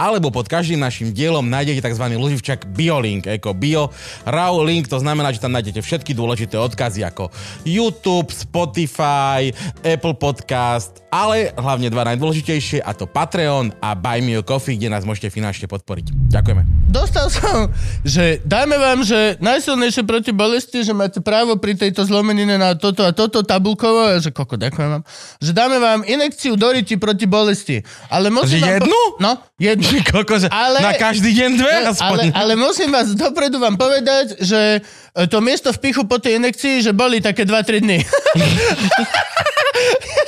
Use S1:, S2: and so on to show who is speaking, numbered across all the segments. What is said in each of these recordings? S1: Alebo pod každým našim dielom nájdete tzv. loživčak BioLink, ako Bio Raw Link, to znamená, že tam nájdete všetky dôležité odkazy ako YouTube, Spotify, Apple Podcast, ale hlavne dva najdôležitejšie a to Patreon a Buy Me a Coffee, kde nás môžete finančne podporiť. Ďakujeme.
S2: Dostal som, že dáme vám, že najsilnejšie proti bolesti, že máte právo pri tejto zlomenine na toto a toto tabulkovo, a že koko, ďakujem vám, že dáme vám inekciu doriti proti bolesti. Ale musím
S1: Že
S2: vám
S1: jednu?
S2: No, jednu.
S1: Ty Kokos,
S2: Ale-
S1: ale... na každý deň dve? aspoň.
S2: Ale, ale musím vás dopredu vám povedať, že e, to miesto v pichu po tej inekcii, že boli také 2-3 dny.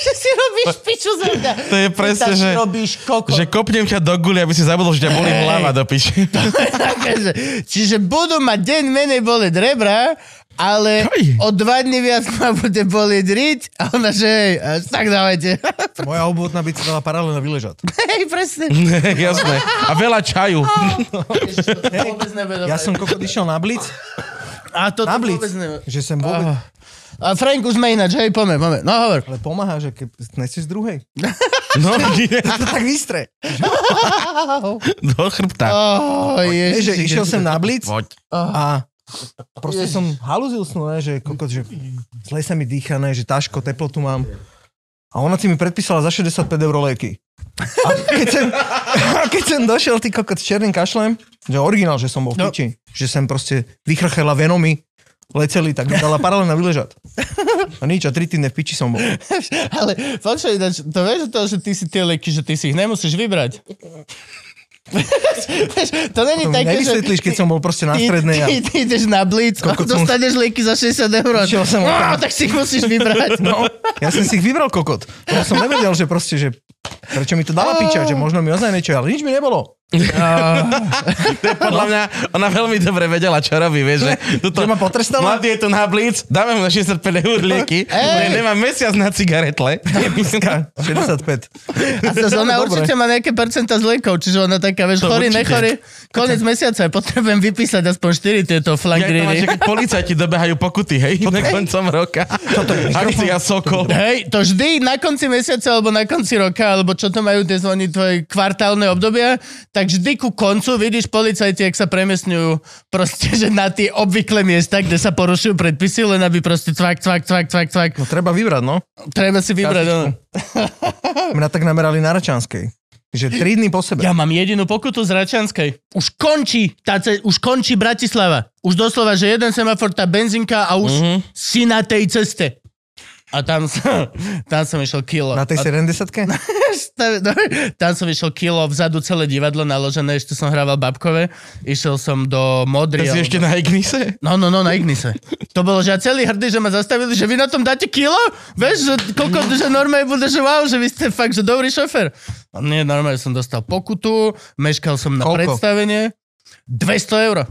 S2: že si robíš piču za mňa.
S1: To je presne,
S2: Ty tak
S1: že,
S2: robíš kokot.
S1: že kopnem ťa do guli, aby si zabudol, že ťa bolí hlava do piči.
S2: Také, že- Čiže budú mať deň menej boleť rebra, ale o
S1: Kaj?
S2: dva dny viac ma bude bolieť riť a ona, že hej, až tak dávajte.
S3: Moja obvodná by sa dala paralelne vyležať.
S2: hej, presne.
S1: Jasné. A veľa čaju.
S2: Ježiš, to vôbec nevedom.
S3: Ja som kokot išiel na blic,
S2: A to
S3: na blic,
S2: vôbec nevedom.
S3: že sem vôbec,
S2: Aha. A Frank už ma ináč, hej, pome, pome. No hovor.
S3: ale pomáha, že keď nesieš z druhej.
S1: No,
S3: To tak vystre.
S1: do chrbta.
S2: Oh,
S3: Vieš, že
S2: ježiš.
S3: išiel som na blic
S1: Poď.
S3: a proste som halúzil som, ne, že kokot, že zle sa mi dýcha, ne, že taško, teplotu mám. A ona si mi predpísala za 65 eur lieky. A keď sem, a keď sem došiel, ty kokot s černým kašlem, že originál, že som bol v
S2: No.
S3: piči, že sem proste vychrchela venomy, leteli, tak mi dala paralelne vyležať. A nič, a tri týdne v piči som bol.
S2: Ale počkaj, ináč, to vieš o toho, že ty si tie leky, že ty si ich nemusíš vybrať. Vieš, to není
S3: To mi
S2: také, že...
S3: nevysvetlíš, keď som bol proste na
S2: Ty,
S3: strednej a
S2: ty, ty ideš na blíc a
S3: Kokot som-
S2: dostaneš lieky za 60 eur.
S3: Išiel som
S2: no,
S3: tam.
S2: tak si ich musíš vybrať.
S3: No, ja som si ich vybral kokot. Lebo som nevedel, že proste, že prečo mi to dala piča, že možno mi ozaj niečo, ale nič mi nebolo.
S1: Podľa mňa ona veľmi dobre vedela, čo robí, vieš, že tuto
S3: Že ma potrestala?
S1: mladý je tu na blíc, dáme mu na 65 eur lieky, hey. nemá mesiac na cigaretle.
S3: 65.
S2: A to, ona
S3: Dobre.
S2: určite má nejaké percenta z liekov, čiže ona taká, vieš,
S1: To
S2: chorý,
S1: určite.
S2: nechorý. Konec mesiaca, potrebujem vypísať aspoň 4 tieto
S1: Jak to máš, že
S2: flagriny.
S1: keď policajti dobehajú pokuty, hej, na koncom roka. Akcia Sokol.
S2: Hej, to vždy na konci mesiaca alebo na konci roka, alebo čo to majú tie zvony tvoje kvartálne obdobia, tak vždy ku koncu vidíš policajti, ak sa premiesňujú proste, že na tie obvyklé miesta, kde sa porušujú predpisy, len aby proste cvak, cvak, cvak, cvak, cvak.
S3: No treba vybrať, no.
S2: Treba si vybrať. no.
S3: Kartičku.
S2: Áno.
S3: Mňa tak namerali na Račanskej. Že 3 dní po sebe.
S2: Ja mám jedinú pokutu z Račanskej. Už končí, tá ce- už končí Bratislava. Už doslova, že jeden semafor, tá benzinka a už
S1: Mhm.
S2: si na tej ceste. A tam som, tam som išiel kilo.
S3: Na tej 70
S2: Tam- no, Tam som išiel kilo, vzadu celé divadlo naložené, ešte som hrával babkové. Išiel som do
S1: To
S2: Modry.
S1: si
S2: alebo-
S1: ešte na Ignise?
S2: No, no, no, na Ignise. To bolo, že ja celý hrdý, že ma zastavili, že vy na tom dáte kilo? Vieš, že koľko, že normálne bude, že wow, že vy ste fakt, že dobrý šofer. A nie, normálne som dostal pokutu, meškal som na
S3: Koľko?
S2: predstavenie. 200 eur.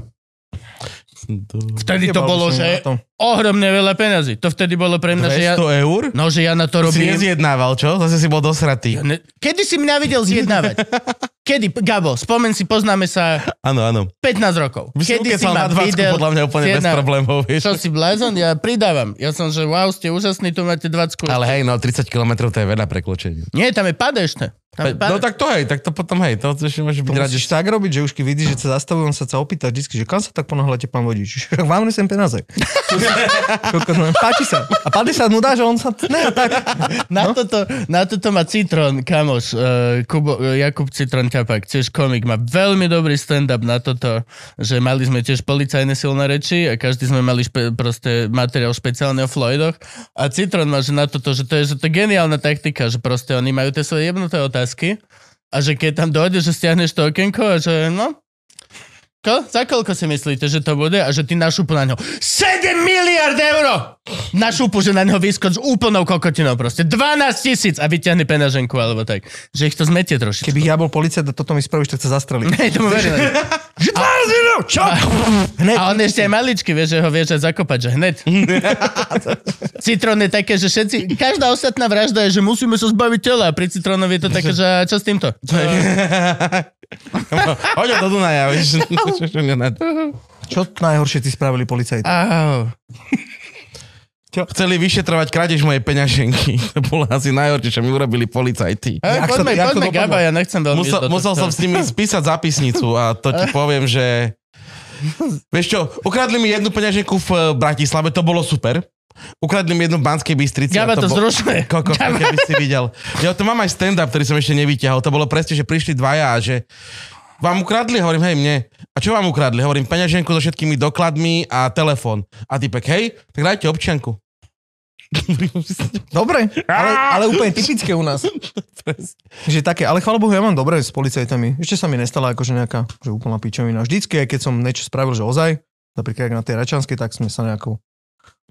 S2: Vtedy to bolo, že ohromne veľa peňazí. To vtedy bolo pre mňa, že ja,
S1: 200 eur?
S2: no, že ja na to
S1: Si
S2: robím.
S1: nezjednával, čo? Zase si bol dosratý.
S2: Ne- Kedy si mňa videl zjednávať? Kedy? Gabo, spomen si, poznáme sa
S1: Áno, áno.
S2: 15 rokov.
S1: By si
S2: Kedy si
S1: ukecal na
S2: ma
S1: 20
S2: videl
S1: podľa mňa úplne bez
S2: zjednávať?
S1: problémov, vieš.
S2: Čo si blázon? Ja pridávam. Ja som, že wow, ste úžasní, tu máte 20
S1: Ale hej, no 30 km to je veľa prekločenie.
S2: Nie, tam je páda ešte. Tam je páda.
S1: No tak to hej, tak to potom hej, to ešte môže byť
S3: To
S1: rád, že
S3: musíš tak robiť, že už keď vidíš, že sa zastavujú, on sa sa opýta vždycky, že kam sa tak ponáhľate, pán vodič? Že Vám nesem peniaze. Kokos, no, Páči sa. A 50 mu dáš a on sa... Ne, tak.
S2: Na,
S1: no.
S2: toto, na toto má Citron, kamoš, uh, Kubo, uh, Jakub Citron Čapak, tiež komik, má veľmi dobrý stand-up na toto, že mali sme tiež policajné silné reči a každý sme mali špe- proste materiál špeciálne o Floydoch a Citron má, že na toto, že to je, že to je geniálna taktika, že proste oni majú tie svoje jebnuté otázky a že keď tam dojde, že stiahneš to okienko a že no, Ko? Za koľko si myslíte, že to bude? A že ty našupu na ňo 7 miliard eur! na šupu, že na neho vyskoč s úplnou kokotinou proste. 12 tisíc a vyťahne penaženku alebo tak. Že ich to zmetie trošičku.
S3: Keby ja bol policajt a toto mi spravíš, tak sa zastrelím.
S2: Hej, tomu verím.
S3: Že 12 minút, čo? Hneď.
S2: A on je ešte aj maličký, vieš, že ho vieš aj zakopať, že hneď. Citrón je také, že všetci, každá ostatná vražda je, že musíme sa zbaviť tela. A pri Citrónovi je to také, že a čo s týmto?
S1: Hoď ho do Dunaja, vieš.
S3: Čo najhoršie ti spravili policajti?
S2: Au.
S1: Chceli vyšetrovať krádež mojej peňaženky. To bolo asi najhoršie, čo mi urobili policajti.
S2: Hej,
S3: Jak sa-
S2: poďme,
S3: jak to
S2: poďme,
S3: dopadlo?
S2: Gaba, ja nechcem veľmi ísť
S1: Musel,
S2: do tohto.
S1: musel som s nimi spísať zápisnicu a to ti poviem, že... Vieš čo, ukradli mi jednu peňaženku v eh, Bratislave, to bolo super. Ukradli mi jednu v Banskej Bystrici. a
S2: Gaba to
S1: bo-
S2: zrušuje.
S1: Koko,
S2: Gaba.
S1: keby si videl. Ja to mám aj stand-up, ktorý som ešte nevyťahol. To bolo presne, že prišli dvaja a že vám ukradli, hovorím, hej, mne. A čo vám ukradli? Hovorím, peňaženku so všetkými dokladmi a telefón. A typek, hej, tak dajte občianku.
S3: Dobre, ale, ale úplne typické u nás. Že také, ale chvála Bohu, ja mám dobre s policajtami. Ešte sa mi nestala akože nejaká že úplná pičovina. Vždycky, aj keď som niečo spravil, že ozaj, napríklad jak na tej Račanskej, tak sme sa nejako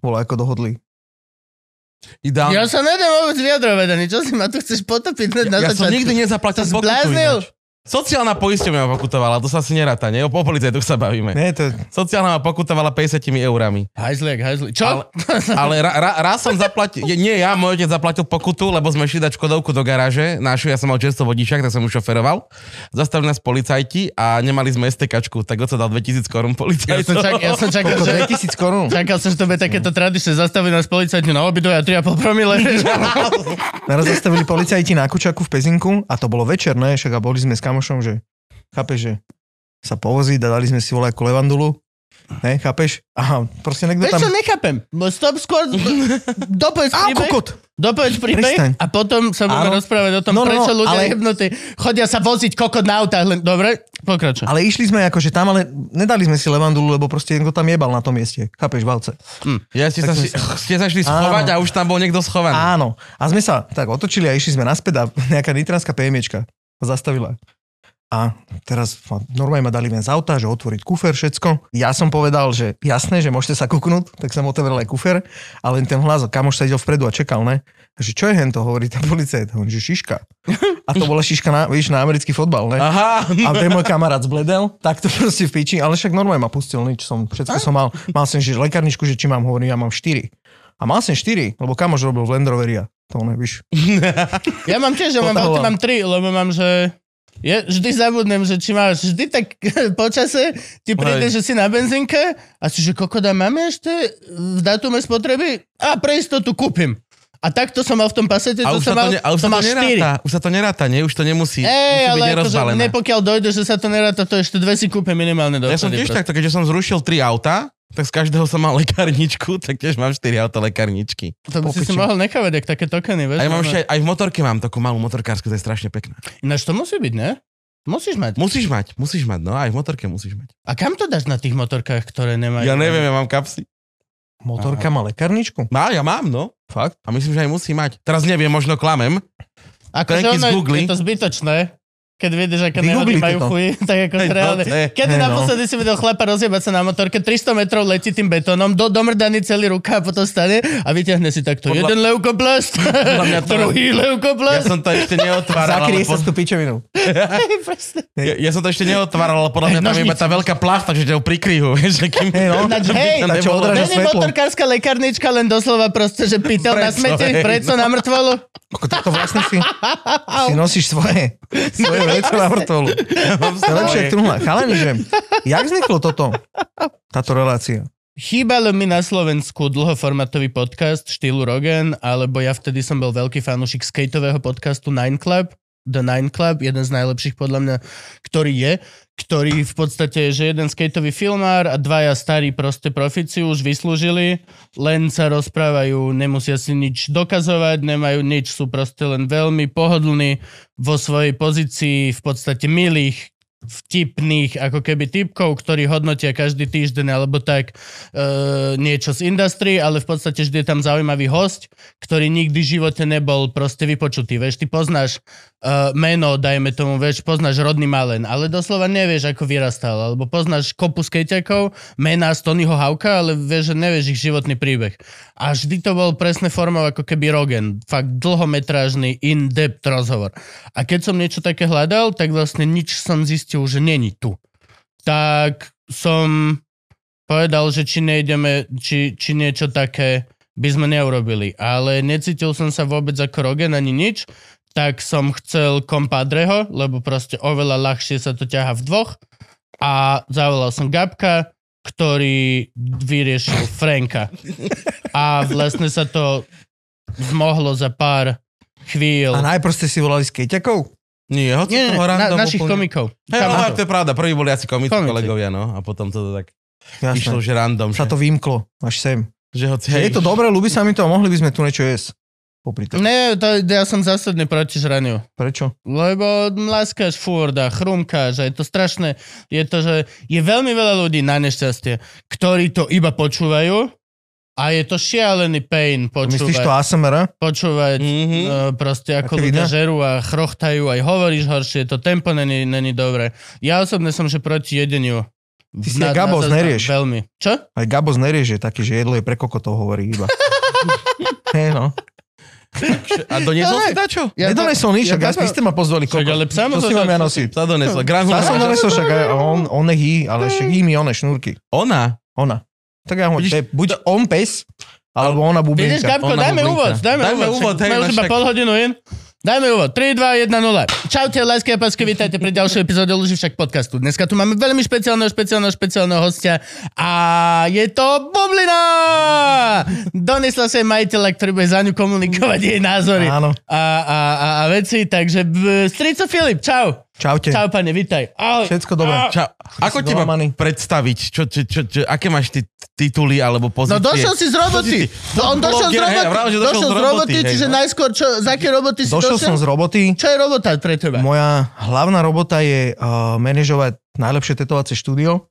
S3: bola ako dohodli.
S1: Ideálne.
S2: Ja sa nedám vôbec vyjadrovať ani, čo si ma tu chceš potopiť hneď na
S1: ja
S2: začiatku.
S1: som nikdy nezaplatil
S2: Sa
S1: pokutu
S2: zbláznil?
S1: ináč. Sociálna poisťovňa ma pokutovala, to sa asi neráta, nie? O o policajtoch sa bavíme.
S3: Nie, to je
S1: Sociálna ma pokutovala 50 eurami.
S2: Hajzliak, hajzliak. Čo?
S1: Ale- Ale ra, ra, raz som zaplatil, je- nie ja, môj otec zaplatil pokutu, lebo sme išli dať Škodovku do garáže, našu, ja som mal čerstvo vodičák, tak som ju šoferoval. Zastavili nás policajti a nemali sme STKčku, tak otec dal 2000
S2: Ja
S1: korún
S2: som,
S1: policajtov.
S2: čak, ja som čakal,
S3: koľko,
S2: že...
S3: 2000 korún.
S2: Čakal som, že to bude takéto tradičné. Zastaví nás policajti na obidvoja 3,5 promile.
S3: Naraz zastavili policajti na Kučaku v Pezinku a to bolo večer, ne? Však a boli sme s kamošom, že chápeš, že sa povozí, dali sme si voľakú levandulu. Ne, chápeš? Aha, proste niekto
S2: Vieš čo,
S3: tam...
S2: nechápem. Bo No, Stop skôr, dopovedz
S3: Á,
S2: príbeh,
S3: kokot!
S2: dopovedz príbeh
S3: Prestaň.
S2: a potom sa budeme
S3: Áno.
S2: rozprávať o tom,
S3: No, no,
S2: prečo ľudia ale...
S3: ale-
S2: jebnutí chodia sa voziť kokot na autách. Len... Dobre, pokračuj.
S3: Ale išli sme akože tam, ale nedali sme si levandulu, lebo proste niekto tam jebal na tom mieste. Chápeš, valce?
S1: Ja ste sa,
S3: Tak sme
S1: šli- ste sa išli schovať a už tam bol niekto schovaný.
S3: Áno. A sme sa tak otočili a išli sme naspäť a nejaká nitranská PMčka zastavila. A teraz ma- normálne ma dali ven z auta, že otvoriť kufer, všetko. Ja som povedal, že jasné, že môžete sa kúknúť, tak som otvoril aj kufer, ale len ten hlas, kamoš sa idel vpredu a čekal, ne? Že čo je hento, hovorí ten policajt, hovorí, že šiška. A to bola šiška na, vieš, na americký fotbal, ne?
S1: Aha,
S3: A ten môj kamarát zbledel, tak to proste v piči, ale však normálne ma pustil, nič som, všetko som mal, mal som že lekárničku, že či mám, hovorí, ja mám 4. A mal som 4, lebo kamoš robil v Land Roveri a to nevíš.
S2: Ja mám tiež, ja mám,
S3: Potahovám.
S2: veľké, mám tri, lebo mám, že... Ja vždy zabudnem, že či máš, vždy tak počase ti príde, že
S1: Hej.
S2: si na benzínke a si, že kokoda máme ešte e, v datume spotreby? A pre istotu kúpim. A takto som mal v tom pasete,
S1: a
S2: čo
S1: už
S2: som
S1: sa to,
S2: mal,
S1: ne, a už sa
S2: som
S1: to
S2: mal štyri.
S1: neráta, už sa to neráta, nie? Už to
S2: Ej,
S1: nemusí, musí
S2: ale
S1: byť
S2: akože
S1: nerozbalené.
S2: mne pokiaľ dojde, že sa to neráta, to ešte dve si kúpim minimálne do
S1: Ja som tiež takto, keďže som zrušil tri auta, tak z každého som mal lekárničku, tak tiež mám 4 auta lekárničky.
S2: To by si si
S3: popičím.
S2: mohol nechávať, jak také tokeny, vieš?
S1: A ja
S2: ono.
S1: mám ešte, aj- aj v motorke mám takú malú motorkársku, to je strašne pekná.
S2: Ináč to musí byť, ne? Musíš mať.
S1: Musíš mať, musíš mať, no aj v motorke musíš mať.
S2: A kam to dáš na tých motorkách, ktoré nemajú?
S1: Ja neviem, ja mám kapsy.
S3: Motorka má lekárničku?
S1: Má, ja mám, no.
S3: Fakt?
S1: A myslím, že aj musí mať. Teraz neviem, možno klamem.
S2: Akože
S1: Cranky
S2: ono,
S1: z Google.
S2: je to zbytočné, keď vieš, aké nehody
S3: Vygooglite
S2: majú
S3: to.
S2: chuj, tak ako
S1: Hej, no,
S2: reálne.
S1: to je-
S2: Kedy
S3: hej, no.
S2: naposledy si videl chlapa rozjebať sa na motorke, 300 metrov letí tým betónom, do, domrdaný celý ruka a potom stane a vyťahne si takto
S1: Podľa-
S2: jeden leukoplast,
S1: mňa to-
S2: druhý
S1: Ja
S2: leukoplast.
S1: som to ešte neotváral. ale
S3: Zakrie sa s
S1: pod...
S3: tú pičovinou.
S1: ja, ja, som to ešte neotváral, ale podľa mňa tam je iba tá veľká plachta, že ťa ju prikryjú. Vieš, že kým...
S3: Hej, no.
S2: Ináč, hej,
S3: tá, čo odráža
S2: Není
S3: svetlo.
S2: motorkárska lekárnička, len doslova proste, že pýtal na
S1: Prečo,
S2: smete,
S1: hej, no.
S2: prečo na mŕtvolu?
S3: Ako takto vlastne si, si nosíš svoje, svoje vece na vrtolu. To je lepšie, jak truhla. Chalani, že jak vzniklo toto? Táto relácia.
S2: Chýbal mi na Slovensku dlhoformatový podcast štýlu Rogan, alebo ja vtedy som bol veľký fanúšik skateového podcastu Nine Club. The Nine Club, jeden z najlepších podľa mňa, ktorý je, ktorý v podstate je, že jeden skateový filmár a dvaja starí proste profici už vyslúžili, len sa rozprávajú, nemusia si nič dokazovať, nemajú nič, sú proste len veľmi pohodlní vo svojej pozícii, v podstate milých, vtipných ako keby typkov, ktorí hodnotia každý týždeň alebo tak e, niečo z industrie, ale v podstate vždy je tam zaujímavý host, ktorý nikdy v živote nebol proste vypočutý. Vieš, ty poznáš e, meno, dajme tomu, vieš, poznáš Rodný Malen, ale doslova nevieš, ako vyrastal, alebo poznáš kopu skejťakov, mená z Tonyho Hauka, ale vieš, že nevieš ich životný príbeh. A vždy to bol presne formou ako keby Rogan, fakt dlhometrážny in-depth rozhovor. A keď som niečo také hľadal, tak vlastne nič som zistil, že není tu. Tak som povedal, že či nejdeme, či, či niečo také by sme neurobili. Ale necítil som sa vôbec ako Rogan ani nič, tak som chcel kompadreho, lebo proste oveľa ľahšie sa to ťaha v dvoch. A zavolal som Gabka, ktorý vyriešil Franka. A vlastne sa to zmohlo za pár chvíľ.
S3: A najprv ste si volali skejťakov?
S1: Nie, hoci
S2: Nie, nie,
S1: toho
S2: na,
S1: random
S2: našich
S1: úplne-
S2: komikov.
S1: Hej,
S2: Tam
S1: ale no,
S2: to.
S1: to je pravda, prví boli asi komici,
S2: Komici.
S1: kolegovia, no. A potom to tak išlo,
S3: Jasné.
S1: že random.
S3: Sa
S1: že,
S3: to vymklo až sem.
S1: že hoci,
S3: Že
S1: hej,
S3: je to dobré, ľúbi sa mi to a mohli by sme tu niečo jesť. Popri tom.
S2: Ne, to, ja som zásadne proti žraniu.
S3: Prečo?
S2: Lebo mlaskáš furt a chrumkáš a je to strašné. Je to, že je veľmi veľa ľudí na nešťastie, ktorí to iba počúvajú a je to šialený pain
S3: Myslíš to
S2: počúvať,
S3: ASMR?
S2: počúvať
S1: Mhm.
S2: e, proste ako
S3: Aké
S2: ľudia
S3: videa?
S2: žerú a chrochtajú, aj hovoríš horšie, to tempo není, není dobré. Ja osobne som, že proti jedeniu.
S3: Ty si aj Gabos,
S2: zaznam
S3: nerieš.
S2: Veľmi. Čo?
S3: Aj Gabos nerieže taký, že jedlo je pre kokotov, hovorí iba. Hej no.
S1: a doniesol
S3: Ale-
S1: si dačo?
S2: Ja
S3: Ja Nedonesol nič,
S2: ja
S3: však ja
S2: to-
S3: vy ste ma pozvali
S2: Však,
S3: kokot.
S2: ale psa mu to
S3: Čo si mám
S2: dal-
S3: ja nosiť?
S1: Sa donesla. Granul,
S3: Ja som donesol však aj on, on nech jí, ale však jí mi one šnúrky.
S1: Ona?
S3: Ona. Tak ja hovorím,
S1: Vidíš,
S3: že buď on pes, alebo
S2: Vidíš,
S3: ona bublinka.
S2: Gabko,
S1: ona
S2: dajme
S1: bublinka.
S2: úvod, dajme,
S1: Dajme úvod, hej,
S2: Sme už
S1: no
S2: iba
S1: však-
S2: pol hodinu in. Dajme úvod. 3, 2, 1, 0. Čaute, lásky a pásky, vítajte pri ďalšej epizóde Luživšak podcastu. Dneska tu máme veľmi špeciálneho, špeciálneho, špeciálneho hostia a je to Bublina! Donesla sa jej majiteľa, ktorý bude za ňu komunikovať jej názory
S3: Áno.
S2: a, a, a, a veci, takže b- Strico Filip, čau.
S3: Čaute.
S2: Čau, pane, vítaj. Ahoj.
S3: Všetko dobré.
S2: A-
S1: Ča, ako
S3: si
S1: teba
S3: dolamaný.
S1: predstaviť? Čo, čo, čo, čo, aké máš ty tituly alebo pozície?
S2: No došiel si z roboty. No, on došiel z
S1: Bloger, hej,
S2: roboty.
S1: vravo, že
S2: došiel z roboty,
S1: hej,
S2: čiže
S1: no.
S2: najskôr, čo, z aké roboty si
S3: Došiel som z roboty.
S2: Čo je robota pre teba?
S3: Moja hlavná robota je uh, manažovať najlepšie tetovacie štúdio.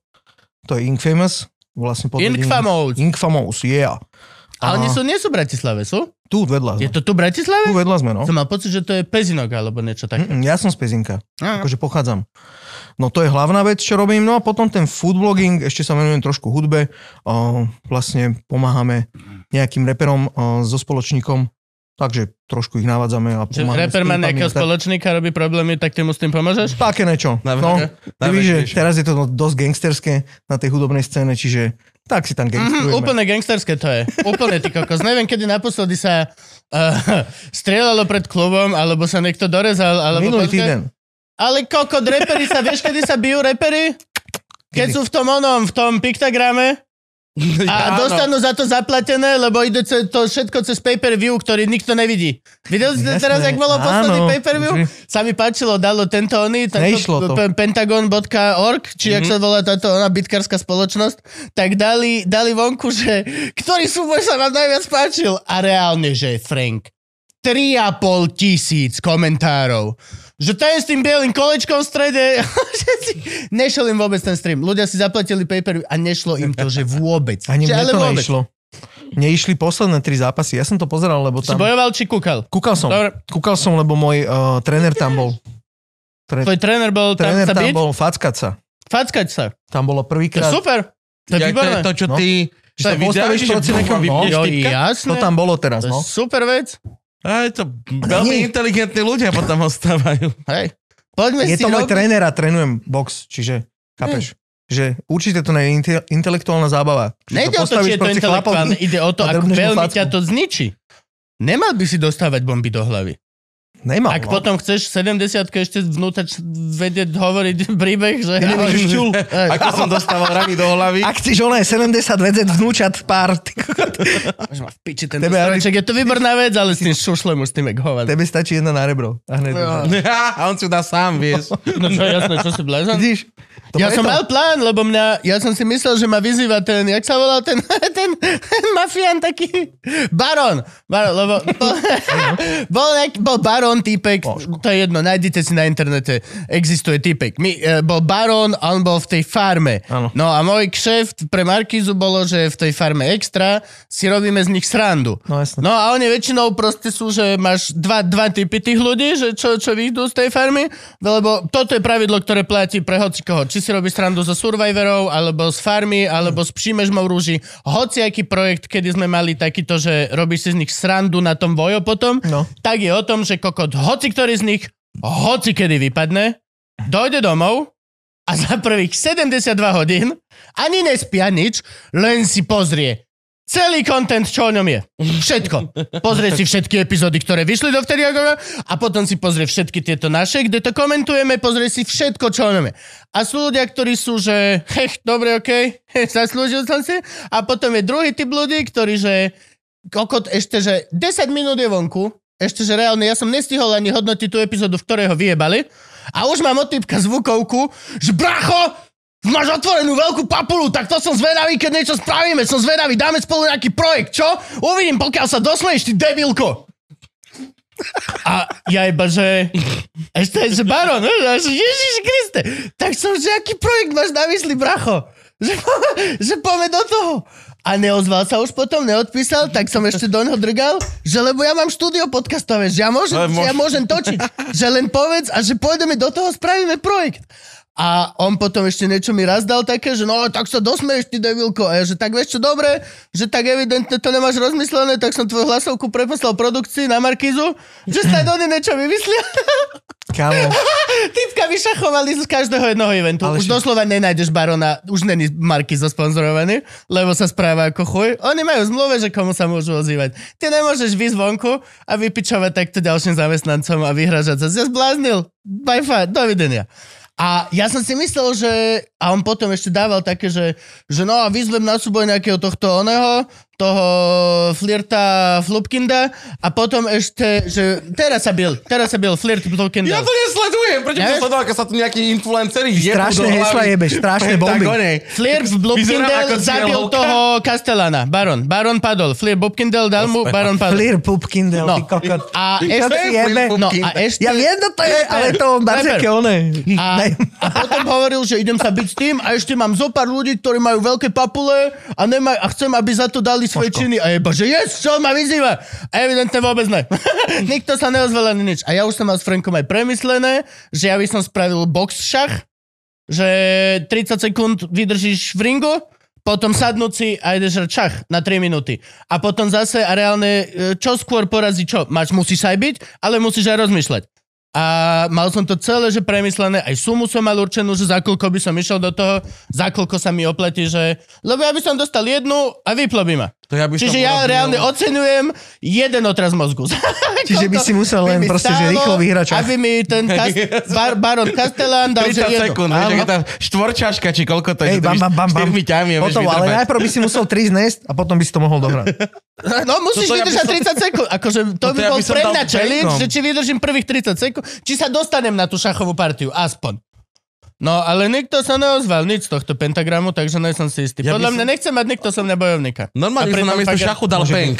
S3: To je Inkfamous. Vlastne pod vedením-
S2: Inkfamous.
S3: Inkfamous, yeah.
S2: A oni
S3: A-
S2: sú, nie sú v Bratislave, sú?
S3: Tu vedľa.
S2: Je
S3: sme.
S2: to tu v
S3: Tu
S2: Bratislave?
S3: vedľa sme, no.
S2: Som mal pocit, že to je Pezinok alebo niečo také.
S3: Mm, Ja som z Pezinka.
S2: Á.
S3: akože pochádzam. No to je hlavná vec, čo robím. No a potom ten food blogging, ešte sa venujem trošku hudbe. O, vlastne pomáhame nejakým reperom o, so spoločníkom, takže trošku ich navádzame a
S2: Že
S3: pomáhame. s
S2: Reper má
S3: klipami
S2: nejakého
S3: a tak.
S2: spoločníka, robí problémy, tak ty mu s tým pomôžeš?
S3: Také niečo.
S1: Na-
S3: No,
S1: na- na-
S3: ty víš, že
S1: na-
S3: teraz je to dosť gangsterské na tej hudobnej scéne, čiže tak si tam
S2: Mhm,
S3: gangstrujeme.
S2: úplne gangsterské to je. Úplne ty kokos. Neviem, kedy naposledy sa uh, strieľalo pred klubom, alebo sa niekto dorezal, alebo...
S3: Minulý
S2: počkaj.
S3: týden.
S2: Ale kokot, reperi sa, vieš, kedy sa bijú reperi? Keď
S3: Kedy?
S2: sú v tom onom, v tom piktagrame a
S1: Áno.
S2: dostanú za to zaplatené, lebo ide ce- to všetko cez pay-per-view, ktorý nikto nevidí. Videli ste
S3: No, Jasné,
S2: teraz, jak bolo
S3: áno,
S2: posledný pay-per-view?
S3: už-
S2: Sa mi páčilo, dalo tento oný,
S3: Neišlo to. Mhm.
S2: pe- pentagon.org, či mm-hmm. ak sa volá táto ona bitkárska spoločnosť, tak dali, dali vonku, že ktorý súboj sa vám najviac páčil. A reálne, že Frank. 3,5 tisíc komentárov. Že to je s tým bielým kolečkom v strede. Všetci- Nešiel im vôbec ten stream. Ľudia si zaplatili paper a nešlo im to, že vôbec.
S3: Ani
S2: že,
S3: mne
S2: ale
S3: to
S2: vôbec.
S3: neišlo. Neišli posledné tri zápasy. Ja som to pozeral, lebo
S2: Si
S3: tam... No.
S2: bojoval či kúkal?
S3: Kúkal som.
S2: Dobre.
S3: Kúkal som, lebo môj uh, tréner tam bol. Tre...
S2: Tvoj tréner bol tam
S3: Tréner
S2: sa
S3: tam
S2: byť?
S3: bol fackať sa.
S2: Fackať sa.
S3: Tam bolo
S2: To je
S3: prvýkrát.
S2: super. To je
S1: Ja, to je
S2: výborné.
S1: to, čo
S3: No.
S1: ty...
S3: Že sa
S1: to je videa,
S3: postavíš
S1: že
S3: proti
S1: bum,
S3: niekomu,
S1: vypneš
S2: Jo,
S1: typka?
S2: jasné.
S3: To tam bolo teraz,
S2: no. To je
S3: no.
S2: super vec.
S1: A je to veľmi
S3: Nie.
S1: inteligentní ľudia potom ostávajú.
S2: Hej. Poďme si
S3: Je to môj
S2: robiť-
S3: tréner a trénujem box, čiže chápeš? Že určite to nie je inte- intelektuálna zábava. Že
S2: Nejde o to,
S3: postavíš
S2: či je to
S3: proti
S2: intelektuálne,
S3: chlapovi-
S2: ide o to,
S3: a
S2: ako
S3: drbneš mu
S2: veľmi
S3: facku.
S2: ťa to zničí. Nemal by si dostávať bomby do hlavy.
S3: Nemal,
S2: Ak
S3: no.
S2: potom chceš 70 ešte vnútač vedieť hovoriť príbeh, že...
S3: Ty nevieš
S2: Ahoj.
S3: čul.
S2: Hej.
S1: Ako som dostával rany do hlavy.
S3: Ak chceš, ona je 70 vedzec vnúčat pár. ty kokot.
S2: Máš ma v piči ten
S3: Tebe, aby-
S2: strojček, je to výborná vec, ale s tým šušlem už s tým jak hovať.
S3: Tebe stačí jedna na rebro. A hneď
S2: Jo.
S1: A on si ju dá sám, vieš.
S2: No čo, jasné, čo si blázon?
S3: Vidíš? To
S2: Ja
S3: preto.
S2: som mal plán, lebo mňa, ja som si myslel, že ma vyzýva ten, jak sa volal ten, ten, ten mafián taký, baron, baron lebo bol, bol, nejak, bol baron Barón týpek, to je jedno, nájdete si na internete, existuje týpek. My, e, bol Barón, a on bol v tej farme.
S3: Áno.
S2: No a môj kšeft pre Markizu bolo, že v tej farme extra si robíme z nich srandu.
S3: No jasné.
S2: No a oni väčšinou proste sú, že máš dva, dva typy tých ľudí, že čo, čo vyjdú z tej farmy, lebo toto je pravidlo, ktoré platí pre hocikoho. Či si robíš srandu zo Survivorov, alebo z farmy, alebo z Přímežmov rúži. Hociaký projekt, kedy sme mali takýto, že robíš si z nich srandu na tom vojo potom,
S3: No.
S2: tak je o tom, že kokot hoci ktorý z nich, hoci kedy vypadne, dojde domov, a za prvých 72 hodín ani nespia nič, len si pozrie celý content, čo o ňom je. Všetko. Pozrie si všetky epizódy, ktoré vyšli dovtedy ako- a potom si pozrie všetky tieto naše, kde to komentujeme, pozrie si všetko, čo o ňom je. A sú ľudia, ktorí sú, že hech, dobre, okej, okay, zaslúžil som si. A potom je druhý typ ľudí, ktorí, že kokot ešte, že 10 minút je vonku, ešte, že reálne, ja som nestihol ani hodnotiť tú epizódu, v ktorej ho vyjebali. A už mám od typka zvukovku, že bracho, máš otvorenú veľkú papulu, tak to som zvedavý, keď niečo spravíme, som zvedavý, dáme spolu nejaký projekt, čo? Uvidím, pokiaľ sa dosmeješ, ty debilko. A ja iba, že... Ešte, že baron, vieš, a že Ježiš Kriste, tak som, že aký projekt máš na mysli, bracho? Že, po- že poďme do toho. A neozval sa už potom, neodpísal, tak som ešte do neho drgal, že lebo ja mám štúdio podcastové, že ja môžem,
S1: Ale
S2: že ja môžem točiť, že len povedz a že pôjdeme do toho, spravíme projekt. A on potom ešte niečo mi raz dal také, že no tak sa dosmeješ, ty debilko. A ja, že tak vieš čo, dobre, že tak evidentne to nemáš rozmyslené, tak som tvoju hlasovku preposlal produkcii na Markizu, že sa oni niečo vymyslia.
S3: Kámo.
S2: Typka vyšachovali z každého jedného eventu.
S3: Ale
S2: už
S3: však-
S2: doslova nenájdeš barona, už není marky zasponzorovaný, lebo sa správa ako chuj. Oni majú v zmluve, že komu sa môžu ozývať. Ty nemôžeš výsť vonku a vypičovať takto ďalším zamestnancom a vyhražať sa. Ja zbláznil. Bye far. Dovidenia. A ja som si myslel, že... A on potom ešte dával také, že, že no a vyzvem na súboj nejakého tohto oného, toho flirta Flupkinda a potom ešte, že teraz sa bil, teraz sa bil flirt Flupkinda.
S1: Ja to nesledujem, prečo by som
S2: Ne?
S1: sledoval, keď sa tu nejakí influenceri jebú
S3: Strašné
S1: do hlavy?
S3: hesla jebeš, strašné bomby.
S1: Pentagone.
S2: Flir v
S1: Vyzerá ako
S2: Blobkindel zabil
S1: cieľovka.
S2: toho Castellana. Baron. Baron padol. Flir Blobkindel dal mu, Baron padol.
S3: Clear Pupkindel,
S2: No.
S3: ty kokot.
S2: A
S3: Čo
S2: ešte...
S3: si jebe?
S2: No a ešte...
S3: Ja viem, to je, ale to Marcek je one.
S2: A, a potom hovoril, že idem sa byť s tým a ešte mám zo pár ľudí, ktorí majú veľké papule a, nemaj, a chcem, aby za to dali svoje činy. A jeba, že yes, čo ma vyzýva? A evidentne vôbec ne. Nikto sa neozval ani nič. A ja už som mal s Frankom aj premyslené, že ja by som spravil box šach, že 30 sekúnd vydržíš v ringu, potom sadnúť si a ideš hrať šach na 3 minúty. A potom zase a reálne, e, čo skôr porazí čo? Máš, musíš aj byť, ale musíš aj rozmýšľať. A mal som to celé, že premyslené, aj sumu som mal určenú, že za koľko by som išiel do toho, za koľko sa mi oplatí, že... Lebo ja by som dostal jednu a vyplo by ma.
S1: To ja by som
S2: Čiže ja
S1: urobil-
S2: reálne oceňujem jeden otraz mozgu.
S3: Čiže by si musel len
S2: By mi
S3: proste, že
S2: stálo,
S3: rýchlo vyhrať šach.
S2: Aby mi ten kas- bar- Baron Castellan dal že
S1: 30
S2: jednu.
S1: sekúnd, vieš, aká tá štvorčaška, či koľko to je,
S3: Hej,
S1: že to
S3: bam,
S1: vieš,
S3: bam, bam, bam.
S1: štyrmi ťami, vieš,
S3: Potom, ale
S1: vytrpať.
S3: najprv by si musel 3 znesť a potom by si to mohol dohrať.
S2: No musíš
S1: Toto ja by
S2: vydržať
S1: som-
S2: 30 sekúnd. Akože to
S1: Toto
S2: by
S1: ja
S2: bol
S1: by som
S2: pre
S1: dal
S2: mňa challenge,
S1: fejkom.
S2: že či vydržím prvých 30 sekúnd, či sa dostanem na tú šachovú partiu, aspoň. No, ale nikto sa neozval, nič z tohto pentagramu, takže nie som si istý.
S1: Ja by
S2: Podľa
S1: som-
S2: mňa nechce mať nikto so mňa bojovníka. A
S1: Normálne som
S2: pritom
S1: na miesto
S2: fakt-
S1: šachu dal
S2: Môže byť.
S1: bank.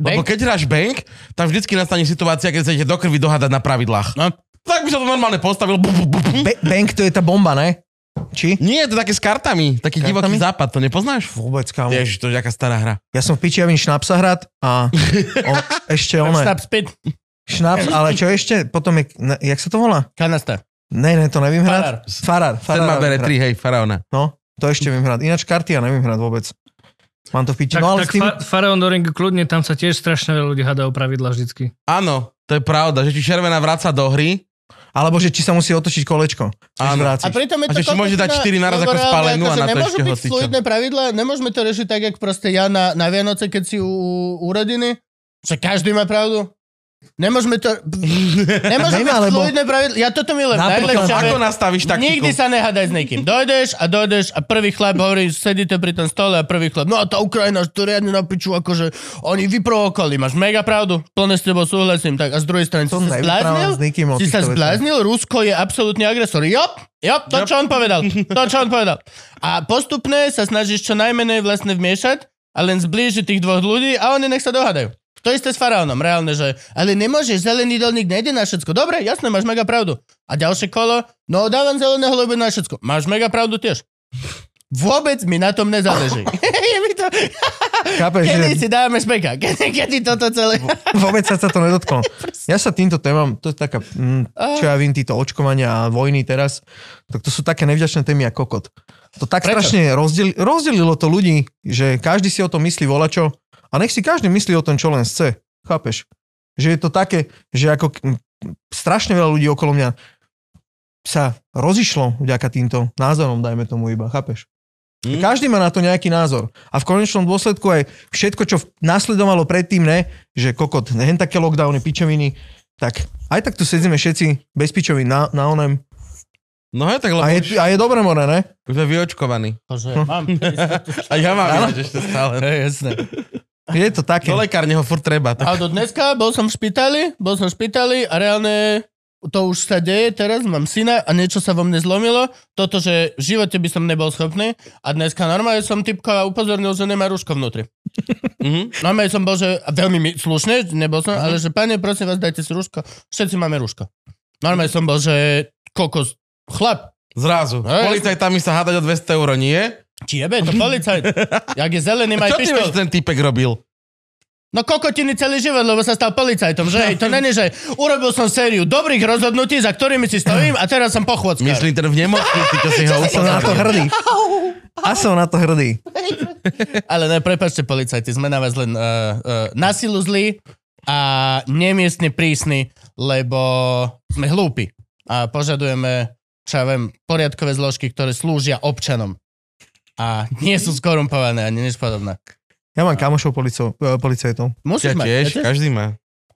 S1: Lebo
S2: Bank?
S1: keď hráš bank, tam vždycky nastane situácia, keď sa idete do krvi dohadať na pravidlách.
S2: No,
S1: Tak by sa to normálne postavil. Bu, bu, bu, bu.
S3: Ba- bank to je tá bomba, ne? Či?
S1: Nie, to je také s kartami. Taký divoký západ, to nepoznáš?
S3: Vôbec, kámo.
S1: Ježiš, to je taká stará hra.
S3: Ja som v pičiavin Šnapsahrad a o, ešte one.
S2: snap spit,
S3: Šnaps, ale čo ešte? Potom je, ne, jak sa to volá?
S2: kanasta.
S3: Ne, ne, to nevím
S2: Farár.
S3: hrať. Farar.
S1: Ten
S3: Farar.
S1: má bere
S3: viem
S1: 3, hej, faraóna.
S3: hrať. No, to ešte viem hrať. Ináč karty ja neviem hrať vôbec. Mám to v piči.
S4: Tak,
S3: No ale s
S4: tak
S3: tým...
S4: fa- Faraón do ringu kľudne, tam sa tiež strašne veľa ľudí hádá o pravidla vždycky.
S1: Áno, to je pravda, že či červená vraca do hry,
S3: Alebo že či sa musí otočiť kolečko. Čiže
S1: Áno.
S2: A
S3: vráciš.
S2: pritom je
S1: A
S2: to...
S1: že či môže dať
S2: komplexná-
S1: štyri naraz
S2: lebo
S1: ako
S2: reálne
S1: spalenú a
S2: akože
S1: na to
S2: Nemôžu
S1: ešte
S2: byť
S1: hocičo.
S2: fluidné pravidla, nemôžeme to riešiť tak, jak proste ja na, na Vianoce, keď si u, u rodiny, že každý má pravdu. Nemôžeme to... Nemôžeme
S3: Nemá,
S2: mať
S3: lebo-
S2: fluidné pravidla. Ja toto milujem.
S3: Napríklad,
S2: Najlepšia
S1: ako
S2: vec.
S1: nastavíš taktiku?
S2: Nikdy sa nehadaj s nikým. Dojdeš a dojdeš a prvý chlap hovorí, sedíte pri tom stole a prvý chlap, no a tá Ukrajina, že to riadne na piču, akože oni vyprovokovali. Máš mega pravdu, plne s tebou súhlasím. Tak a z druhej strany, si
S3: To
S2: sa
S3: nevyprávam
S2: zbláznil?
S3: s nikým
S2: Si sa
S3: o No, týchto veciach.
S2: zbláznil? Rusko je absolútny agresor. Jop, jop, to, čo on povedal. To, čo on povedal. A postupne sa snažíš čo najmenej vlastne vmiešať a len zblížiť tých dvoch ľudí a oni nech sa dohadajú. To isté s faraónom, reálne, že ale nemôžeš, zelený dolník nejde na všetko. Dobre, jasné, máš mega pravdu. A ďalšie kolo, no dávam zeleného, lebo na všetko. Máš mega pravdu tiež. Vôbec mi na tom nezáleží. Je mi to...
S3: Chápeš, že
S2: Kedy si dáme špeka? Kedy, kedy toto celé...
S3: vôbec sa, sa to nedotklo. Ja sa týmto témam, to je taká, mm, čo ja vím, títo očkovania a vojny teraz, tak to sú také nevďačné témy ako kokot. To tak
S2: Prečo?
S3: Prečo? strašne rozdeli, rozdelilo to ľudí, že každý si o tom myslí volačo a nech si každý myslí o tom, čo len chce. Chápeš? Že je to také, že ako mm, strašne veľa ľudí okolo mňa sa rozišlo vďaka týmto názorom, dajme tomu iba, chápeš?
S1: Hm?
S3: Každý má na to nejaký názor. A v konečnom dôsledku aj všetko, čo v- nasledovalo predtým, ne, že kokot, hen také lockdowny, pičoviny, tak aj tak tu sedíme všetci bez pičovín na, na onem.
S1: No hej, tak lebo
S3: A je, a je dobre more, ne?
S1: už sme vyočkovaní.
S2: Bože, mám.
S1: A ja mám ináč ešte stále.
S2: Ne, jasné.
S3: Je to také.
S1: Do lekárne ho furt treba. Tak.
S2: A do dneska bol som v špitali, bol som v špitali a reálne to už sa deje teraz, mám syna a niečo sa vo mne zlomilo, toto, že v živote by som nebol schopný a dneska normálne som typko a upozornil, že nemá rúško vnútri.
S1: Mhm.
S2: Normálne som bol, že a veľmi mi- slušne, nebol som, ale že pane, prosím vás, dajte si rúško, všetci máme rúško. Normálne som bol, že kokos, chlap,
S1: Zrazu.
S2: Hej.
S1: Policajtami sa hádať o 200 eur, nie?
S2: či jebe, to policajt, jak je zelený, maj
S1: Čo ty
S2: pištol.
S1: vieš, ten typek robil?
S2: No kokotiny celý život, lebo sa stal policajtom, že? Hej, to není, že urobil som sériu dobrých rozhodnutí, za ktorými si stojím a teraz som pochvodskár.
S1: Myslím ten v nemocnici, čo si ho
S3: Som na to
S1: upozornil.
S3: hrdý. A som na to hrdý.
S2: Ale ne, prepačte policajti, sme na vás len uh, uh, na silu zlí a nemiestne prísni, lebo sme hlúpi a požadujeme, čo ja viem, poriadkové zložky, ktoré slúžia občanom a nie sú skorumpované ani nič podobné.
S3: Ja mám kamošov polico, eh, policajtov.
S2: Musíš
S1: Ja
S2: mať.
S1: tiež,
S2: viete?
S1: každý má.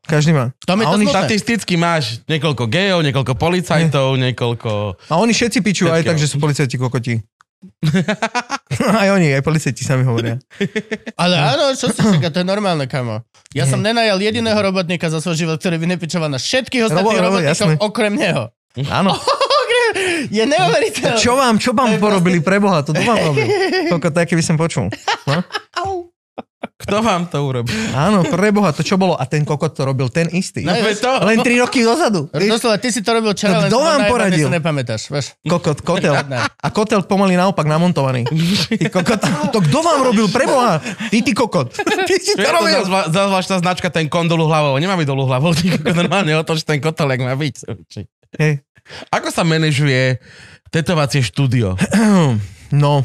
S3: Každý má.
S2: To mi
S3: A
S2: to
S3: oni
S2: smutné.
S1: Statisticky máš niekoľko gejov, niekoľko policajtov, niekoľko...
S3: A oni všetci pičujú aj
S1: Všetkého.
S3: tak, že sú policajti kokoti. aj oni, aj policajti sami hovoria. No.
S2: Ale áno, čo si čaká, to je normálne, kamo. Ja som nenajal jediného robotníka za svoj život, ktorý by nepičoval na všetkých ostatných
S3: Robo- robo,
S2: robotníkov
S3: jasné.
S2: okrem neho.
S3: Áno.
S2: Je neuveriteľné.
S3: Čo vám, čo vám porobili pre Boha? To vám robil. Koľko také by som počul. No?
S1: Kto vám to urobil?
S3: Áno, pre Boha, to čo bolo? A ten kokot to robil ten istý.
S2: No,
S1: Veď to...
S3: Len 3 roky dozadu. Vieš,
S2: Doslova, ty si to robil včera, len
S3: No kto
S2: si bol
S3: vám
S2: najebaný,
S3: poradil?
S2: si nepamätáš. Veš.
S3: kokot, kotel.
S2: Ne.
S3: A kotel pomaly naopak namontovaný. Ty kokot, to kto vám robil pre Boha? Ty, ty kokot. Ty si to
S1: Ja to
S3: robil.
S1: za, zva- za zvláštna značka, ten kon dolu hlavou. Nemá byť dolu hlavou, ty kokos, normálne otoč ten kotolek má byť.
S3: Hej.
S1: Ako sa manažuje tetovacie štúdio?
S3: No,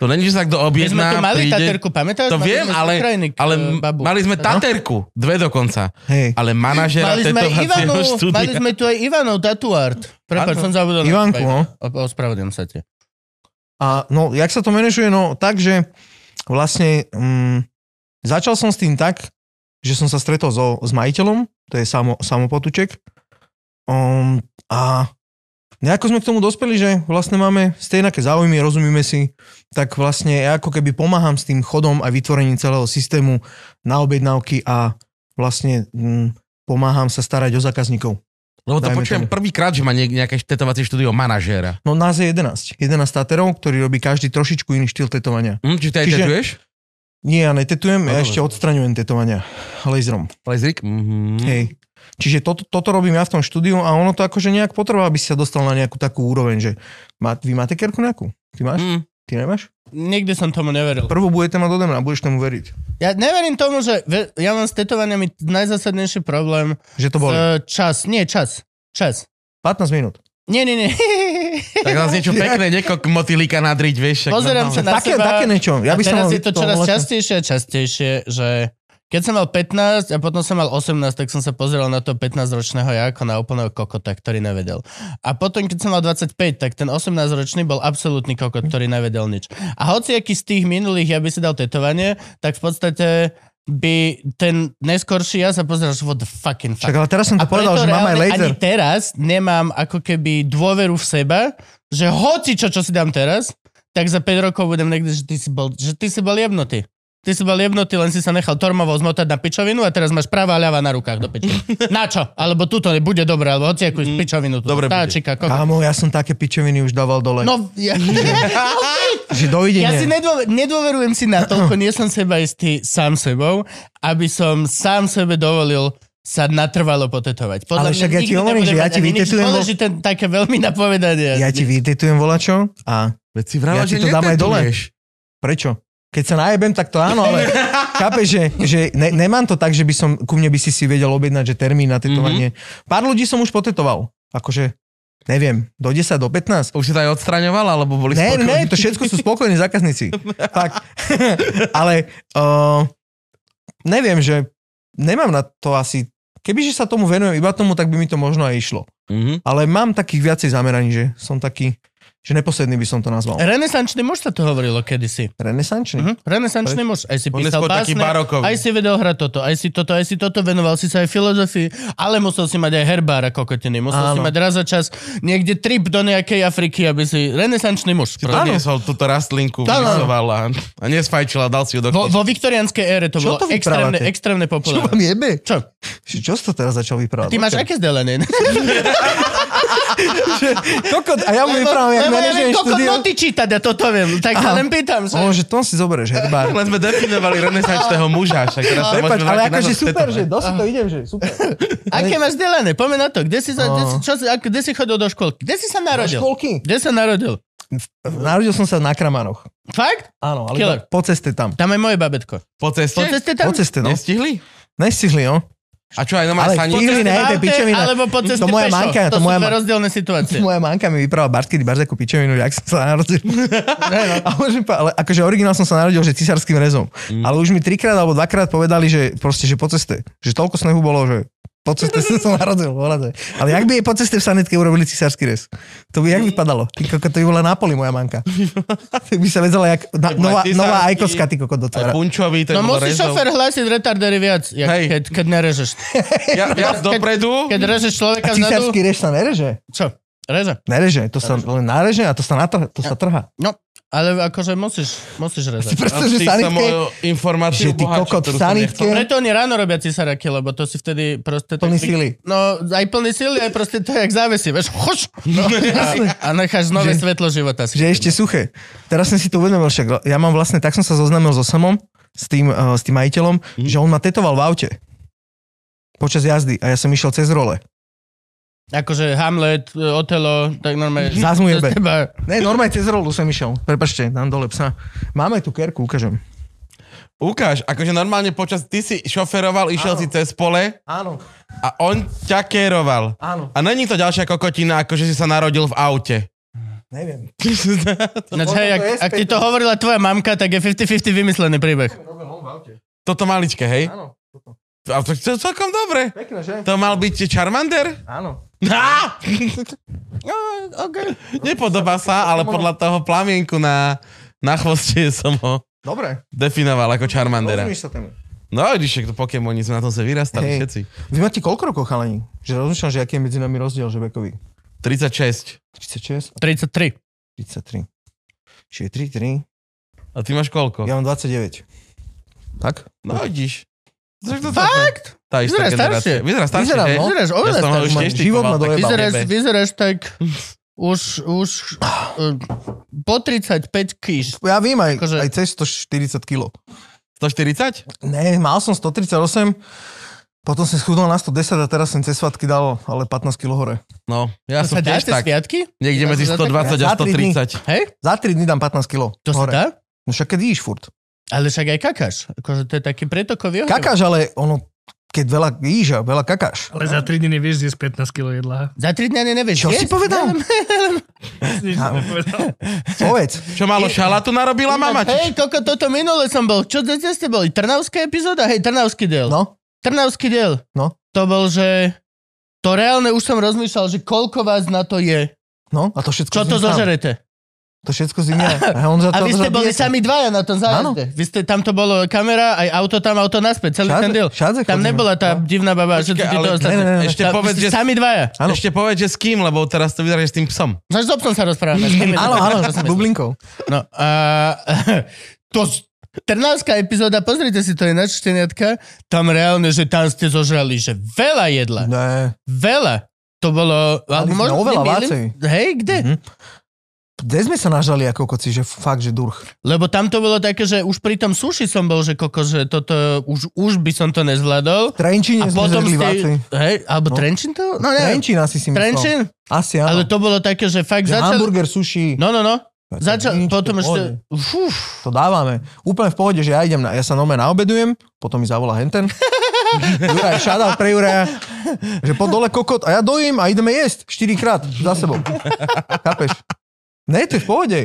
S1: To není, že sa
S2: My sme
S1: kto
S2: tu
S1: objedná,
S2: mali príde...
S1: príde...
S2: taterku, pamätáš?
S1: To
S2: Mali
S1: viem,
S2: sme z
S1: ale,
S2: Ukrajiny, k- e,
S1: ale
S2: babu. No.
S1: mali sme taterku, dve dokonca.
S3: hej.
S1: Ale manažera
S2: Mali sme, aj Ivanu,
S1: tetovacieho štúdia.
S2: mali sme tu aj Ivanov Tatuart. Prepač,
S1: Áno.
S2: som zabudol. na
S3: Ivanku,
S2: tvoje.
S3: no.
S2: O- Ospravedlňujem sa ti.
S3: A no, jak sa to manažuje? No, tak, že vlastne mm, začal som s tým tak, že som sa stretol so, s majiteľom, to je samo, samopotuček. Um, a nejako sme k tomu dospeli, že vlastne máme stejnaké záujmy, rozumíme si, tak vlastne ja ako keby pomáham s tým chodom a vytvorením celého systému na objednávky a vlastne mm, pomáham sa starať o zákazníkov.
S1: Lebo to
S3: Dajme
S1: počujem
S3: tomu.
S1: prvýkrát, že má niek- nejaké tetovacie štúdio manažéra.
S3: No nás je 11. 11 táterov, ktorý robí každý trošičku iný štýl tetovania.
S1: Hm, či ty aj
S3: Čiže-
S1: tetuješ?
S3: Nie, ja netetujem,
S1: No,
S3: ja
S1: dobre.
S3: ešte odstraňujem tetovania laserom.
S1: Lezrik?
S3: Mm.
S1: Mhm.
S3: Hej. Čiže toto, toto robím ja v tom štúdiu a ono to akože nejak potrvá, aby si sa dostal na nejakú takú úroveň, že má, vy máte kerku nejakú? Ty máš?
S2: Mm.
S1: Hm.
S3: Ty nemáš?
S2: Nikdy som tomu neveril.
S3: Prvú budete mať ode mňa, budeš tomu veriť.
S2: Ja neverím tomu, že ve- ja mám s tetovaniami najzásadnejší problém.
S3: Že to boli.
S2: S, e, čas, nie čas, čas.
S3: 15 minút.
S2: Nie, nie, nie.
S1: Tak nás niečo pekné, nieko motýlika nadriť, vieš. však
S2: Pozerám
S1: normálne.
S2: sa na
S3: Také,
S2: seba.
S3: také niečo. Ja
S2: a
S3: by
S2: teraz
S3: som mal vlastne-
S2: je to čoraz častejšie a častejšie, že keď som mal 15 a potom som mal 18, tak som sa pozeral na to 15-ročného ja ako na úplného kokota, ktorý nevedel. A potom, keď som mal 25, tak ten 18-ročný bol absolútny kokot, ktorý nevedel nič. A hociaký z tých minulých, ja by si dal tetovanie, tak v podstate by ten neskorší ja sa pozeral, že what the fucking fuck.
S3: Však, ale teraz som to povedal, že mám aj
S2: reálne
S3: laser.
S2: Ani teraz nemám ako keby dôveru v seba, že hoci čo, čo si dám teraz, tak za 5 rokov budem niekde, že ty si bol, že ty si bol jebnutý. Ty si bol jebnutý, len si sa nechal tormovo zmotať na pičovinu a teraz máš práva a ľava na rukách do piče. na čo? Alebo tuto bude dobre, alebo hoci akú
S3: Mm,
S2: pičovinu. Tuto.
S1: dobre bude.
S2: Táčika, koko.
S3: Kámo, ja som také pičoviny už dával dole.
S2: No,
S3: No.
S2: ja, no,
S3: Že dovidenia.
S2: Ja si nedôver, nedôverujem si natoľko, nie som seba istý sám sebou, aby som sám sebe dovolil sa natrvalo potetovať.
S3: Ale však ja ti hovorím, že ja ti vytetujem vo-
S2: Dôležité také veľmi napovedanie.
S3: Ja ti vytetujem volačo a
S1: Veď si vrala,
S3: Ja ti
S1: že
S3: to dám aj dole.
S1: netetuješ.
S3: prečo? Keď sa najebem, tak to áno, ale chápeš, že, že ne, nemám to tak, že by som, ku mne by si si vedel objednať, že termín
S1: Mhm.
S3: na tetovanie. Mm-hmm. Pár ľudí som už potetoval. Akože, neviem, do 10, do 15.
S1: Už si to aj odstraňoval, alebo boli
S3: Ne,
S1: spokojní?
S3: ne, to všetko sú spokojní zákazníci. Fakt. Ale uh, neviem, že nemám na to asi... Kebyže sa tomu venujem iba tomu, tak by mi to možno aj išlo.
S1: Mhm.
S3: Ale mám takých viacej zameraní, že som taký, že neposledný by som to
S1: Eh.
S3: nazval.
S2: Renesančný muž sa to hovorilo kedysi.
S3: Renesančný.
S2: Mhm. Renesančný muž. Aj si
S1: On je
S2: písal
S1: skôr taký
S2: básne,
S1: barokový.
S2: aj si vedel hrať toto, aj si toto, aj si toto, venoval si sa aj filozofii, ale musel si mať aj herbára kokotiny, musel
S3: Áno.
S2: si mať raz za čas niekde trip do nejakej Afriky, aby si... Renesančný muž.
S1: Ty doniesol túto rastlinku,
S2: Áno. No.
S1: vysovala a nesfajčila, dal si ju do
S2: Vo,
S1: knižky.
S2: vo viktoriánskej ére to
S3: Čo
S2: bolo
S3: to vyprávate?
S2: extrémne, extrémne
S3: Čo
S2: populárne.
S3: vám jebe?
S2: Čo?
S3: Čo, čo si to teraz začal vyprávať?
S2: Ty máš aké zdelenie?
S3: Kokot, a ja mu vyprávam, jak
S2: Lebo ja
S3: manažujem
S2: viem, koľko
S3: štúdio.
S2: noty čítať, ja toto viem. Tak sa
S3: Aha.
S2: len pýtam. Sa.
S3: On, že to si zoberieš, herbár.
S1: Len sme definovali renesančného muža, však teraz sa
S3: Prepač,
S1: môžeme
S3: ale
S1: vrátiť
S3: akože
S1: nazad k
S3: super,
S1: tetovi.
S3: že dosť to idem, že super.
S2: Aké máš zdelenie? Poďme na to. Kde si, sa, kde, si, čo, si- ako- kde si chodil do školky? Kde si sa narodil?
S3: Školky.
S2: Kde sa narodil?
S3: Narodil som sa na Kramanoch.
S2: Fakt?
S3: Áno, ale
S2: Killer.
S3: iba po ceste tam.
S2: Tam je moje babetko.
S1: Po ceste?
S2: Po ceste tam?
S3: Po ceste, no.
S1: Nestihli?
S3: Nestihli, no.
S1: A čo, aj na
S3: Ale
S1: sani?
S2: v
S3: stihli, ne, to je
S2: aute,
S3: pičovina.
S2: Alebo po ceste
S3: To moja
S2: pešo.
S3: manka,
S2: to
S3: to
S2: sú
S3: moja
S2: dve
S3: ma-
S2: rozdielne situácie.
S3: Moja manka mi vypráva Bartky Barzaku pičovinu, že ak som sa narodil. a môžem pa, ale akože originál som sa narodil, že cisárským rezom. Ale už mi trikrát alebo dvakrát povedali, že proste, že po ceste. Že toľko snehu bolo, že po ceste som sa narodil. Voláte. Ale jak by jej po ceste v sanitke urobili cisársky rez? To by jak vypadalo? Ty koko, to by bola na poli moja manka. tak by sa vedela jak na,
S1: bola
S3: nová, nová
S1: cisársky-
S3: ajkovská ty koko
S1: Aj
S3: docela.
S1: punčový, tak
S2: No
S1: bol
S2: musí
S1: rezov.
S2: šofer hlásiť retardery viac, jak,
S1: Hej.
S2: keď, keď nerežeš.
S1: Ja, viac dopredu.
S2: Keď režeš
S3: A
S2: človeka vzadu...
S3: cisársky rez sa nereže?
S2: Čo? Reže.
S3: Nereže, to sa len nareže a to sa, natrha, to sa trhá.
S2: No, ale akože musíš, musíš rezať.
S1: Ty
S3: Pretože
S1: sa
S3: sanitke
S1: moju informáciu
S3: Že ty
S1: bohačí,
S3: kokot
S1: ktorú
S3: v
S1: som
S3: sanitke.
S1: nechcel.
S2: No Preto oni ráno robia cisáraky, lebo to si vtedy proste... tak-
S3: plný sily.
S2: No, aj plný sily, aj proste to je jak závesí, vieš, choš! No, a, a necháš nové
S3: Že-
S2: svetlo života. si.
S3: Že je ešte suché. Teraz som si to uvedomil však. Ja mám vlastne, tak som sa zoznámil so samom, s tým, uh, s tým majiteľom, mm. že on ma tetoval v aute počas jazdy a ja som išiel cez role.
S2: Akože Hamlet, e, Otelo, tak normálne...
S3: Zás mu
S2: cez
S3: jebe.
S2: teba.
S3: Ne, normálne cez rolu som išiel. Prepačte, dám dole psa. Máme tu kerku, ukážem.
S1: Ukáž, akože normálne počas, ty si šoferoval, išiel
S3: Áno.
S1: si cez pole
S3: Áno,
S1: a on ťa kéroval.
S3: áno.
S1: A není to ďalšia kokotina, akože si sa narodil v aute.
S3: Neviem.
S2: Ináč, hej,
S3: to
S2: ak,
S3: je
S2: ak ti
S3: späť.
S2: to hovorila tvoja mamka, tak je 50-50 vymyslený príbeh.
S1: Toto maličké, hej?
S3: Áno,
S1: A to to je celkom dobre.
S3: pekné, že?
S1: To mal byť Charmander?
S3: Áno.
S1: Á! Nepodobá sa, ale podľa toho plamienku na, na chvoste som ho
S3: Dobre,
S1: definoval ako Charmandera.
S3: rozumíš sa tému.
S1: No, vidíš, to Pokémoni, sme na tom sa vyrastali
S3: Hej.
S1: všetci.
S3: Vy máte koľko rokov, chalani? Že rozmýšľam, že aký je medzi nami rozdiel, že vekový.
S1: 36.
S3: 36 a
S2: 33.
S3: 33. Čiže 3, 3.
S1: A ty máš koľko?
S3: Ja mám 29. Tak?
S1: No, vidíš. Zrejme to
S2: Fakt?
S1: Tá istá
S2: Vyzerá staršie.
S1: generácia. Vyzerá staršie.
S3: Vyzerá,
S1: hej?
S3: no.
S2: Vyzeráš
S1: Ja
S2: oveľa
S1: som ho
S2: starší.
S1: už
S3: ma-
S1: tiež
S3: život ma
S1: typoval,
S3: dojebal.
S1: taký
S2: Vyzeráš,
S1: blbé.
S2: vyzeráš tak... Už, už... e, po 35 kýš.
S3: Ja vím, aj,
S2: Akože-
S3: aj cez 140 kg.
S1: 140?
S3: Ne, mal som 138, potom som schudol na 110 a teraz som cez svatky dal, ale 15 kg hore.
S1: No, ja
S2: To sa
S1: som
S2: dá
S1: tiež
S2: cez
S1: tak.
S2: sviatky?
S1: Niekde medzi
S2: Ja som za také-
S1: 120 a
S3: Za tri dní.
S1: 130.
S2: Hej?
S3: Za 3 dní dám 15 kg
S2: To sa
S3: hore.
S2: dá?
S3: No však keď idíš furt.
S2: Ale však aj kakáš. Akože to je taký pretokový oheň.
S3: Kakáš, ale ono, keď veľa idíš a veľa kakáš.
S4: Ale za 3 dny nevieš zjesť 15 kg jedla.
S2: Za 3 dňa nevieš.
S3: Čo si
S2: jesť?
S3: povedal?
S2: Neviem.
S4: Nič som nepovedal.
S3: Povedz.
S1: Čo malo šalatu narobila mama? či-
S2: Hej, koko, toto minule som bol. Čo to ste boli? Trnavská epizóda? Hej, Trnavský diel.
S3: No,
S2: Trnavský diel.
S3: No.
S2: To bol, že... To reálne už som rozmýšľal, že koľko vás na to je.
S3: no, a to všetko
S2: Čo to
S3: zimne sám.
S2: zožerete?
S3: To všetko zimne. A on za
S2: A
S3: No to
S2: vy ste
S3: za
S2: boli
S3: dieta.
S2: sami dvaja na tom zájazde. Vy ste, tam to bolo kamera, aj auto tam, auto naspäť, celý
S3: Šádze-
S2: ten diel.
S3: šádze
S2: Tam
S3: chodíme.
S2: nebola tá
S3: No.
S2: divná baba, že tu
S1: Počkaj,
S2: títo
S1: ale-
S2: ostatní.
S3: Ne, ne, ne,
S1: Ešte
S2: Tam-
S1: povedz,
S2: vy ste
S1: že...
S2: Sami dvaja.
S3: Áno.
S1: Ešte povedz, že s kým, lebo teraz to vyzerá, že s tým psom.
S2: No, s obsom sa rozprávame. s kým je to-
S3: Áno, áno,
S2: čo som myslel.
S3: bublinkou.
S2: No a No to, 13. epizóda, pozrite si to je načteniatka, tam reálne, že tam ste zožrali, že veľa jedla.
S3: Ne,
S2: Veľa. To bolo... Alebo
S3: No. sme
S2: možno
S3: oveľa
S2: nemýlim.
S3: viacej.
S2: Hej, kde?
S3: Mhm. kde sme sa nažali ako koci, že fakt, že durch.
S2: Lebo tam to bolo také, že už pri tom suši som bol, že koko, že toto, už, už by som to nezvládol.
S3: V Trenčine
S2: A
S3: sme
S2: potom
S3: zreli
S2: ste...
S3: váci.
S2: Hej, alebo
S3: No.
S2: Trenčín to? No neviem.
S3: Trenčín asi si myslel.
S2: Trenčín?
S3: Asi
S2: Ale
S3: áno.
S2: to bolo také, že fakt
S3: Že
S2: začal...
S3: hamburger, sushi.
S2: No, no, no.
S3: Tak
S2: Začal,
S3: nič,
S2: potom
S3: v
S2: ešte... Uf,
S3: To dávame. Úplne v pohode, že ja idem, na, ja sa nome naobedujem, potom mi zavolá Henten. Juraj, šadal pre Juraja, že po dole kokot a ja dojím a ideme jesť 4 krát za sebou. Chápeš? Ne, to je v pohode.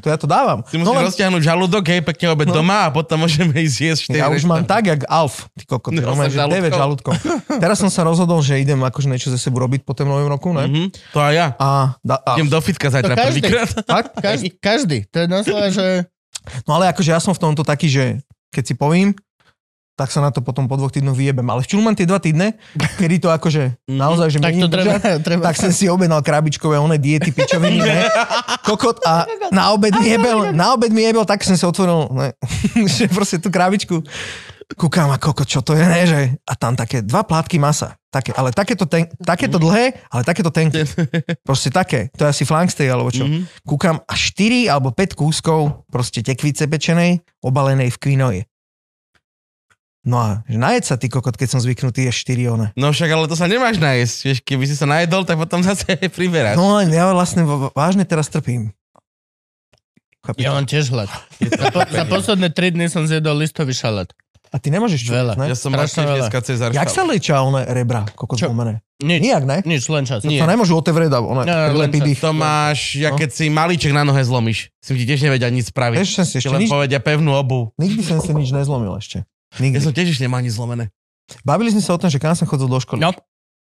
S3: To ja to dávam. No
S1: Si musíš
S3: len-
S1: roztiahnuť žalúdok, hej, pekne obed
S3: No.
S1: doma a potom môžeme ísť jesť 4
S3: ja už mám tak, jak Alf, ty kokot,
S1: No,
S3: no, normálne,
S1: osem
S3: že 9 žalúdkov. Teraz som sa rozhodol, že idem akože niečo ze sebou robiť po tom novom roku,
S2: Mm.
S3: ne?
S1: Mhm, to aj ja.
S3: A, da, a
S1: Idem do fitka zajtra
S2: To každý.
S1: prvýkrát.
S3: fakt?
S2: každý, každý. To je doslova, že...
S3: No ale akože ja som v tomto taký, že keď si povím, tak sa na to potom po dvoch týdnoch vyjebem. Ale včul mám tie dva týdne, kedy to akože naozaj, že
S2: Mhm. Tak to
S3: mením
S2: treba,
S3: držať,
S2: treba.
S3: tak som si objednal krabičkové one diety, pičoviny, ne? Kokot a na obed mi jebel, na obed mi jebel, tak som si otvoril, ne? že proste tú krabičku. Kúkam a kokot, čo to je, ne? Že... A tam také dva plátky masa. Také, ale takéto, ten, takéto dlhé, ale takéto tenké. Proste také. To je asi flankstej alebo čo. Mm-hmm. Kúkam a 4 alebo 5 kúskov proste tekvice pečenej, obalenej v kvinoji. No a že najed sa ty kokot, keď som zvyknutý, je 4 one.
S1: No však, ale to sa nemáš nájsť. Vieš, keby si sa najedol, tak potom zase aj priberáš.
S3: No len ja vlastne v- v- vážne teraz trpím. Chápeš?
S2: Ja mám tiež hlad. Za, po, za posledné 3 dny som zjedol listový šalát.
S3: A ty nemôžeš čo?
S2: Veľa.
S3: Ne?
S1: Ja som mal
S2: strašne
S1: tiež
S2: veľa.
S1: dneska Cezar
S3: Jak sa
S1: šalát.
S3: liečia one rebra, kokot
S2: Čo?
S3: pomené?
S2: Nič,
S3: Nijak, ne?
S2: nič, len čas.
S3: To nemôžu otevrieť a one
S2: No, len
S3: prilepí
S2: sa-
S3: dých.
S1: To máš, ja
S3: No.
S1: keď si malíček na nohe zlomíš. Si ti tiež nevedia nič spraviť.
S3: Vieš, som si
S1: Ešte
S3: ešte
S1: len
S3: nič,
S1: povedia pevnú obu.
S3: nikdy som si nič nezlomil ešte.
S1: Ja
S3: Nikdy.
S1: som tiež ešte nemal nič zlomené.
S3: Bavili sme sa o tom, že kam som chodil do školy.
S2: No,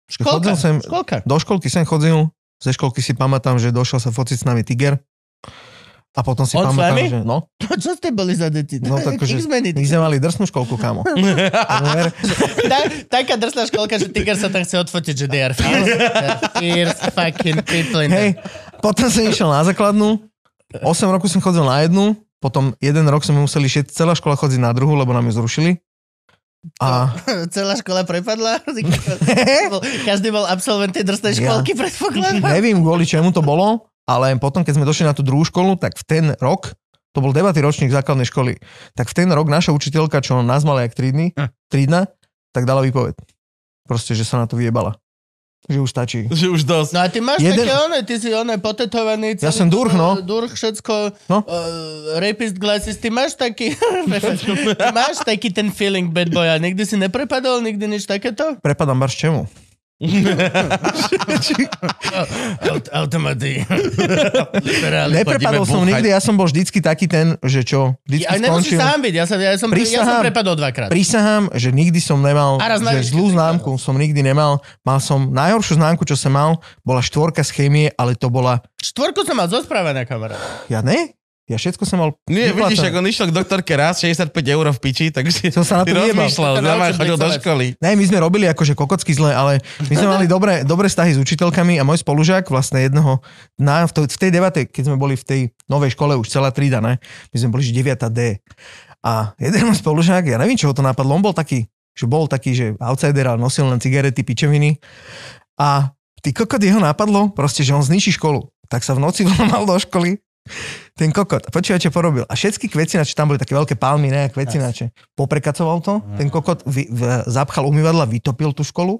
S3: Že
S2: školka,
S3: chodil som,
S2: školka.
S3: do školky som chodil, ze školky si pamätám, že došiel sa fociť s nami Tiger. A potom si
S2: On s
S3: pamätám,
S2: vami?
S3: že... No,
S2: No, čo ste boli za deti?
S3: No, tak akože-
S2: Ich zmeniť.
S3: my sme mali drsnú školku, kamo. Ver,
S2: Ta, taká drsná školka, že Tiger sa tam chce odfotiť, že they are fierce. They are fierce fucking people. in
S3: Hej, potom som išiel na základnú, 8 rokov som chodil na jednu, potom jeden rok sme museli všetci, celá škola chodiť na druhú, lebo nám ju zrušili. A
S2: there. Celá škola prepadla. Každý bol absolvent tej drsnej
S3: Ja.
S2: školky, predpokladám.
S3: nevím, kvôli čemu to bolo, ale potom, keď sme došli na tú druhú školu, tak v ten rok, to bol 9. ročník základnej školy, tak v ten rok naša učiteľka, čo nás mala jak 3 dny, 3 dna, tak dala výpoveď. Proste, že sa na to vyjebala. Že už stačí.
S1: Že už dosť.
S2: No a ty máš
S3: Jeden-
S2: také one, ty si one potetovaný.
S3: Ja
S2: celý-
S3: som durch, no.
S2: Durch, všetko.
S3: No.
S2: Uh, rapist glasses, ty máš taký... ty máš taký ten feeling bad boya. Nikdy si neprepadol, nikdy nič takéto?
S3: Prepadám barš čemu.
S2: Aut- automaty. Literálne.
S3: Neprepadol som
S1: búchať.
S3: nikdy, ja som bol vždycky taký ten, že čo, vždycky
S2: A nemusíš
S3: skončil.
S2: sám byť, ja som, ja som, ja som
S3: Prísahám.
S2: prepadol dvakrát.
S3: Prísahám, že nikdy som nemal,
S2: A raz na
S3: že
S2: výške
S3: zlú
S2: si
S3: známku som nikdy nemal. Mal som, najhoršiu známku, čo som mal, bola štvorka z chémie, ale to bola,
S2: Štvorku som mal zospravená, kamarát.
S3: ja ne? Ja všetko som mal
S1: Nie, vidíš,
S3: vyplatené.
S1: ako on išiel k doktorke raz, 65 eur v piči, tak si
S3: Som sa na
S1: si
S3: to vyjebal.
S1: rozmýšľal, znamená, chodil do školy.
S3: Ne, my sme robili akože kokocky zle, ale my sme mali dobré, dobré vztahy s učiteľkami a môj spolužiak vlastne jednoho, na, v, to, v tej devate, keď sme boli v tej novej škole, už celá trída, ne? My sme boli že 9. D. A jeden môj spolužiak, ja neviem, čo ho to napadlo, on bol taký, že bol taký, že outsider, ale nosil len cigarety, pičeviny. A ty kokot jeho napadlo, proste, že on zničí školu. Tak sa v noci mal do školy, ten kokot. A Počúvaj, čo porobil. A všetky kvecinače, tam boli také veľké palmy, ne, kvecinače. Poprekacoval to, ten kokot vy, v, zapchal umývadla, vytopil tú školu.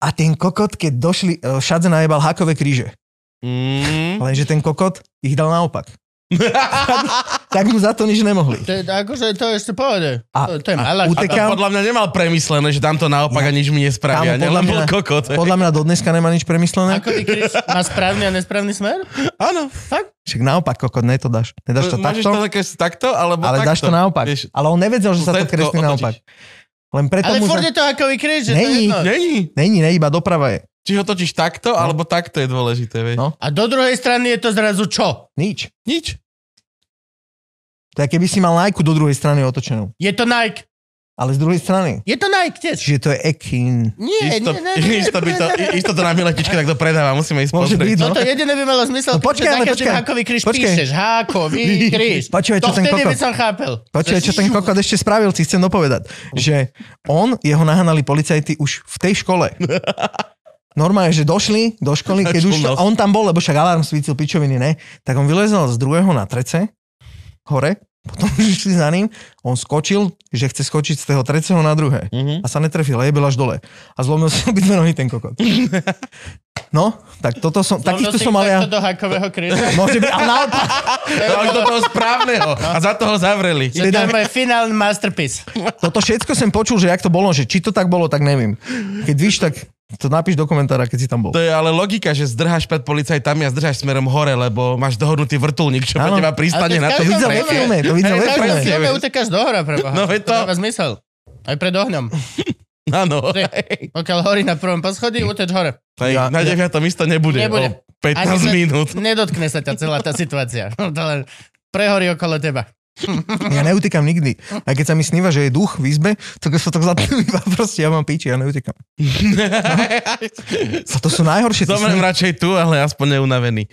S3: A ten kokot, keď došli, e, všade najebal hakové kríže.
S1: Mm.
S3: Lenže ten kokot ich dal naopak. tak, tak mu za to nič nemohli.
S2: To, je- akože to ešte povede. To,
S3: A-
S2: to je
S3: a
S2: malá.
S1: A
S3: utekal-
S1: to podľa mňa nemal premyslené, že tam to naopak a nič mi nespravia. Ne,
S3: Kámo, No. podľa
S1: len bol
S3: mňa-
S1: kokot.
S3: Podľa mňa do dneska nemá nič premyslené.
S2: Ako ty kríž má správny a nesprávny smer?
S1: Áno.
S3: Však naopak kokot, ne to dáš. Nedáš to
S1: Môžeš
S3: takto,
S1: to také, takto, alebo
S3: ale
S1: takto.
S3: dáš to naopak.
S1: Vieš,
S3: Ale on nevedel, že sa
S1: Zrkadlo
S3: to kreslí
S1: otočíš.
S3: naopak. Len preto
S2: Ale
S3: mu...
S2: furt
S3: za-
S2: je to hakový kríž, že to je
S3: Není.
S2: jedno.
S1: Není.
S3: Není, ne, iba doprava je.
S1: Či ho točíš takto,
S2: No.
S1: alebo takto je dôležité, vieš.
S3: No.
S2: A do druhej strany je to zrazu čo?
S3: Nič.
S1: Nič.
S3: To je, keby si mal lajku do druhej strany otočenú.
S2: Je to Nike.
S3: ale z druhej strany.
S2: Je to Nike tiež.
S3: Čiže to je ekin.
S2: Nie,
S1: isto,
S2: nie, nie, nie,
S1: isto, by
S2: nie,
S1: to,
S2: nie, nie.
S1: isto to na miletičke takto predáva, musíme ísť
S3: Môže byť,
S1: pozrieť.
S3: no.
S2: Toto jediné by malo zmysel,
S3: No počkaj, ale
S2: za každým
S3: počkaj.
S2: hákový kríž
S3: Počkaj.
S2: píšeš. Hákový kríž.
S3: Počúvaj, čo
S2: to
S3: ten
S2: vtedy
S3: kokot-
S2: by som chápel. No,
S3: Počkaj, čo ten kokot ešte spravil, si chcem dopovedať. Že on, jeho nahanali policajti už v tej škole. Normálne, že došli do školy, keď už to, a on tam bol, lebo však alarm svícil pičoviny, ne? Tak on vylezol z druhého na trece, hore, potom už išli za ním, on skočil, že chce skočiť z toho treceho na druhé.
S1: Mhm.
S3: A sa netrefil, jebel až dole. A zlomil si obidve nohy ten kokot. No, tak toto som, takýchto som mal ja.
S2: ja. no, do hákového kríža.
S3: Môže byť, ale naopak,
S1: Dali do toho správneho a za toho zavreli.
S2: Že to No. je môj finálny masterpiece.
S3: Toto všetko som počul, že jak to bolo, že či to tak bolo, tak neviem. Keď víš, tak to napíš do komentára, keď si tam bol.
S1: To je ale logika, že zdrháš pred policajtami a zdrháš smerom hore, lebo máš dohodnutý vrtulník, čo na
S3: Áno.
S1: teba pristane na
S2: A
S1: to.
S2: to je
S3: Videl
S2: to
S3: ve
S2: je-
S3: filme, to videl
S1: Hej,
S3: ve
S1: tak
S3: filme.
S2: Prečo
S1: presne.
S2: vlastne tebe utekáš do hora, preboha?
S1: No, je
S2: to...
S1: to-
S2: dáva zmysel. Aj pred ohňom.
S1: Áno.
S2: Že Pokiaľ horí na prvom poschodí, uteč hore.
S1: Tak
S3: Ja-
S1: na deviatom isto nebude.
S2: Nebude.
S1: O 15
S2: Ani sa-
S1: minút.
S2: Nedotkne sa ťa celá tá situácia. To len prehorí okolo teba.
S3: Ja neutekam nikdy. A keď sa mi sníva, že je duch v izbe, tak sa tak zatím iba proste, ja mám piči, ja neutekam. A to sú najhoršie. Ty
S1: Zomrem
S3: sny.
S1: radšej tu, ale aspoň neunavený.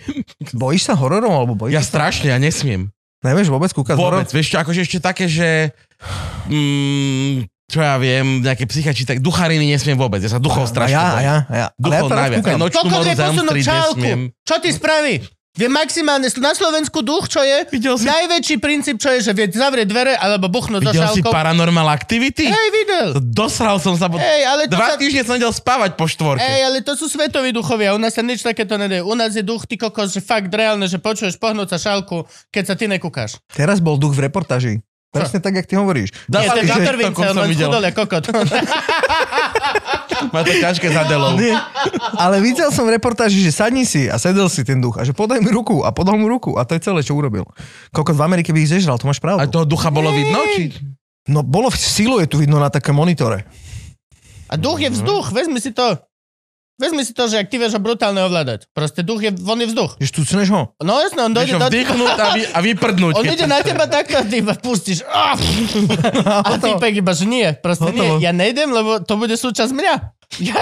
S3: Bojíš sa hororov alebo bojíš?
S1: Ja
S3: sa?
S1: strašne, ja nesmiem.
S3: Nevieš vôbec kúkať horor?
S1: Vôbec, vieš čo, akože ešte také, že... Mm, čo ja viem, nejaké psychači, tak duchariny nesmiem vôbec. Ja sa duchov
S3: A
S1: strašne
S3: ja, a
S1: bojím.
S3: ja, a ja. Ale ja
S1: Duchov
S3: to rád
S1: najviac. No-
S3: kúkam.
S1: Aj nočnú
S2: Koľko
S1: moru
S2: je posunúť
S1: zamstriť
S2: čálku?
S1: nesmiem.
S2: Čo ti spraví? Vie maximálne, na Slovensku duch, čo je?
S1: Videl si-
S2: Najväčší princíp, čo je, že vie zavrieť dvere alebo buchnúť do
S1: Videl si
S2: šálkov.
S1: Paranormal Activity?
S2: Hej, videl.
S1: Dosral som sa. po-
S2: Hej, ale to
S1: Dva
S2: sa...
S1: týždne som nedel spávať po
S2: Ej,
S1: štvorke.
S2: ale to sú svetoví duchovia, u nás sa nič takéto nedie. U nás je duch, ty kokos, že fakt reálne, že počuješ pohnúť sa šálku, keď sa ty nekúkaš.
S3: Teraz bol duch v reportáži. Presne tak, jak ty hovoríš.
S2: Je
S1: Dávali,
S2: ten
S1: že-
S2: Dr. Vince,
S1: to
S2: on
S1: som
S2: len
S1: videl.
S2: schudol ako kokot.
S1: Má to ťažké za delou.
S3: Nie. Ale videl som v reportáži, že sadni si a sedel si ten duch a že podaj mi ruku a podal mu ruku a to je celé, čo urobil. Koľko v Amerike by ich zežral, to máš
S1: A
S3: pravdu. To...
S1: toho ducha bolo vidno? Či...
S3: No bolo v silu, je tu vidno na také monitore.
S2: A duch je vzduch, vezmi si to. Vezmi si to, že ak ty vieš ho brutálne ovládať. Proste duch je, on je vzduch.
S3: Že tucneš ho.
S2: No jasné, on
S1: Vieš,
S2: dojde
S1: ho
S2: do teba.
S1: vdychnúť a, vy, a vyprdnúť.
S2: On
S1: keď
S2: ide
S1: sa-
S2: na teba takto a ty iba pustíš. Ah! A
S3: A to...
S2: týpek iba, že nie, proste
S3: Hotovo.
S2: nie, ja nejdem, lebo to bude súčasť mňa. Ja,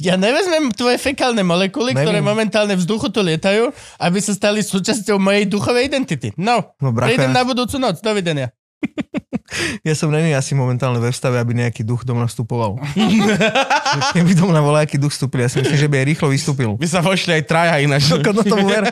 S2: ja nevezmem tvoje fekálne molekuly,
S3: Neviem.
S2: ktoré momentálne v vzduchu tu lietajú, aby sa stali súčasťou mojej duchovej identity. No,
S3: No bracha,
S2: prídem na budúcu noc, dovidenia.
S3: ja som není asi momentálne ve stave, aby nejaký duch do mňa vstupoval. Že Keby do mňa voľajaký duch vstúpil, ja si myslím, že by aj rýchlo vystúpil.
S1: By sa vošli aj traja ináč.
S3: Koľko na tomu ver.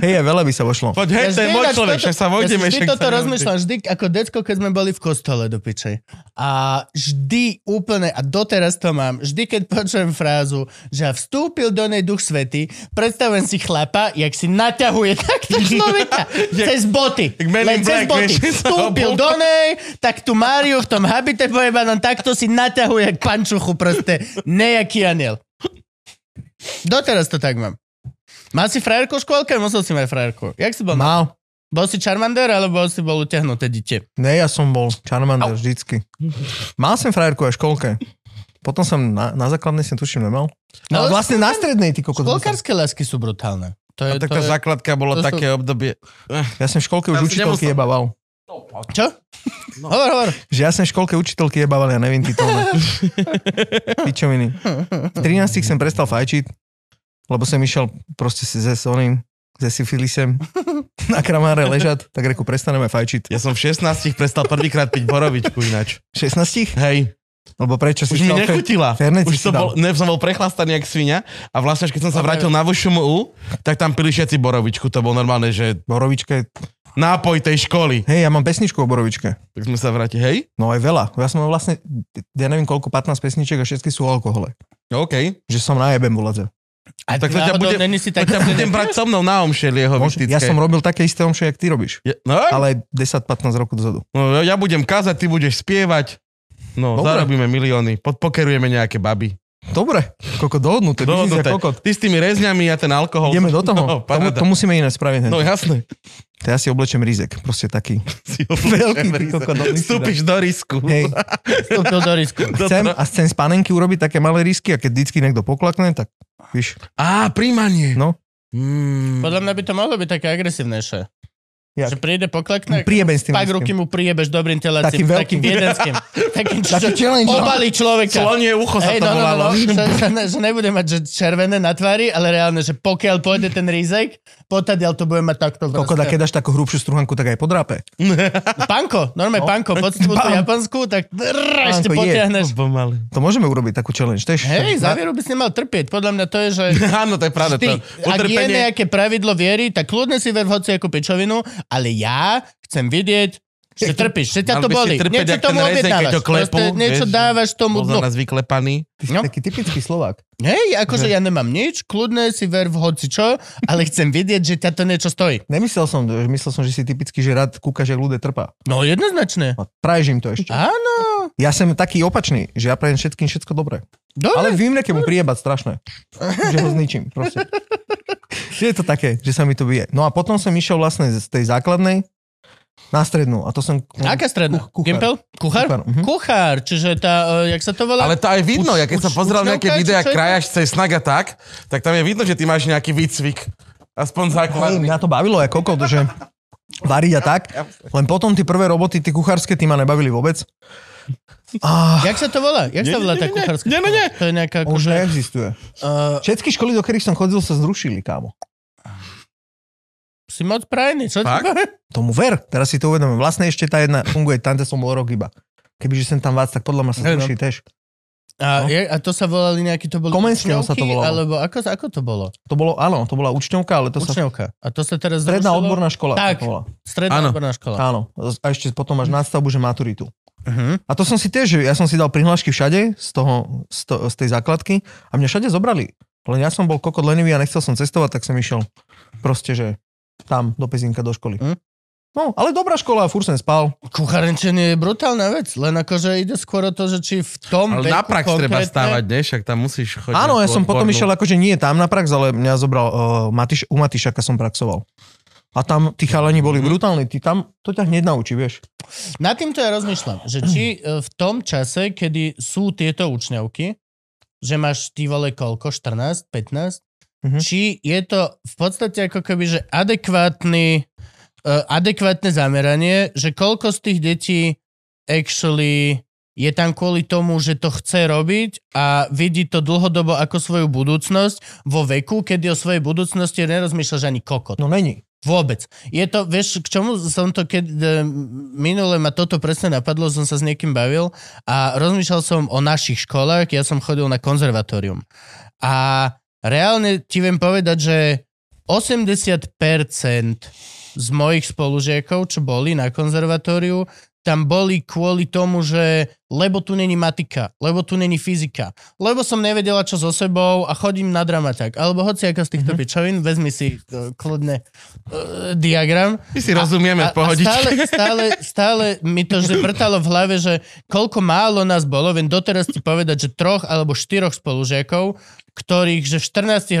S3: Hej, aj veľa by sa vošlo.
S1: Poď, hej, to je
S2: vždy
S1: môj
S2: ináč
S1: človek,
S2: toto-
S1: však sa vojdeme.
S2: Ja si vždy
S1: však
S2: toto
S1: sa-
S2: rozmýšľam, vždy ako decko, keď sme boli v kostole do piče. A vždy úplne, a doteraz to mám, vždy keď počujem frázu, že ja vstúpil do nej duch svety, predstavujem si chlapa, jak si naťahuje takto človeka cez boty.
S1: jak Men in
S2: Len cez
S1: Black,
S2: boty.
S1: vieš, sa
S2: Vstúpil
S1: obul.
S2: do nej, tak tu Máriu v tom habite pojebanom, takto si naťahuje k pančuchu proste. Nejaký aniel. Doteraz to tak mám. Mal si frajerku v škôlke? Musel si mať frajerku. Jak si bol?
S3: Mal.
S2: Bol si Charmander, alebo si bol utiahnuté dieťa?
S3: Ne, ja som bol Charmander vždycky. Mal som frajerku aj v školke. Potom som na, na základnej som tuším nemal. No,
S2: No, ale
S3: vlastne na strednej, ty kokos. bol som.
S2: Školkárske lásky sú brutálne. To je,
S1: A tak
S2: to
S1: tá
S2: je...
S1: základka bolo
S2: to sú-
S1: také obdobie.
S3: Ja som v školke už
S1: Tam si nemusel-
S3: učiteľky jebával.
S2: Čo? No. Hovor, hovor.
S3: Že ja som v školke učiteľky jebával, ja neviem titulné. Pičoviny. V 13 som prestal fajčiť, lebo som išiel proste si ze Soným, ze syfilisem na kramáre ležať, tak reku prestaneme fajčiť.
S1: Ja som v 16 prestal prvýkrát piť borovičku ináč.
S3: 16?
S1: Hej.
S3: Lebo prečo si
S1: Už mi
S3: chcel fe-
S1: nechutila.
S3: Fernet
S1: Už
S3: si
S1: to bol,
S3: dal. No,
S1: ne, som bol prechlastaný jak svinia a vlastne až keď som sa vrátil na VŠMU, tak tam pili všetci borovičku. To bol normálne, že
S3: Borovička je...
S1: nápoj tej školy.
S3: Hej, ja mám pesničku o Borovičke.
S1: Tak sme sa vrátili. Hej?
S3: No aj veľa. Ja som mal vlastne, ja neviem koľko, 15 pesniček a všetky sú o alkohole.
S1: OK.
S3: Že som najebem voladze.
S2: A tak
S1: Tak to ťa
S2: náhodou
S1: bude-
S2: není si tak...
S1: Tak ťa budem brať so mnou na omšel jeho
S3: Môže-
S1: mytické.
S3: Ja som robil také isté omše, jak ty robíš.
S1: Ja, no, ale...
S3: Ale 10-15 rokov dozadu.
S1: no, ja budem kázať, ty budeš spievať. No,
S3: Dobre.
S1: zarobíme milióny, podpokerujeme nejaké baby.
S3: Dobre, koľko dohodnuté, dohodnuté.
S1: Dohodnuté.
S3: kokot.
S1: Ty s tými rezňami a ten alkohol.
S3: Ideme do toho.
S1: No,
S3: No, to, mu-
S1: paráda.
S3: to musíme iné spraviť.
S1: No
S3: No,
S1: jasné.
S3: to ja si oblečem rizek, proste taký.
S1: Si
S3: Veľký, ty kokot, no,
S1: Vstúpiš do risku.
S3: Hej,
S2: Vstúpil do risku.
S1: no.
S3: chcem, a chcem z panenky urobiť také malé risky a keď vždycky niekto poklakne, tak víš,
S1: Á, príjmanie.
S3: No.
S1: Mm.
S2: Podľa mňa by to mohlo byť také agresívnejšie.
S3: Jak?
S2: Že príde poklakne,
S3: Prieben s tým
S2: pak
S3: ľudským.
S2: ruky mu priebeš dobrým telácim,
S3: Takým veľkým.
S2: takým viedenským. takým, čo
S3: Taký challenge.
S2: obalí človeka.
S1: Slonie ucho sa
S2: Hej, no,
S1: to
S2: no,
S1: volalo.
S2: no, no, že, že, ne- že nebude mať že červené na tvári, ale reálne, že pokiaľ pôjde ten rizek, potadiaľ to bude mať takto. v
S3: Kokoda,
S2: rozkre-
S3: keď dáš takú hrubšiu struhanku, tak aj podrápe.
S2: Panko, normálne no. panko, podstupú tú Japonsku, tak drrr, ešte
S3: Panko je.
S2: potiahneš.
S1: Pomaly.
S3: To môžeme urobiť takú challenge. To je
S2: Hej, za vieru by si nemal trpieť. Podľa mňa to je, že...
S1: Áno, to je pravda.
S2: Ty,
S1: To
S2: ak je
S1: utrpenie-
S2: nejaké pravidlo viery, tak kľudne si ver v hociakú pičovinu, ale ja chcem vidieť, že trpíš, že ťa
S1: Mal
S2: to
S1: by si
S2: boli.
S1: trpeť,
S2: Niečo
S1: jak
S2: tomu
S1: ten rezek, keď
S2: objednávaš.
S1: ťa klepú,
S2: Proste niečo
S1: vieš,
S2: dávaš tomu
S1: Bol za
S2: dnu.
S1: nás vyklepaný.
S2: no.
S3: Taký typický Slovák.
S2: Hej, akože ja nemám nič, kľudne si ver v hocičo, ale chcem vidieť, že ťa to niečo stojí.
S3: Nemyslel som, že- myslel som, že si typický, že rád kúkaš, že ľudia trpá.
S2: No jednoznačne.
S3: A praješ im to ešte.
S2: Áno,
S3: Ja som taký opačný, že ja prajem všetkým všetko dobré.
S2: dobre.
S3: Ale vím, aké mu priebať strašné. Že ho zničím, proste. Je to také, že sa mi to bije. No a potom som išiel vlastne z tej základnej na strednú. A to som...
S2: Aká stredná?
S3: Kuch- kuchár.
S2: Gimpel? Kuchár?
S3: Kuchár, mhm.
S2: Kuchár, čiže tá, e, jak sa to volá?
S1: Ale to aj vidno, ja keď som
S2: uč-
S1: pozeral nejaké
S2: učňovka, či
S1: videá
S2: čo je to?
S1: krajaš cez snag a tak, tak tam je vidno, že ty máš nejaký výcvik. Aspoň
S3: Hej,
S1: základný.
S3: mňa to bavilo ako kokot, že variť a tak. Len potom tie prvé roboty, tie kuchárske, tie ma nebavili vôbec. A
S2: Jak sa to volá? Jak sa
S1: Nie,
S2: volá
S1: nie,
S2: tá
S1: nie, nie.
S2: kuchárska?
S1: Nie, nie, nie.
S2: škola? To je nejaká
S3: už
S2: akože...
S3: neexistuje.
S2: Uh,
S3: Všetky školy, do ktorých som chodil, sa zrušili, kámo.
S2: si moc prajný, čo
S1: Fakt?
S2: ti poviem?
S3: Tomu ver, teraz si to uvedomujem. Vlastne ešte tá jedna funguje, tam kde som bol rok iba. Kebyže som tam vác, tak podľa mňa sa
S2: Hej, no.
S3: zruší tiež.
S1: No.
S2: A, je, a to sa volali nejaký, to boli
S3: Komenského sa to
S2: učňovky,
S3: volalo.
S2: Alebo ako, ako to bolo?
S3: To bolo, áno, to bola učňovka, ale to sa...
S2: Učňovka. A to sa teraz
S3: Stredná
S2: zrušilo?
S3: odborná škola.
S2: Tak.
S3: to bola.
S2: Stredná
S1: Áno.
S2: odborná škola.
S3: Áno. A ešte potom máš nadstavbu, že maturitu.
S1: Mhm.
S2: Uh-huh.
S3: A to som si tiež, že ja som si dal prihlášky všade z, toho, z, to, z tej základky a mňa všade zobrali. Len ja som bol kokot lenivý a nechcel som cestovať, tak som išiel proste, že tam do Pezinka do školy.
S2: Hm?
S3: No, ale dobrá škola, fur som spal.
S2: Kucharenčenie je brutálna vec, len akože ide skôr o to, že či v tom
S1: Ale
S2: veku
S1: na prax treba
S2: konkrétne-
S1: stávať, ne? Však tam musíš chodiť.
S3: Áno,
S1: na
S3: ja
S1: tú
S3: som potom
S1: odbornú.
S3: išiel akože nie tam na prax, ale mňa zobral uh, Matiš, u Matišaka som praxoval. A tam tí chalani boli
S2: Mhm.
S3: brutálni, ty tam to ťa hneď naučí, vieš.
S2: Nad týmto ja rozmýšľam, že či e, v tom čase, kedy sú tieto učňovky, že máš ty vole koľko, 14, 15,
S3: Mhm.
S2: či je to v podstate ako keby, že adekvátny, e, adekvátne zameranie, že koľko z tých detí actually je tam kvôli tomu, že to chce robiť a vidí to dlhodobo ako svoju budúcnosť vo veku, kedy o svojej budúcnosti nerozmýšľaš ani kokot.
S3: No není.
S2: Vôbec. Je to, vieš, k čomu som to, keď e, minule ma toto presne napadlo, som sa s niekým bavil a rozmýšľal som o našich školách, ja som chodil na konzervatórium. A reálne ti viem povedať, že 80% z mojich spolužiakov, čo boli na konzervatóriu, tam boli kvôli tomu, že lebo tu není matika, lebo tu není fyzika, lebo som nevedela čo so sebou a chodím na dramaťak. Alebo hoci aká z týchto mm-hmm. pičovín, vezmi si e, kľudne e, diagram.
S1: My si rozumieme v pohodičke.
S2: stále, stále, stále mi to vždy vrtalo v hlave, že koľko málo nás bolo, viem doteraz ti povedať, že troch alebo štyroch spolužiakov, ktorých že v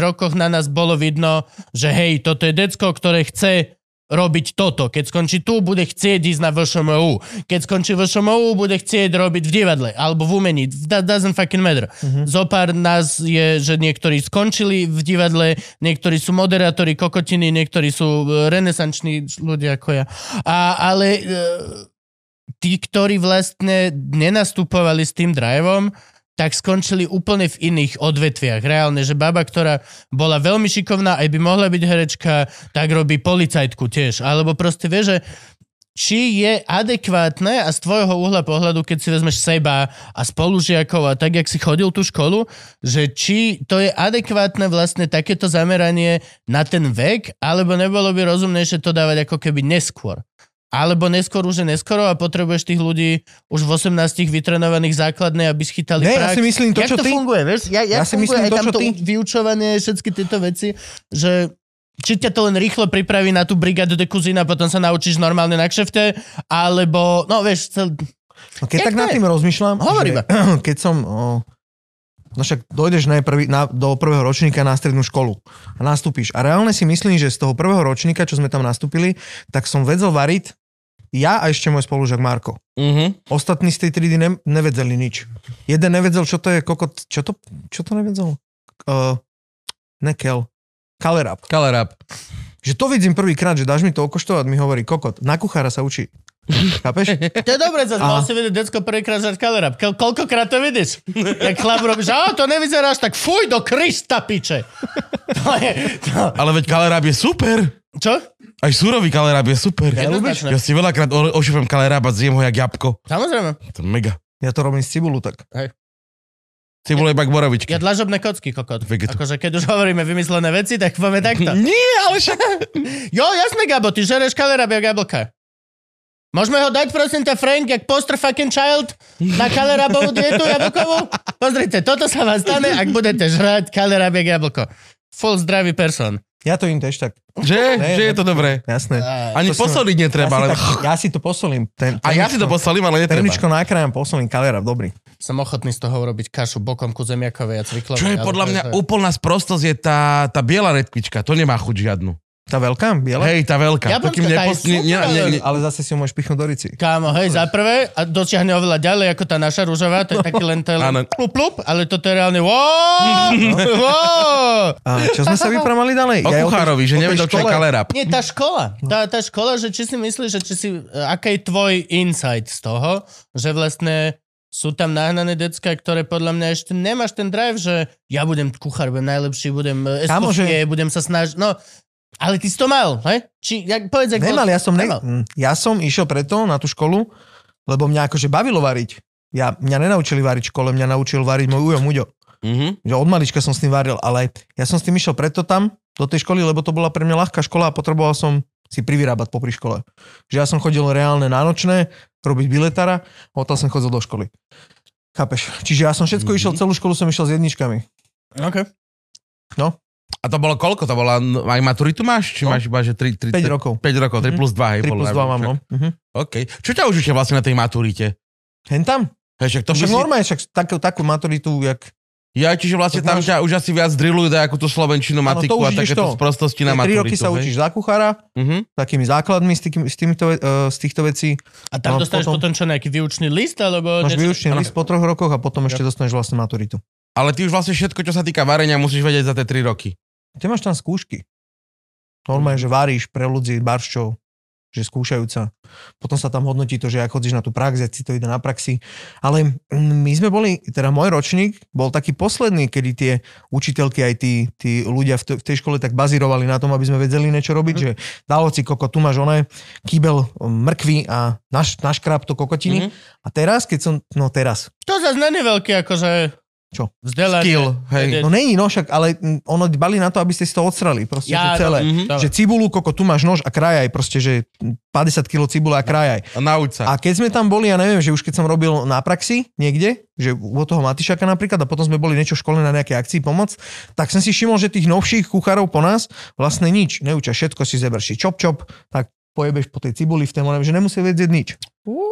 S2: 14 rokoch na nás bolo vidno, že hej, toto je decko, ktoré chce robiť toto. Keď skončí tu, bude chcieť ísť na VŠMU. Keď skončí VŠMU, bude chcieť robiť v divadle alebo v umení. That doesn't fucking matter. Mm-hmm. Zopár nás je, že niektorí skončili v divadle, niektorí sú moderátori kokotiny, niektorí sú e, renesanční ľudia ako ja. A, ale e, tí, ktorí vlastne nenastupovali s tým driveom, tak skončili úplne v iných odvetviach. Reálne, že baba, ktorá bola veľmi šikovná, aj by mohla byť herečka, tak robí policajtku tiež. Alebo proste vie, že či je adekvátne a z tvojho uhla pohľadu, keď si vezmeš seba a spolužiakov a tak, jak si chodil tú školu, že či to je adekvátne vlastne takéto zameranie na ten vek, alebo nebolo by rozumnejšie to dávať ako keby neskôr. Alebo neskôr už je neskoro a potrebuješ tých ľudí už v 18 vytrenovaných základnej, aby schytali
S3: Ne, ja
S2: prax.
S3: si myslím to,
S2: jak
S3: čo
S2: to
S3: ty.
S2: funguje, vieš? Ja,
S3: Ja
S2: jak funguje
S3: si myslím
S2: aj
S3: to, čo
S2: tamto
S3: ty.
S2: vyučovanie, všetky tieto veci, že či ťa to len rýchlo pripraví na tú brigádu de kuzina, potom sa naučíš normálne na kšefte, alebo, no vieš, cel...
S3: No keď
S2: Jak
S3: tak
S2: to
S3: nad
S2: je?
S3: tým rozmýšľam,
S2: Hovor iba.
S3: keď som... O, no však dojdeš na prvý, na, do prvého ročníka na strednú školu a nastúpiš. A reálne si myslím, že z toho prvého ročníka, čo sme tam nastúpili, tak som vedel variť ja a ešte môj spolužak Marko.
S1: Mhm.
S3: Ostatní z tej triedy ne, nevedeli nič. Jeden nevedel, čo to je kokot... Čo to, eh, čo to nevedel? Uh, nekel. Kalerab.
S1: Color up.
S3: Že to vidím prvýkrát, že dáš mi to okoštovať, mi hovorí kokot. Na kuchára sa učí. Chápeš?
S2: To je dobre, zase mal si vidieť decko prvýkrát za kalera. Ko- koľkokrát to vidíš? Tak chlap robí, že "Á, to nevyzeráš, tak fuj do Krista, piče. To je, to,
S1: Ale veď kaleráb je super.
S2: čo?
S1: Aj surový kaleráb je super.
S2: Ja ľúbiš?
S1: ja si veľakrát o- ošupem kalerába, zjem ho jak jabko.
S2: Samozrejme.
S1: To je mega.
S3: Ja to robím s cibulu tak.
S1: Ty bol iba k borovičke.
S2: Ja dlažobné kocky, kokot.
S1: Vegetu-
S2: Akože keď už hovoríme vymyslené veci, tak povieme takto.
S1: Nie, ale však...
S2: Jo, jasné, Gabo, ty žereš kalerabia jablka. Môžeme ho dať, prosím ťa, Frank, jak poster fucking child na kalerabovú dietu jablkovú? Pozrite, toto sa vám stane, ak budete žrať kalerabiek jablko. Full zdravý person.
S3: Ja to im tiež tak.
S1: Že?
S3: Ne,
S1: Že je
S3: ne.
S1: to dobré.
S3: Jasné.
S2: A,
S1: Ani
S3: to som-
S1: posoliť
S3: Ja
S1: netreba,
S3: si,
S1: ale...
S3: tak, ja si to posolím. Ten,
S1: A ja si to posolím, ale netreba.
S3: Termičko nakrájam, posolím kalera, dobrý.
S2: som ochotný z toho urobiť kašu bokom ku zemiakovej a cviklovej.
S1: Čo je
S2: ale
S1: podľa
S2: to
S1: mňa
S2: to-
S1: úplná sprostosť je tá, tá biela redkvička. To nemá chuť žiadnu.
S3: Tá veľká, biela?
S1: Hej, tá veľká.
S2: Jablonka,
S1: to kým
S2: tá je
S1: nepos- ne, ne,
S2: super,
S1: ne, ne,
S3: Ale zase si ju môžeš pichnúť do rici.
S2: Kámo, hej, za prvé, a dotiahne oveľa ďalej ako tá naša rúžová, to je taký len ten
S1: Áno.
S2: plup, plup, ale toto je reálne wow, wow.
S3: A čo sme sa vypramali ďalej?
S1: o
S3: Ja tej-
S1: kuchárovi, že
S3: o tej
S1: nevedel, čo je
S3: škole-
S1: kalerab.
S2: Nie, tá škola, tá, tá škola, že či si myslíš, že či si, e, aký je tvoj insight z toho, že vlastne sú tam nahnané decka, ktoré podľa mňa ešte nemáš ten drive, že ja budem kuchár, budem najlepší, budem
S3: Kámo, že-
S2: eskovie, budem sa snažiť, no, ale ty si to mal, hej? Či, jak, povedz, jak
S3: Nemal, ja som, ne...
S2: Nemal.
S3: Mm, ja som išiel preto na tú školu, lebo mňa akože bavilo variť. Ja, mňa nenaučili variť v škole, mňa naučil variť môj ujo Muďo.
S1: Mhm.
S3: Že od malička som s tým varil, ale ja som s tým išiel preto tam, do tej školy, lebo to bola pre mňa ľahká škola a potreboval som si privyrábať popri škole. Že ja som chodil reálne na nočné, robiť biletára a odtiaľ som chodil do školy. Chápeš? Čiže ja som všetko
S1: Mhm.
S3: išiel, celú školu som išiel s jedničkami.
S2: Okay.
S1: A to bolo koľko? To bola, aj maturitu máš? Či
S3: No.
S1: máš iba, že 3, 3,
S3: 5 rokov.
S1: 5 rokov, 3
S3: Mhm.
S1: plus 2. Hej,
S3: 3 plus 2 mám, no. Mhm.
S1: OK. Čo ťa už učia vlastne na tej maturite?
S3: Hen tam?
S1: Hej, však to
S3: To však
S1: by si-
S3: normálne, však takú, takú maturitu, jak...
S1: Ja, čiže vlastne
S3: To
S1: tam
S3: máš-
S1: ťa už asi viac drillujú daj ako tú slovenčinu,
S3: Áno, to
S1: matiku
S3: už
S1: a
S3: ideš
S1: takéto
S3: to.
S1: sprostosti na
S3: 3
S1: maturitu.
S3: roky sa
S1: hej?
S3: učíš za kuchára,
S1: Mhm.
S3: takými základmi z, tým, z, týmto, ve- eh, z týchto vecí.
S2: A tam
S3: No,
S2: dostaneš potom...
S3: potom-
S2: čo, nejaký výučný list, alebo...
S3: Máš
S2: niečo-
S3: výučný
S1: áno.
S3: list po troch rokoch a potom ešte dostaneš vlastne maturitu.
S1: Ale ty už vlastne všetko, čo sa týka varenia, musíš vedieť za tie 3 roky.
S3: Ty máš tam skúšky. Normálne, že varíš pre ľudí barščov, že skúšajúca. Potom sa tam hodnotí to, že ak chodíš na tú prax, ak si to ide na praxi. Ale mm, my sme boli, teda môj ročník bol taký posledný, kedy tie učiteľky aj tí, tí ľudia v, t- v tej škole tak bazírovali na tom, aby sme vedeli niečo robiť, že dalo si koko, tu máš oné, kýbel mm, mrkvy a naš, naškráp to kokotiny. A teraz, keď som, no teraz,
S2: To zase není veľký, akože...
S3: Čo?
S2: Vzdelanie.
S1: Skill, hej.
S2: Vedieť.
S3: no není, no však, ale mm, ono dbali na to, aby ste si to odstrali, proste
S2: Ja,
S3: to celé.
S1: Mhm.
S2: Dobre.
S3: Že cibulu, koko, tu máš nož a krajaj, proste, že 50 kg cibula a krajaj.
S1: A nauč sa.
S3: A keď sme tam boli, ja neviem, že už keď som robil na praxi niekde, že od toho Matišaka napríklad, a potom sme boli niečo v škole na nejakej akcii pomoc, tak som si všimol, že tých novších kuchárov po nás vlastne nič neučia. Všetko si zeberš si čop čop, tak pojebeš po tej cibuli v tom, onem, že nemusí vedieť nič.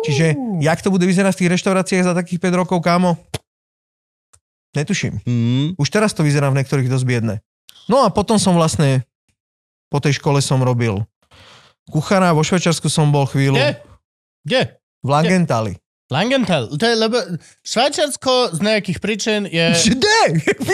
S3: Čiže jak to bude vyzerať v tých reštauráciách za takých 5 rokov, kámo? Netuším.
S1: Mhm.
S3: Už teraz to vyzerá v niektorých dosť biedne. No a potom som vlastne, po tej škole som robil kuchára, vo Švečarsku som bol chvíľu,
S2: Kde? Kde?
S3: v Langentali.
S2: Langenthal. To je, lebo Švajčiarsko z nejakých príčin je,
S3: Kde?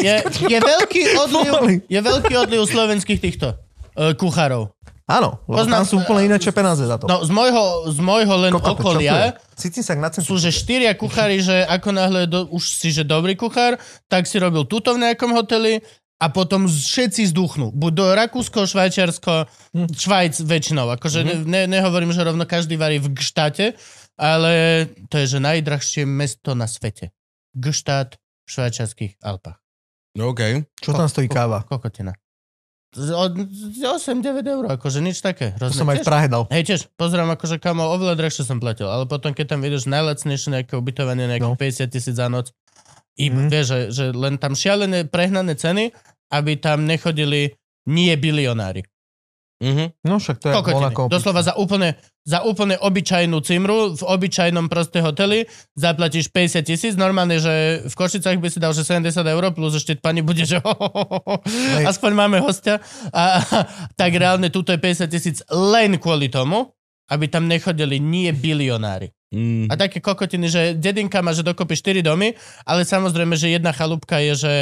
S2: je, je, veľký odliv,
S3: Volali.
S2: je veľký odliv slovenských týchto e, kuchárov.
S3: Áno, lebo
S2: Poznám-
S3: tam sú úplne ináče peniaze za to.
S2: No z môjho, z môjho len
S3: Kokoto, čo
S2: okolia eh?
S3: to je? Cítim sa jak na centrum.
S2: sú, že štyria kuchári, že ako náhle do, už si, že dobrý kuchár, tak si robil tuto v nejakom hoteli a potom z- všetci zduchnú. Buď do Rakúsko, Švajčiarsko,
S3: Mhm.
S2: Švajc väčšinou. Akože ne, ne, nehovorím, že rovno každý varí v Gštáte, ale to je, že najdrahšie mesto na svete. Gštát v švajčiarských Alpách.
S1: OK.
S3: Čo tam stojí káva?
S2: Kokotina. Z- Od z 8-9 eur, akože nič také.
S3: To
S2: Hrozné.
S3: som aj v
S2: Tiež-
S3: Prahe dal.
S2: Hej, tiež, pozerám, akože kamo, oveľa drahšie som platil, ale potom, keď tam vidíš najlacnejšie nejaké ubytovanie, nejaké
S3: No.
S2: 50 tisíc za noc, i
S3: Mhm.
S2: vieš, že, že len tam šialené prehnané ceny, aby tam nechodili nie bilionári.
S1: Mhm.
S3: No však to je ako
S2: Kokotiny.
S3: Monako.
S2: Doslova za úplne, za úplne obyčajnú cimru v obyčajnom proste hoteli zaplatíš 50 tisíc. Normálne, že v Košicách by si dal, že 70 eur plus ešte pani bude, že ho, ho, ho, ho, ho.
S3: Hej.
S2: aspoň máme hostia. A, tak reálne tuto je 50 tisíc len kvôli tomu, aby tam nechodili nie bilionári.
S1: Mm.
S2: A také kokotiny, že dedinka má, že dokopy 4 domy, ale samozrejme, že jedna chalúbka je, že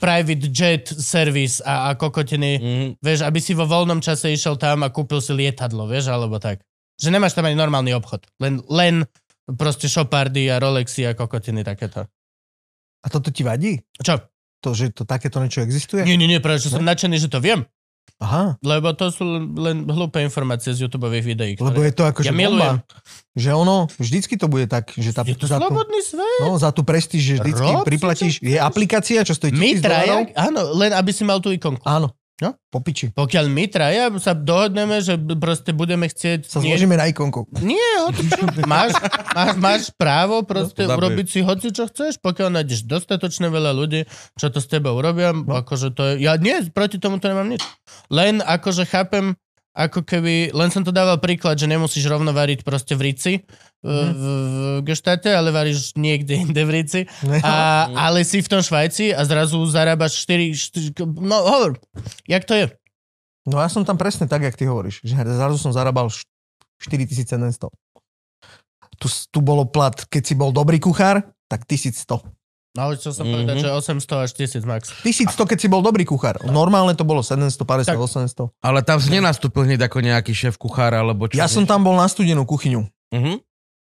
S2: private jet service a, a kokotiny,
S1: Mm.
S2: vieš, aby si vo voľnom čase išiel tam a kúpil si lietadlo, vieš, alebo tak. Že nemáš tam ani normálny obchod. Len, len proste šopardy a Rolexy a kokotiny takéto.
S3: A toto ti vadí?
S2: Čo?
S3: To, že to takéto niečo existuje?
S2: Nie, nie, nie, práve, že som nadšený, že to viem.
S3: Aha,
S2: Lebo to sú len- len hlúpe informácie z YouTube videí.
S3: lebo je to akože
S2: Ja
S3: ja
S2: milujem.
S3: bomba. Že ono, vždycky to bude tak, že tá,
S2: je to
S3: za, tú,
S2: slobodný svet.
S3: no, za tú prestíž, že vždycky
S2: Rob si,
S3: priplatíš. Je aplikácia, čo stojí
S2: My
S3: 1000 dolárov?
S2: traja, áno, len aby si mal tú ikonku.
S3: Áno,
S2: No?
S3: po piči.
S2: Pokiaľ my traja sa dohodneme, že b- proste budeme chcieť...
S3: Sa
S2: nie-
S3: zložíme na ikonku.
S2: Nie, hoci čo. Máš, máš, máš právo proste
S1: No, dobre.
S2: urobiť si hoci čo chceš, pokiaľ nájdeš dostatočne veľa ľudí, čo to s tebou urobia.
S1: No.
S2: Akože to je, ja nie, proti tomu to nemám nič. Len akože chápem, ako keby, len som to dával príklad, že nemusíš rovno variť proste v rici, v,
S1: Mhm.
S2: v, v geštáte, ale varíš niekde inde v rici.
S1: Mhm.
S2: A, ale si v tom Švajci a zrazu zarábaš 4, 4 no hovor, jak to je?
S3: No ja som tam presne tak, jak ty hovoríš. Že zrazu som zarábal š- 4100. Tu, s- tu bolo plat, keď si bol dobrý kuchár, tak 1100.
S2: No ale chcel som
S1: Mhm.
S2: povedať, že 800 až 1000 max.
S3: 1100, keď si bol dobrý kuchár. Normálne to bolo 750,
S2: Tak.
S3: 800.
S1: Ale tam si nenastúpil hneď ako nejaký šéf kuchára, alebo čo?
S3: Ja som tam bol na studenú kuchyňu.
S1: Mhm.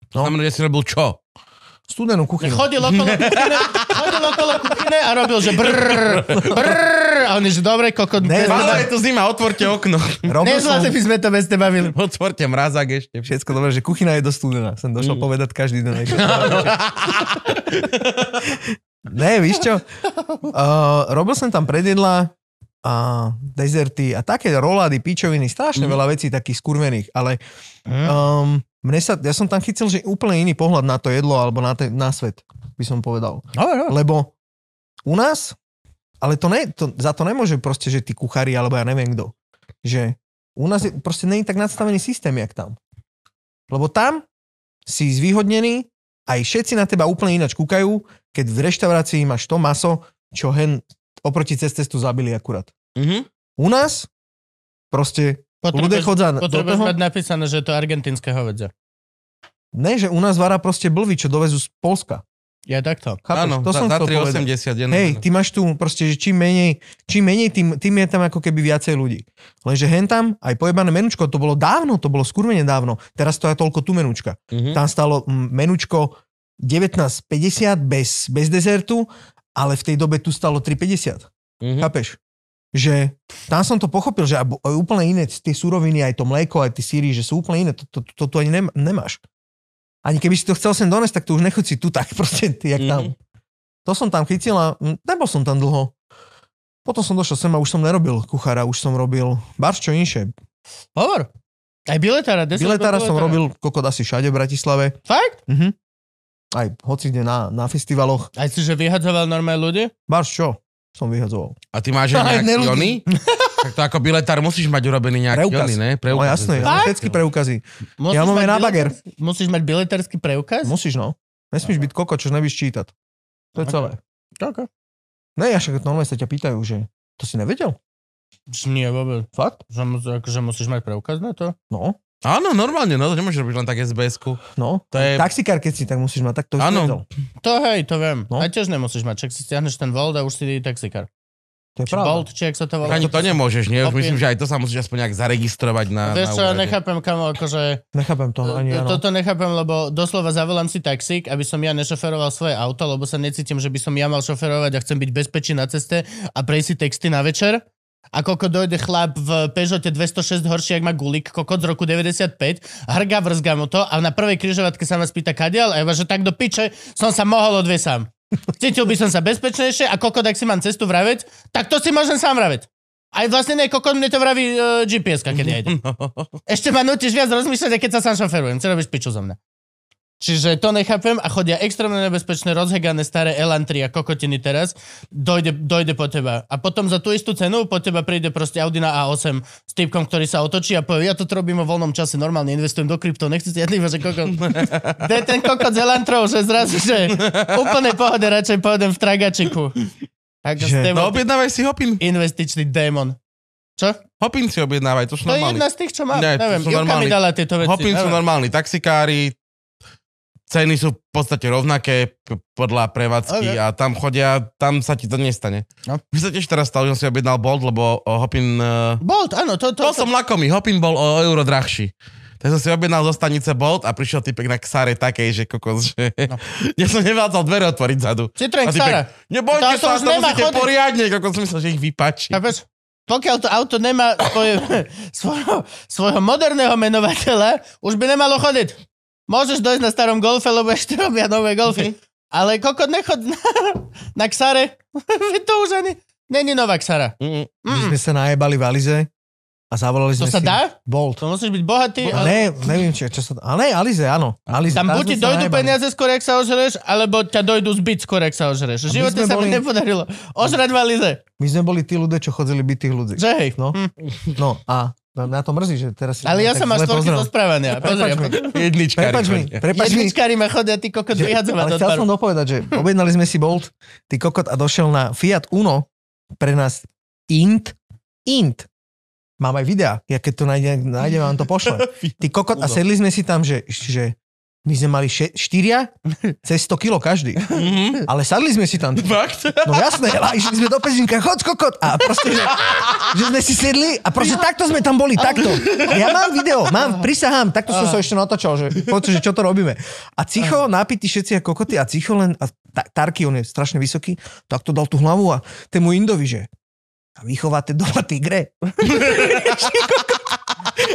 S3: No.
S1: Znamená, že si robil čo?
S3: Studenú kuchyňu.
S2: Chodil okolo kuchyne, chodil okolo kuchyne a robil, že brrr, brrr, a oni, že dobre, kokot.
S3: Ne,
S2: bez-
S1: Málo je tu zima, otvorte okno.
S3: Robil som...
S2: Nezlaze by sme to bez teba bavili.
S1: otvorte mrazák ešte.
S3: Všetko dobre, že kuchyna je dostudená. Som došiel
S1: Mm.
S3: mm. povedať každý deň. ne, víš čo? Uh, robil som tam predjedla a dezerty a také rolády, pičoviny, strašne
S1: Mm.
S3: mm. veľa vecí takých skurvených, ale
S2: Mm.
S3: um, mne sa, ja som tam chytil, že úplne iný pohľad na to jedlo alebo na, te, na svet, by som povedal. Lebo u nás, ale to ne, to, za to nemôže proste, že tí kuchári alebo ja neviem kto. Že u nás je, proste není tak nadstavený systém, jak tam. Lebo tam si zvýhodnený, aj všetci na teba úplne ináč kúkajú, keď v reštaurácii máš to maso, čo hen oproti cez cestu zabili akurát.
S1: Mhm.
S3: U nás proste ľudia
S2: Potrebuješ,
S3: chodza do
S2: potrebuješ
S3: toho.
S2: mať napísané, že je to argentínske hovedzie.
S3: Ne, že u nás vara proste blvy, čo dovezú z Polska.
S2: Ja takto.
S3: Chápeš?
S1: Áno,
S3: to
S1: za,
S3: som
S1: za
S3: chcel povedať.
S1: 3,80 jen.
S3: Hej, ty máš tu proste, že čím menej, čím menej tým, tým je tam ako keby viacej ľudí. Lenže hen tam aj pojebané menučko, to bolo dávno, to bolo skurvene dávno. Teraz to je toľko tu menučka.
S1: Mhm.
S3: Tam stalo mm, menučko 19,50 bez, bez dezertu, ale v tej dobe tu stalo 3,50.
S1: Mhm.
S3: Chápeš? Že tam som to pochopil, že ab- aj úplne iné tie súroviny, aj to mlieko, aj tie síry, že sú úplne iné. To, to, to, to ani nem- nemáš. Ani keby si to chcel sem doniesť, tak to už nechodí tu tak proste, ty, jak
S1: Mhm.
S3: tam. To som tam chytil a mm, nebol som tam dlho. Potom som došiel sem a už som nerobil kuchára, už som robil barčo inšie.
S2: Hovor. Aj biletára. kde si
S3: Biletára
S2: robil
S3: som robil kokot asi všade v Bratislave.
S2: Fakt?
S3: Mhm. Aj hoci kde na, na festivaloch.
S2: Aj si, že vyhadzoval normálne ľudí?
S3: Barčo som vyhadzoval. No,
S1: A ty máš aj
S3: Aj
S1: nejaký
S3: neľudí.
S1: jony? tak to ako biletár musíš mať urobený nejaký
S3: Preukaz.
S1: jony, ne?
S3: No jasné, ja mám všetky preukazy.
S2: Musíš
S3: Ja mám
S2: mať
S3: aj na
S2: bilet-
S3: bager.
S2: Musíš mať biletársky preukaz?
S3: Musíš no. Nesmíš byť koko, čo nevíš čítať. To je
S2: Ok.
S3: celé.
S2: Čako.
S3: Ne, ja však normálne sa ťa pýtajú, že to si nevedel?
S2: Nie, vôbec.
S3: Fakt?
S2: Že, mus, akože musíš mať preukaz na to?
S3: No,
S1: Áno, normálne, no to nemôžeš robiť len tak SBS-ku.
S3: no.
S1: To je-
S3: Taxikár, keď si, tak musíš mať, tak to si
S1: Áno.
S3: nevedel.
S2: To hej, to viem.
S3: No.
S2: A tiež nemusíš mať, čak si stiahneš ten Volt a už si taxikár.
S3: To je
S2: Či
S3: pravda.
S2: Bolt, či jak sa No, to volá.
S1: Ani to nemôžeš, nie? Už
S2: Opie-
S1: myslím, že aj to sa musíš aspoň nejak zaregistrovať na...
S2: Vieš
S1: na
S2: čo, ja
S1: úrade. No,
S2: nechápem, kamo, akože...
S3: Nechápem to, ani ja, no.
S2: Toto nechápem, lebo doslova zavolám si taxík, aby som ja nešoferoval svoje auto, lebo sa necítim, že by som ja mal šoferovať a chcem byť bezpečný na ceste a prejsť si texty na večer. A koľko dojde chlap v Peugeote 206 horší, ak má gulik, kokot z roku 95, hrga vrzga mu to a na prvej križovatke sa ma spýta kadiaľ a ja že tak do piče som sa mohol odvieť sám. Cítil by som sa bezpečnejšie a kokot, ak si mám cestu vraveť, tak to si môžem sám vraveť. Aj vlastne ne, kokot mne to vraví e, GPS-ka, keď ja idem. Ešte ma nutíš viac rozmýšľať, aj keď sa sám šoferujem. Čo robíš piču zo mňa? Čiže to nechápem a chodia extrémne nebezpečné, rozhegané staré elantry a kokotiny teraz, dojde, dojde po teba. A potom za tú istú cenu po teba príde proste Audi na A8 s typkom, ktorý sa otočí a povie, ja to robím vo voľnom čase, normálne investujem do krypto, nechci si jedný, že kokot. To je ten kokot z elantrov, že zrazu, že úplne pohode, radšej pôjdem v tragačiku. Ako
S3: Že-
S2: že,
S1: No objednávaj si Hopin.
S2: investičný démon. Čo?
S1: Hopin si objednávaj, to
S2: To
S1: sú
S2: je
S1: normálni.
S2: jedna z tých, čo má, ne,
S1: Nie, to
S2: neviem,
S1: sú
S2: Jurka mi
S1: normálni.
S2: dala tieto veci.
S1: Hopin sú
S2: neviem.
S1: normálni taxikári, Ceny sú v podstate rovnaké p- podľa
S2: Ok.
S1: prevádzky okay. a tam chodia, tam sa ti to nestane.
S2: No.
S1: Mne sa tiež teraz stalo, že som si objednal Bolt, lebo o, Hopin... e,
S2: Bolt, áno, to, to,
S1: To som lakomý, Hopin bol o euro drahší. Tak som si objednal zo stanice Bolt a prišiel typek na ksare takej, že kokos, že... No. Ja som nevádzal dvere otvoriť zadu.
S2: Citroen
S1: A typek,
S2: Xara.
S1: nebojte
S2: To- to
S1: sa,
S2: už
S1: to
S2: nemá
S1: musíte
S2: chodiť.
S1: poriadne, kokos, som myslel, že ich vypačí.
S2: Chápeš? Pokiaľ to auto nemá svoje, svojho, svojho moderného menovateľa, už by nemalo chodiť. Môžeš dojsť na starom golfe, lebo ešte robia nové golfy. Ale kokot nechod na, na Xare. Veď to už ani... Není nová Xara.
S1: Mm,
S3: My sme sa najebali v Alize a zavolali
S2: To
S3: sme
S2: sa
S3: si...
S2: dá?
S3: Bolt.
S2: To musíš byť bohatý. ale
S3: No, Ne, neviem, či, čo sa... A ne, Alize, áno. Alize.
S2: Tam buď
S3: sme
S2: ti
S3: sa
S2: dojdu
S3: najebali.
S2: peniaze skôr, ak sa ožereš, alebo ťa dojdu zbiť skôr, ak sa ožereš. V
S3: my
S2: živote
S3: sme
S2: sa mi
S3: boli-
S2: nepodarilo. Ožrať valize.
S3: My sme boli tí ľudia, čo chodili byť tých ľudí.
S2: Že hej.
S3: No.
S2: Hm.
S3: No a na, na to mrzí, že teraz... si
S2: Ale ja
S3: tak
S2: sa máš
S3: zle
S2: štvorky
S3: pozrel.
S2: zo správania. Pozri,
S3: Prepač mi,
S1: jednička.
S3: prepač mi, prepač mi.
S2: jedničkári ma chodia ty kokot
S3: Že-
S2: vyhadzovať
S3: Ale
S2: od
S3: chcel
S2: baru.
S3: som dopovedať, že objednali sme si Bolt, ty kokot a došiel na Fiat Uno, pre nás Int, Int. Mám aj videa, ja keď to nájdem, nájdem vám to pošlem. Ty kokot a
S1: Uno.
S3: sedli sme si tam, že, že my sme mali še- štyria, cez 100 kilo každý.
S2: Mhm.
S3: Ale sadli sme si tam.
S1: Fakt?
S3: No jasné, a išli sme do pezinka, chod kokot. A proste, že, že sme si sedli a proste takto sme tam boli, takto. A ja mám video, mám, prisahám, takto som sa ešte natočal, že počuť, že čo to robíme. A Cicho, nápity všetci a kokoty a Cicho len, a ta, Tarky, on je strašne vysoký, tak to dal tú hlavu a tému Indovi, že a vychováte doma tigre.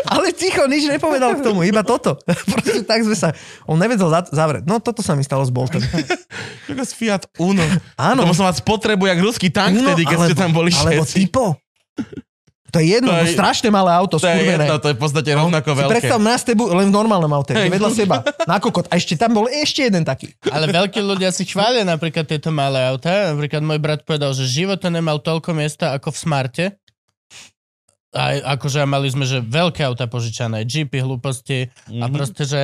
S3: Ale ticho, nič nepovedal k tomu, iba toto. Proste tak sme sa... On nevedel za- zavrieť. No toto sa mi stalo s Boltom.
S1: Kokos Fiat Uno.
S3: Áno.
S1: To musel mať spotrebu jak ruský tank
S3: Uno,
S1: vtedy, keď ste tam boli
S3: Alebo
S1: všetci.
S3: typo. To je jedno,
S1: To
S3: to
S1: je-
S3: je, strašne malé auto,
S1: To je
S3: skurvené.
S1: jedno, to je v podstate rovnako
S3: Si
S1: veľké.
S3: predstav nás tebu len v normálnom aute,
S1: Hej.
S3: vedľa seba, na kokot. A ešte tam bol ešte jeden taký.
S2: Ale veľkí ľudia si chvália napríklad tieto malé autá. Napríklad môj brat povedal, že v živote nemal toľko miesta ako v Smarte. A akože a mali sme, že veľké auta požičané, jeepy, hlúposti a proste, že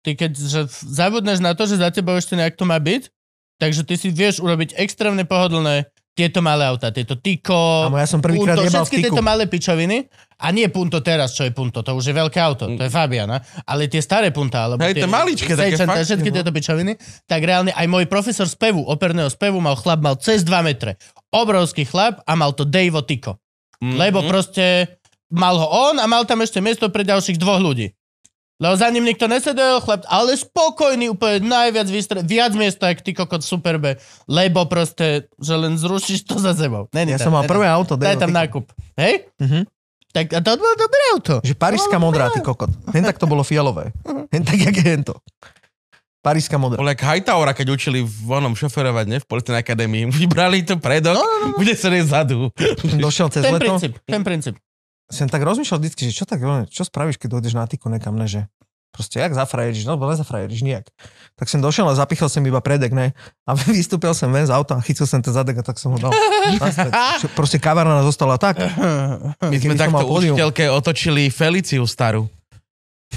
S2: ty keď že f- zabudneš na to, že za tebou ešte nejak to má byť, takže ty si vieš urobiť extrémne pohodlné tieto malé auta, tieto Tyko,
S1: No,
S3: Amo, ja som prvýkrát
S2: Punto,
S3: jebal v
S2: všetky
S3: tyku.
S2: tieto malé pičoviny. A nie Punto teraz, čo je Punto, to už je veľké auto, to je Fabiana. Ale tie staré Punta, alebo
S1: Hej,
S2: tie,
S1: tie maličké, také
S2: sejčaté,
S1: fakt,
S2: všetky
S1: no.
S2: tieto pičoviny, tak reálne aj môj profesor spevu, operného spevu, mal chlap, mal cez 2 metre. Obrovský chlap a mal to Dejvo Tyko.
S3: Mhm.
S1: Mm,
S2: Mm-hmm. Lebo proste mal ho on a mal tam ešte miesto pre ďalších dvoch ľudí. Lebo za ním nikto nesedel, chlap, ale spokojný, úplne najviac vystre, viac miesta, jak ty kokot v Superbe, lebo proste, že len zrušíš to za sebou. Není
S3: Ja
S2: tam,
S3: som mal
S2: není.
S3: prvé auto.
S2: Daj
S3: Dejlo,
S2: tam
S3: ty-
S2: nákup. Hej?
S3: Mhm.
S2: Tak a to bolo dobré auto.
S3: Že parížska
S1: No,
S3: modrá, ty kokot. Hen tak to bolo fialové. Hen tak, jak je hento. Parížska modrá.
S1: Bol jak Hightower, keď učili v onom šoferovať, ne? V policajnej akadémii. Vybrali to predok, no, no, no. bude sa zadu.
S3: Došiel cez
S2: Ten
S3: leto.
S2: princíp, ten princíp.
S3: Som tak rozmýšľal vždycky, že čo tak, veľmi- čo spravíš, keď dojdeš na tyku nekam, ne, že proste jak zafrajeriš, no nezafrajeriš nejak. Tak som došiel a zapichol som iba predek, ne? A vystúpil som ven z auta a chytil som ten zadek a tak som ho dal. naspäť. Čo, proste kavarna zostala tak.
S1: My sme
S3: Keby som
S1: takto
S3: mal pódium.
S1: učiteľke otočili Feliciu starú.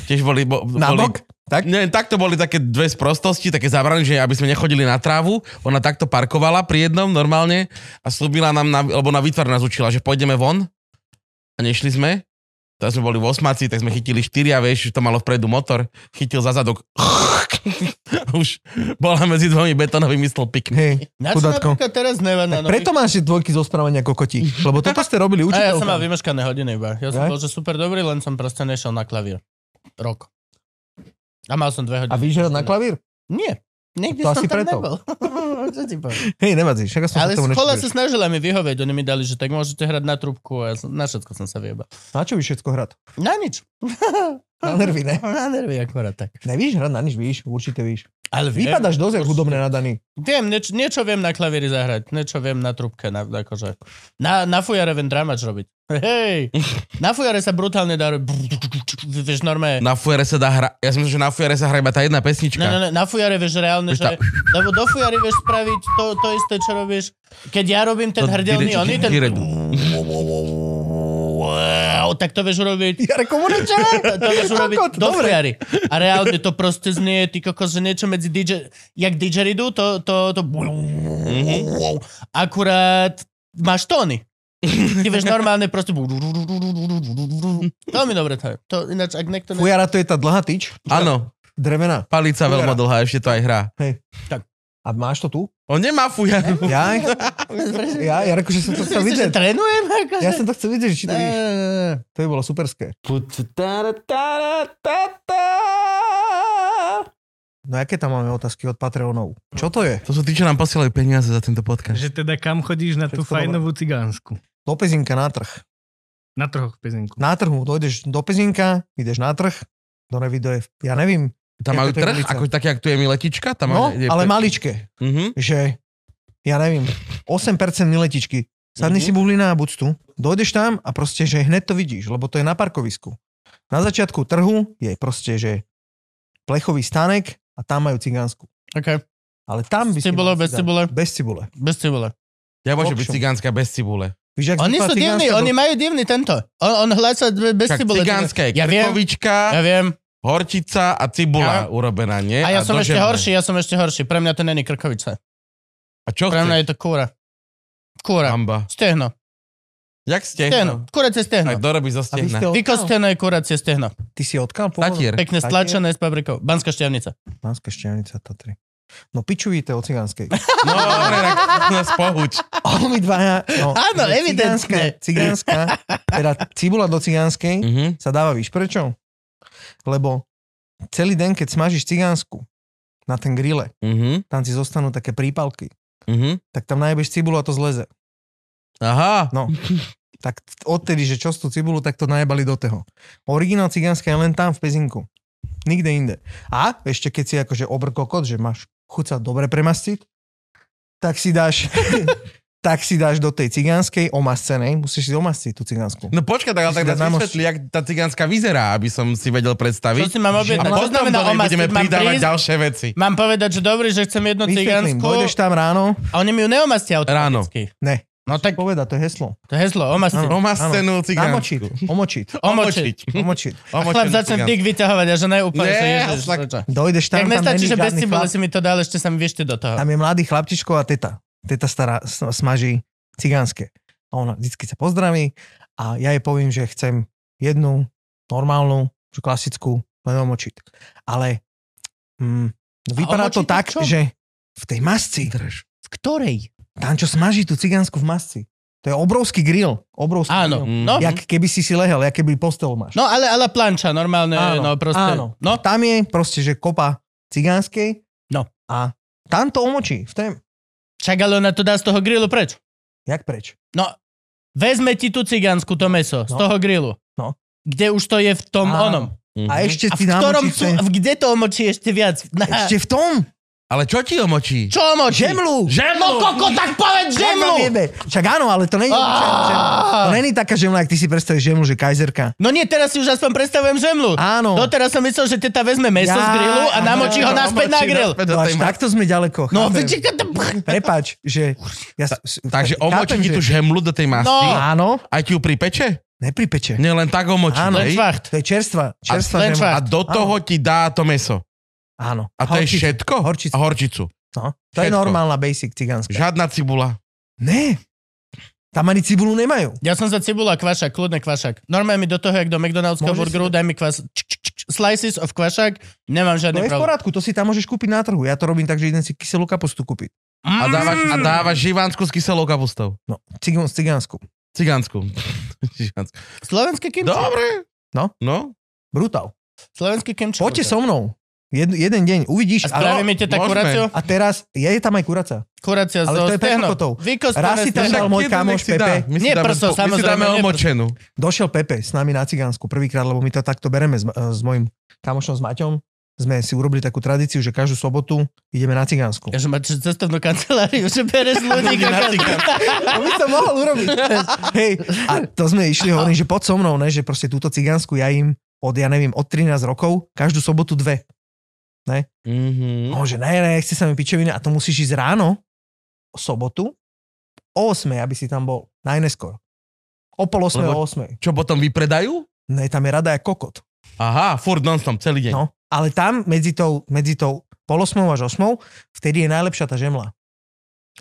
S1: Tiež boli... Bo,
S3: Na
S1: boli
S3: bok? Tak?
S1: Ne, takto boli také dve sprostosti, také zabrany, že aby sme nechodili na trávu. Ona takto parkovala pri jednom normálne a slúbila nám, na, lebo na výtvar nás učila, že pôjdeme von a nešli sme. Tak sme boli v osmaci, tak sme chytili štyria, vieš, to malo vpredu motor, chytil za zadok. Už bola medzi dvomi betonovými stĺpikmi.
S3: Hej,
S2: Na čo
S3: chudatko.
S2: napríklad teraz neva na
S3: Tak preto máš tie dvojky zo správania kokotí, lebo toto ste robili
S2: A ja som mal
S3: učiteľka.
S2: vymeškané hodiny iba. Ja som
S3: Aj?
S2: bol, že super dobrý, len som proste nešiel na klavír. Rok. A mal som dve hodiny.
S3: A vyžerať na klavír?
S2: Nie. Nikdy
S3: To
S2: som
S3: asi
S2: tam
S3: preto.
S2: nebol. Čo ti poviem?
S3: Hej, nevadí, však aspoň
S2: Ale
S3: sa tomu
S2: škola sa
S3: nečuduješ.
S2: snažila mi vyhovieť, oni mi dali, že tak môžete hrať na trúbku a ja som, na všetko som sa vyjebal.
S3: Na čo víš všetko hrať?
S2: Na nič.
S3: Na nervy, ne?
S2: Na nervy akorát tak.
S3: Nevíš hrať na nič, víš, určite víš.
S2: Ale viem,
S3: Vypadáš dosť jak hudobne nadaný.
S2: Viem, nieč, niečo viem na klavíri zahrať, niečo viem na trubke, na, akože. Na, na fujare viem dramač robiť. Hej! Na fujare sa brutálne dá robiť. Vieš, normálne.
S1: Na fuere sa dá hra... Ja si myslím, že na fuere sa hrá iba tá jedna pesnička.
S2: Ne, ne, ne, na fujare vieš reálne,
S1: Vieš,
S2: že...
S1: tá-
S2: Lebo do fujary vieš spraviť to, to isté, čo robíš. Keď ja robím ten
S1: To
S2: hrdelný,
S1: dire-
S2: oný ten...
S1: dire-
S2: Wow, tak to vieš urobiť.
S3: Jareko Murečar!
S2: to, to vieš urobiť
S3: Kokot,
S2: do
S3: dobre.
S2: fujary. A reálne to proste znie, ty kokos, že niečo medzi DJ... Jak didgeridoo, to... to, to... Akurát máš tóny. Ty vieš normálne proste... Veľmi dobre to je. To ináč, ak niekto... Ne...
S3: Fujara to je tá dlhá tyč.
S1: Áno.
S3: drevená.
S1: Palica
S3: Fujara.
S1: veľmi dlhá, ešte to aj hrá.
S3: A máš to tu?
S1: On nemá fujaru.
S3: Ja? Ja, ja reko, že som to chcel
S2: Myslíš, že
S3: vidieť.
S2: trénujem? Akože?
S3: Ja som to chcel vidieť, že či to
S2: Ne,
S3: vidíš.
S2: ne, ne, ne.
S3: To by bolo superské. No aké tam máme otázky od Patreonov? Čo to je?
S1: To sú tí, čo nám posielajú peniaze za tento podcast.
S4: Že teda kam chodíš na
S3: Všetko
S4: tú
S3: dobré.
S4: fajnovú cigánsku?
S3: Do pezinka na trh.
S4: Na trhoch pezinku.
S3: Na trhu, dojdeš do pezinka, ideš na trh, do nevido je, ja neviem.
S1: Tam
S3: Je
S1: majú
S3: to tak
S1: trh,
S3: ulica.
S1: ako také, jak tu je miletička. Tam
S3: No,
S1: je,
S3: ale maličké,
S1: Mhm.
S3: že ja neviem, 8% miletičky. Sadni
S1: Mhm.
S3: si bublina a buď tu. Dojdeš tam a proste, že hneď to vidíš, lebo to je na parkovisku. Na začiatku trhu je proste, že plechový stanek a tam majú cigánsku.
S2: OK,
S3: Ale tam by
S2: S
S3: si
S2: cibulou,
S3: mal teda.
S2: bez
S3: cigánsku.
S2: cibule.
S3: Bez cibule.
S2: bez cibule.
S1: Ja môžem byť
S3: Obšom.
S1: cigánska bez cibule.
S3: Víš, ak
S2: Oni
S3: vznikla
S2: sú divní,
S3: cigánska
S2: oni
S3: do-
S2: majú divný tento. On, on hlása dve- bez
S1: Však
S2: cibule.
S1: cigánska je
S2: Ja viem, ja
S1: krkovička,
S2: viem.
S1: horčica a cibula urobená, nie?
S2: A ja som ešte
S1: dožerné.
S2: horší, ja som ešte horší. Pre mňa to není krkovica.
S1: A čo
S2: Pre mňa
S1: chceš?
S2: je to kúra. Kúra.
S1: Hamba.
S2: Stehno.
S1: Jak ste? No.
S2: Stehno. Kuracie
S1: A
S2: stehno.
S1: kto robí zo
S3: A vy
S1: stehna?
S3: ste odkiaľ?
S2: Vykosteno je kuracie stehno.
S3: Ty si odkiaľ? pôvodom?
S1: Tatier.
S2: Pekne
S3: Také?
S2: stlačené s paprikou. Banská šťavnica.
S3: Banská šťavnica, Tatry. No pičujíte o cigánskej.
S1: No, dobre, tak nás pohuč.
S3: A my dvaja. No,
S2: Áno,
S3: že
S2: evidentne.
S3: Cigánska, cigánska, teda cibula do cigánskej
S1: Mhm.
S3: sa dáva, víš prečo? Lebo celý den, keď smažíš cigánsku na ten grille,
S1: Mhm.
S3: tam si zostanú také prípalky,
S1: Mhm.
S3: tak tam najbeš cibulu a to zleze.
S1: Aha.
S3: No. Tak odtedy, že čo z tú cibulu, tak to najebali do toho. Originál cigánska je len tam v pezinku. Nikde inde. A ešte keď si akože obrkokot, že máš chuť sa dobre premastiť, tak si dáš tak si dáš do tej cigánskej omascenej, musíš si omasciť tú cigánsku.
S1: No počkaj, tak ale tak
S3: Že
S1: nás
S3: na mož-
S1: vysvetli, jak tá cigánska vyzerá, aby som si vedel
S2: Čo
S1: predstaviť.
S2: si mám
S1: A
S2: objednať? Čo
S1: potom do
S2: znamená
S1: nej budeme
S2: omastiť? Mám,
S1: pridávať
S2: prísť?
S1: ďalšie veci.
S2: mám povedať, že dobrý, že chcem jednu
S3: Vysvetlím,
S2: cigánsku
S3: dojdeš tam ráno,
S2: a oni mi ju neomastia automaticky.
S3: ne,
S2: No tak
S3: poveda, to je heslo.
S2: to heslo, omasti.
S3: Áno.
S1: Omastenú
S3: Namočiť,
S1: cigánsku.
S3: omočiť,
S2: Omočiť.
S3: omočiť.
S2: A chlap začne
S1: cigánsku.
S2: dick vyťahovať a žena je úplne,
S1: Nie,
S2: že ježiš,
S1: hlak-
S2: čo?
S3: Dojdeš tam,
S2: Tak
S3: tam
S2: nestačí,
S3: není
S2: že bez
S3: žiadny
S2: cibule
S3: chlap.
S2: si mi to dal, ešte sa mi vyšte do toho.
S3: Tam je mladý chlapčičko a teta. Teta stará, s- smaží cigánske. A ona vždycky sa pozdraví a ja jej poviem, že chcem jednu normálnu, že klasickú, len omočiť. Ale mm, vypadá
S2: omočiť to
S3: to
S2: v
S3: tak,
S2: čom?
S3: že v tej masci,
S2: V ktorej?
S3: tam čo smaží tú cigánsku v masci, to je obrovský grill. Obrovský
S2: Áno,
S3: grill.
S2: no.
S3: Mm. Jak keby si si lehel, jak keby postel máš.
S2: No ale, ale planča, normálne, no proste.
S3: áno.
S2: No,
S3: Tam je proste, že kopa cigánskej.
S2: No.
S3: A tam to omočí. V tém,
S2: čak ale ona to dá z toho grillu preč.
S3: jak preč?
S2: No, vezme ti tú cigánsku to meso z
S3: No.
S2: toho grillu.
S3: No.
S2: Kde už to je v tom
S3: Áno.
S2: onom.
S1: Mhm.
S3: A ešte
S2: A v
S3: ti
S2: ktorom,
S3: namočí v
S2: tu,
S3: tém,
S2: v kde to omočí ešte viac? Na,
S3: Ešte v tom?
S1: Ale čo ti omočí?
S2: Čo omočí?
S3: Žemlu!
S2: No koko, tak povedz
S3: Žemlu!
S2: žemlu!
S3: Jebe. Však áno, ale to není obyčajná žemla. To není taká žemla, jak ty si predstavíš žemlu, že kajzerka.
S2: No nie, teraz si už aspoň predstavujem žemlu.
S3: Áno.
S2: Doteraz som myslel, že teta vezme meso z
S3: Ja,
S2: grilu a
S3: áno,
S2: namočí ho naspäť na grill.
S3: No až takto sme ďaleko.
S2: No,
S3: chápem.
S2: vidíte, to...
S3: Prepač, že... Ja,
S1: Takže omočí
S3: chápem,
S1: ti
S3: že-
S1: tú žemlu do tej masy.
S2: No.
S3: Áno,
S1: Aj ti ju pripeče?
S3: nepripeče.
S1: Nie, len tak omočí.
S2: No,
S3: Áno.
S1: hej?
S2: Lenčvacht.
S3: To je čerstva, čerstva
S2: len
S3: žemla.
S2: čvár.
S1: A do toho ti dá to meso.
S3: Áno.
S1: A to je
S3: Horčicu.
S1: všetko?
S3: Horčicu.
S1: A horčicu.
S3: No, to je
S1: Všetko.
S3: normálna basic cigánska.
S1: Žiadna cibula.
S3: Ne. Tam ani cibulu nemajú.
S2: Ja som za cibula, kvašak, kľudne kvašak. Normálne mi do toho, jak do McDonald'ského
S3: Môžeš
S2: burgeru, daj mi kvas... Č, č, č, č, slices of kvašak, nemám
S3: To
S2: žiadny
S3: No, je v
S2: problém.
S3: poriadku, to si tam môžeš kúpiť na trhu. Ja to robím tak, že idem si kyselú kapustu kúpiť.
S1: A
S2: Mm.
S1: dávaš, a dávaš živánsku s kyselou kapustou.
S3: No, cigán, cigánsku.
S1: Cigánsku. Živánsku.
S2: Slovenské kimči.
S1: Dobre.
S3: No.
S1: No.
S3: Brutál.
S2: Slovenské kimči.
S3: Poďte so mnou. Jed, jeden deň, uvidíš.
S2: A spravíme ti tak
S1: môžeme.
S2: kuráciu?
S3: a teraz, je tam aj kuraca.
S2: Kurácia
S3: Ale
S2: zo
S3: to je pre
S2: stehno.
S3: kokotov.
S2: Vykostené
S3: Raz si tam
S2: stehno.
S3: dal môj kamoš Pepe.
S1: My si
S2: Nie,
S1: dáme,
S2: prso,
S1: my si
S2: samozrejme,
S1: dáme
S2: nie, prso.
S1: omočenú.
S3: Došiel Pepe s nami na cigánsku prvýkrát, lebo my to takto bereme s, s mojim kamošom, s Maťom. Sme si urobili takú tradíciu, že každú sobotu ideme na cigánsku.
S2: Ja, že máš cestovnú kanceláriu, že bereš ľudí.
S1: Ľudí na
S2: kokos.
S1: cigánsku.
S3: To by som mohol urobiť. Hej, a to sme išli, hovorím, že pod so mnou, ne, že proste túto cigánsku ja im od, ja neviem, od 13 rokov, každú sobotu dve.
S2: Hm?
S1: Mhm.
S3: No, že ne, ne, chce sa mi pičovina a to musíš ísť ráno, o sobotu, o 8, aby si tam bol, najneskôr. O pol 8,
S1: Lebo-
S3: o 8.
S1: Čo potom vypredajú?
S3: Ne, tam je rada jak kokot.
S1: Aha, furt non-stop, celý deň.
S3: No, ale tam medzi tou, medzi tou pol 8 až 8, vtedy je najlepšia tá žemla.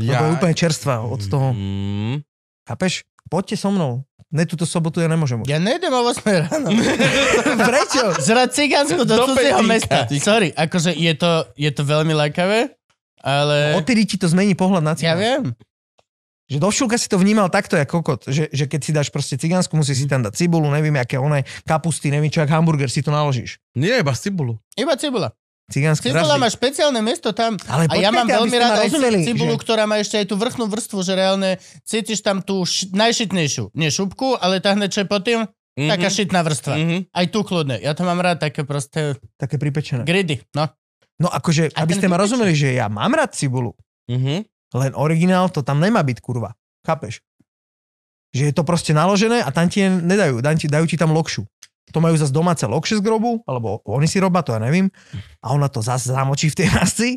S3: Lebo je úplne čerstvá od toho.
S1: Mm.
S3: Chápeš? Poďte so mnou. Ne, túto sobotu ja nemôžem.
S2: Ja nejdem o 8 ráno.
S3: Prečo?
S2: Zrať cigánsku do,
S1: Do
S2: cudzieho mesta.
S1: Pezinka.
S2: Sorry, akože je to, je to veľmi lákavé, ale...
S3: Odtedy ti to zmení pohľad
S2: No,
S3: na
S2: Ja
S3: cigánsku.
S2: viem.
S3: Že do šulka si to vnímal takto, ako kokot, že, že keď si dáš proste cigánsku, musíš si tam dať cibulu, neviem, aké one, kapusty, neviem, čo, ak hamburger si to naložíš.
S1: Nie, iba z cibulu.
S2: Iba cibula.
S3: Cigánsku
S2: Cibula
S3: draždík.
S2: má špeciálne miesto tam.
S3: Ale
S2: A ja mám
S3: počkajte, aby
S2: veľmi
S3: ste ma
S2: rád aj
S3: rozumeli,
S2: cibulu,
S3: že-
S2: ktorá má ešte aj tú vrchnú vrstvu, že reálne cítiš tam tú š- najšitnejšiu. Nie šupku, ale tá hneď čo je pod tým,
S1: Mhm.
S2: taká šitná vrstva.
S1: Mhm.
S2: Aj tu kľudne. Ja to mám rád také proste
S3: Také pripečené.
S2: gridy. No.
S3: No akože,
S2: A
S3: aby
S2: ten
S3: ste ma
S2: vypečený.
S3: rozumeli, že ja mám rád cibulu,
S1: Mhm.
S3: len originál to tam nemá byť, kurva. Chápeš? Že je to proste naložené a tam ti je- nedajú, dajú ti, dajú ti tam lokšu. To majú zase domáce lokše z grobu, alebo oni si robia, to ja neviem. A ona to zase zamočí v tej masci.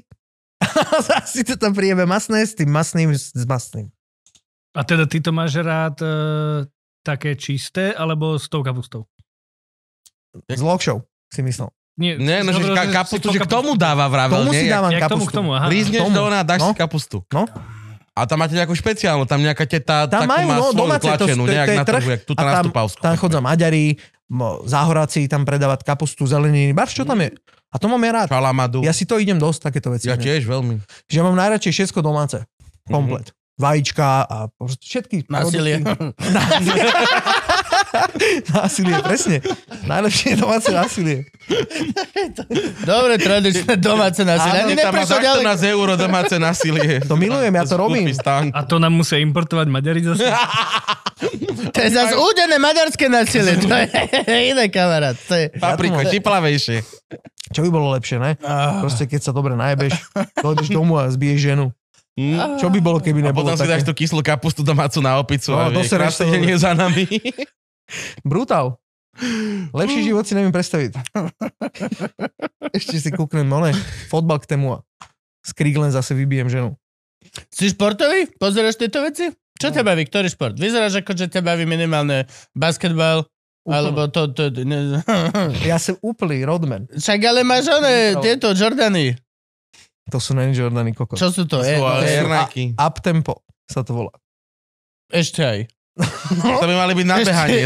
S3: A zase si to tam prijeme masné s tým masným, s s masným.
S4: A teda ty to máš rád e, také čisté, alebo s tou kapustou?
S3: S lokšou, si myslel.
S4: Nie,
S1: Nie, no, že
S4: hovoril,
S1: ka-
S4: s
S1: kapustu,
S4: tou
S1: že k tomu dáva vravel.
S3: Tomu
S1: nie?
S3: si
S1: Jak-
S3: dávam
S4: Ja k tomu, k
S3: kapustu.
S4: tomu, aha.
S1: Lízneš
S3: tomu.
S1: do ona, dáš
S3: No.
S1: si kapustu.
S3: No.
S1: A tam máte nejakú špeciálnu, tam nejaká teta
S3: Tam
S1: takú
S3: majú,
S1: má
S3: no,
S1: svoju
S3: domáce, to-
S1: tlačenú,
S3: to je-
S1: nejak
S3: to je
S1: na trhu,
S3: trh
S1: jak tu
S3: a
S1: na Stupavsku.
S3: Tam chodia Maďari, mo- záhoráci tam predávať kapustu, zeleniny, barš, čo tam je. A to mám ja rád.
S1: Šalamadu.
S3: Ja si to idem dosť, takéto veci.
S1: Mm. Ja
S3: Ne?
S1: tiež Mhm. veľmi.
S3: Že mám najradšej všetko domáce. Komplet. Vajíčka a proste všetky.
S2: Násilie.
S3: produkty. Násilie. násilie, presne. Najlepšie je domáce násilie.
S2: Dobre, tradičné domáce násilie. Ani
S1: Áno, tam má
S2: neprešlo
S1: za
S2: ďalej.
S1: 14 eur domáce násilie.
S3: To milujem, ja to robím.
S1: Kúpi Stan.
S4: A to nám musia importovať Maďari zase.
S2: To je zase údené maďarské násilie. To je iné, kamarát. To je...
S1: Papriko, čiplavejšie.
S3: Čo by bolo lepšie, ne? Proste keď sa dobre najebeš, dojdeš domu a zbiješ ženu. Čo by bolo, keby
S1: A
S3: Hm. nebolo
S1: potom si dáš
S3: také?
S1: tú kyslú kapustu domácu na opicu a
S3: No,
S1: vie,
S3: dosereš sa
S1: krásny deň
S3: dobre.
S1: je za nami.
S3: Brutál. Lepší život si neviem predstaviť. Ešte si kúknem, no ne, fotbal k tému a skrík len zase vybijem ženu.
S2: Si športový? Pozeráš tieto veci? Čo ťa baví? Ktorý šport? Vyzeráš ako, že ťa baví minimálne basketbal, alebo to... to ne,
S3: Ja som úplný rodman.
S2: však ale máš one, tieto Jordany.
S3: To sú není Jordany kokos.
S2: Čo sú to? E,
S1: Sú ale
S2: e,
S1: Airniky.
S3: Uptempo sa to volá.
S2: ešte aj.
S1: To by mali byť nabehanie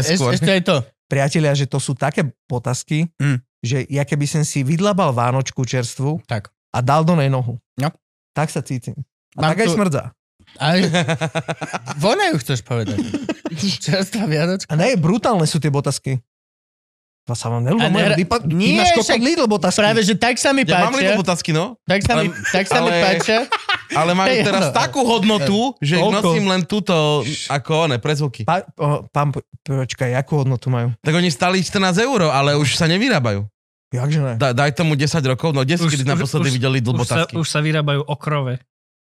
S2: Ešte, ešte,
S1: skôr.
S2: ešte aj to.
S3: Priatelia, že to sú také potasky,
S2: Mm.
S3: že ja keby som si vydlabal Vánočku čerstvu
S2: Tak.
S3: a dal do nej nohu,
S2: No.
S3: tak sa cítim. A
S2: Mám
S3: tak aj
S2: tu-
S3: smrdza.
S2: Aj, vonajú chceš povedať. Čerstvá vianočka.
S3: A ne, brutálne sú tie botasky. To sa vám
S2: A
S3: nelúbia.
S2: nehra-
S3: Nehra... Dipa...
S2: Nie,
S3: Ty máš kokot
S2: však-
S3: Lidl botasky.
S2: Práve, že tak sa mi
S1: Ja mám
S2: páčia.
S1: Lidl otázky, no,
S2: Tak sa mi,
S1: Ale-
S2: tak sa mi
S1: ale-
S2: páčia.
S1: ale majú
S2: Hej,
S1: teraz
S2: áno.
S1: takú hodnotu, že ich
S3: no. Koľko?
S1: nosím len túto, ako one, predzvuky.
S3: Pa, o, pán, po- počkaj, akú hodnotu majú?
S1: Tak oni stali 14 eur, ale už sa nevyrábajú.
S3: Jakže ne? Da...
S1: Da, daj tomu 10 rokov, no 10,
S4: Už-
S1: kedy
S4: už-
S1: naposledy
S4: už-
S1: videli Lidl
S4: Už sa,
S1: botasky.
S4: už sa vyrábajú okrove.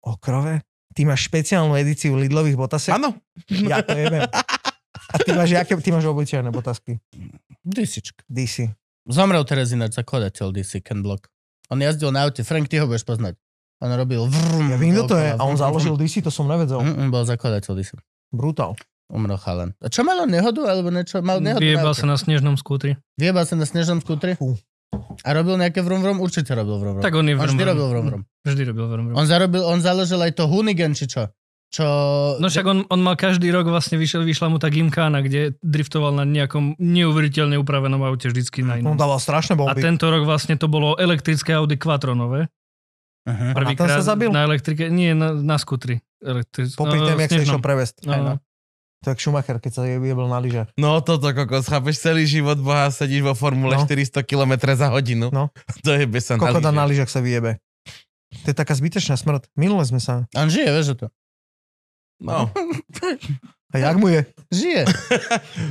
S3: Okrove? Ty máš špeciálnu edíciu Lidlových botasek?
S1: Áno,
S3: Ja to jebem. A ty máš, jaké, ty máš obyčajné botasky?
S2: Disička.
S3: DC.
S2: Zomrel teraz ináč zakladateľ DC Ken Block. On jazdil na aute. Frank, ty ho budeš poznať. On robil vrum.
S3: Ja vím, kto to je.
S2: okolo,
S3: A on
S2: vrum,
S3: založil
S2: vrum.
S3: DC, to som nevedel.
S2: Mm, mm, bol zakladateľ DC.
S3: Brutál.
S2: Umrel chalan. A čo mal on nehodu? Alebo niečo? Mal nehodu na
S4: Vyjebal
S2: aute.
S4: sa na snežnom skútri.
S2: Viebal sa na snežnom skutri.
S3: Fú.
S2: A robil nejaké vrum vrum? Určite robil vrum vrum.
S4: Tak on je
S2: on No.
S4: vrom,
S2: vždy
S4: vrom.
S2: robil vrum vrum.
S4: Vždy robil vrom, vrom.
S2: On, zarobil, on založil aj to Hunigan, či čo? Čo...
S4: No však on, on mal každý rok vlastne vyšiel, vyšla mu tá gimkána, kde driftoval na nejakom neuveriteľne upravenom aute vždycky na
S3: On
S4: inom.
S3: dával strašné
S4: A
S3: bomby.
S4: tento rok vlastne to bolo elektrické Audi Quattronové.
S2: Aha.
S3: A na tom
S4: Prvýkrát
S3: sa zabil?
S4: na elektrike, nie, na, na skutri. Elektric,
S3: Popri tém, jak sa
S4: snežnom.
S3: išiel prevesť.
S4: e, No, no.
S3: To je jak Schumacher, keď sa jebel na lyžach.
S1: no toto kokos, chápeš, celý život boha sedíš vo formule
S3: No.
S1: 400 km za hodinu.
S3: No.
S1: To je bez
S3: Kokoda na
S1: analýzy.
S3: lyžach sa vyjebe. To je taká zbytečná smrť. Minule sme sa.
S2: On žije, vieš o to.
S1: No.
S3: A jak mu je?
S2: Žije.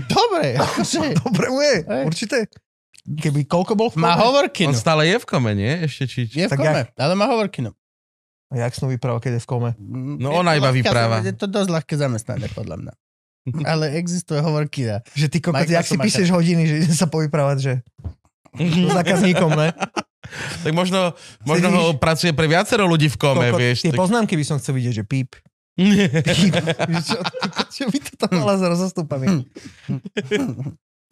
S2: Dobre. akože.
S3: Dobre mu je,
S2: Hej.
S3: určite. Keby koľko bol v
S2: Má
S3: kome?
S2: hovorkinu.
S1: On stále je v kome, nie? Ešte či... či...
S2: Je v
S3: Tak
S2: kome, ale má hovorkinu.
S3: A jak snú vypráva, keď je v kome?
S2: No
S1: ona iba vypráva.
S2: Je to dosť ľahké zamestnanie, podľa mňa. Ale existuje hovorkina.
S3: Že ty kokot,
S2: Michael
S3: jak si
S2: Schumacher.
S3: píšeš hodiny, že idem sa povyprávať, že s
S1: Mhm.
S3: zákazníkom, ne?
S1: Tak možno, možno ho pracuje pre viacero ľudí v kome,
S3: Kokot,
S1: vieš.
S3: tie
S1: Tak...
S3: poznámky by som chcel vidieť, že píp. píp. Že čo, čo by to tam mala s rozostupami?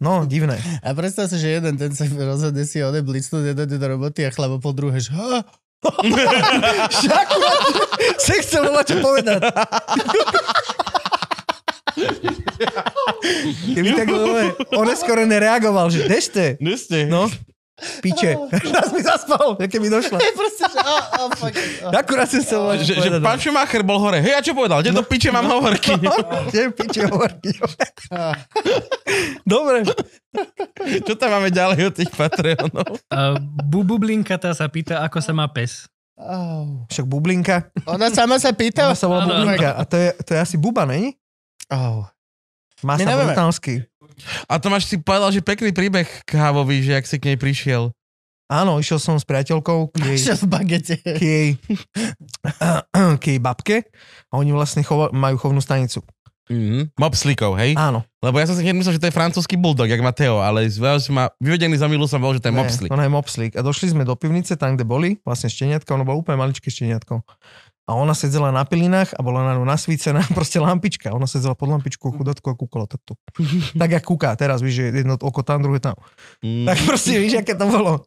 S3: No, divné.
S2: A predstav si, že jeden ten sa rozhodne si ode blicnúť, nedojde do roboty a chlapa po druhé, že "Ha?"
S3: Však si chcel volať, čo povedať. Keby tak bolo, on skoro nereagoval, že dešte.
S1: Neste.
S3: No, piče. Raz mi zaspal, aké mi došla.
S5: Proste, že oh, oh, fuck, oh.
S3: Akurát som sa
S1: Že, že pán Schumacher bol hore. Hej, a čo povedal? Kde do piče mám hovorky?
S3: Že piče hovorí. Dobre.
S1: čo tam máme ďalej od tých Patreonov?
S4: A Bubublinka tá sa pýta, ako sa má pes.
S5: Oh.
S3: Však bublinka.
S2: Ona sama sa pýta.
S3: Ona sa volá
S4: Áno, áno.
S3: bublinka. A to je, to je asi buba, není?
S2: Oh.
S3: Má
S2: My
S3: sa
S2: nevieme.
S3: brutánsky.
S1: A Tomáš si povedal, že pekný príbeh Kávovi, že ak si k nej prišiel.
S3: Áno, išiel som s priateľkou k jej,
S2: Čo v bagete?
S3: k jej, k jej babke a oni vlastne chova, majú chovnú stanicu.
S1: Mm. Mopslíkov, hej?
S3: Áno.
S1: Lebo ja som si hneď myslel, že to je francúzsky bulldog, jak Mateo, ale z veľa si ma vyvedený za milu som bol, že to je
S3: Ne,
S1: mopslík.
S3: Ona je mopslík. A došli sme do pivnice, tam, kde boli, vlastne šteniatka, ono bolo úplne maličké šteniatko. A ona sedzela na pilinách a bola na ňu nasvícená proste lampička. Ona sedzela pod lampičku, chudotku a kúkala takto. Tak, jak kúka teraz, víš, že jedno oko tam, druhé tam.
S1: Mm.
S3: Tak proste, víš, aké to bolo.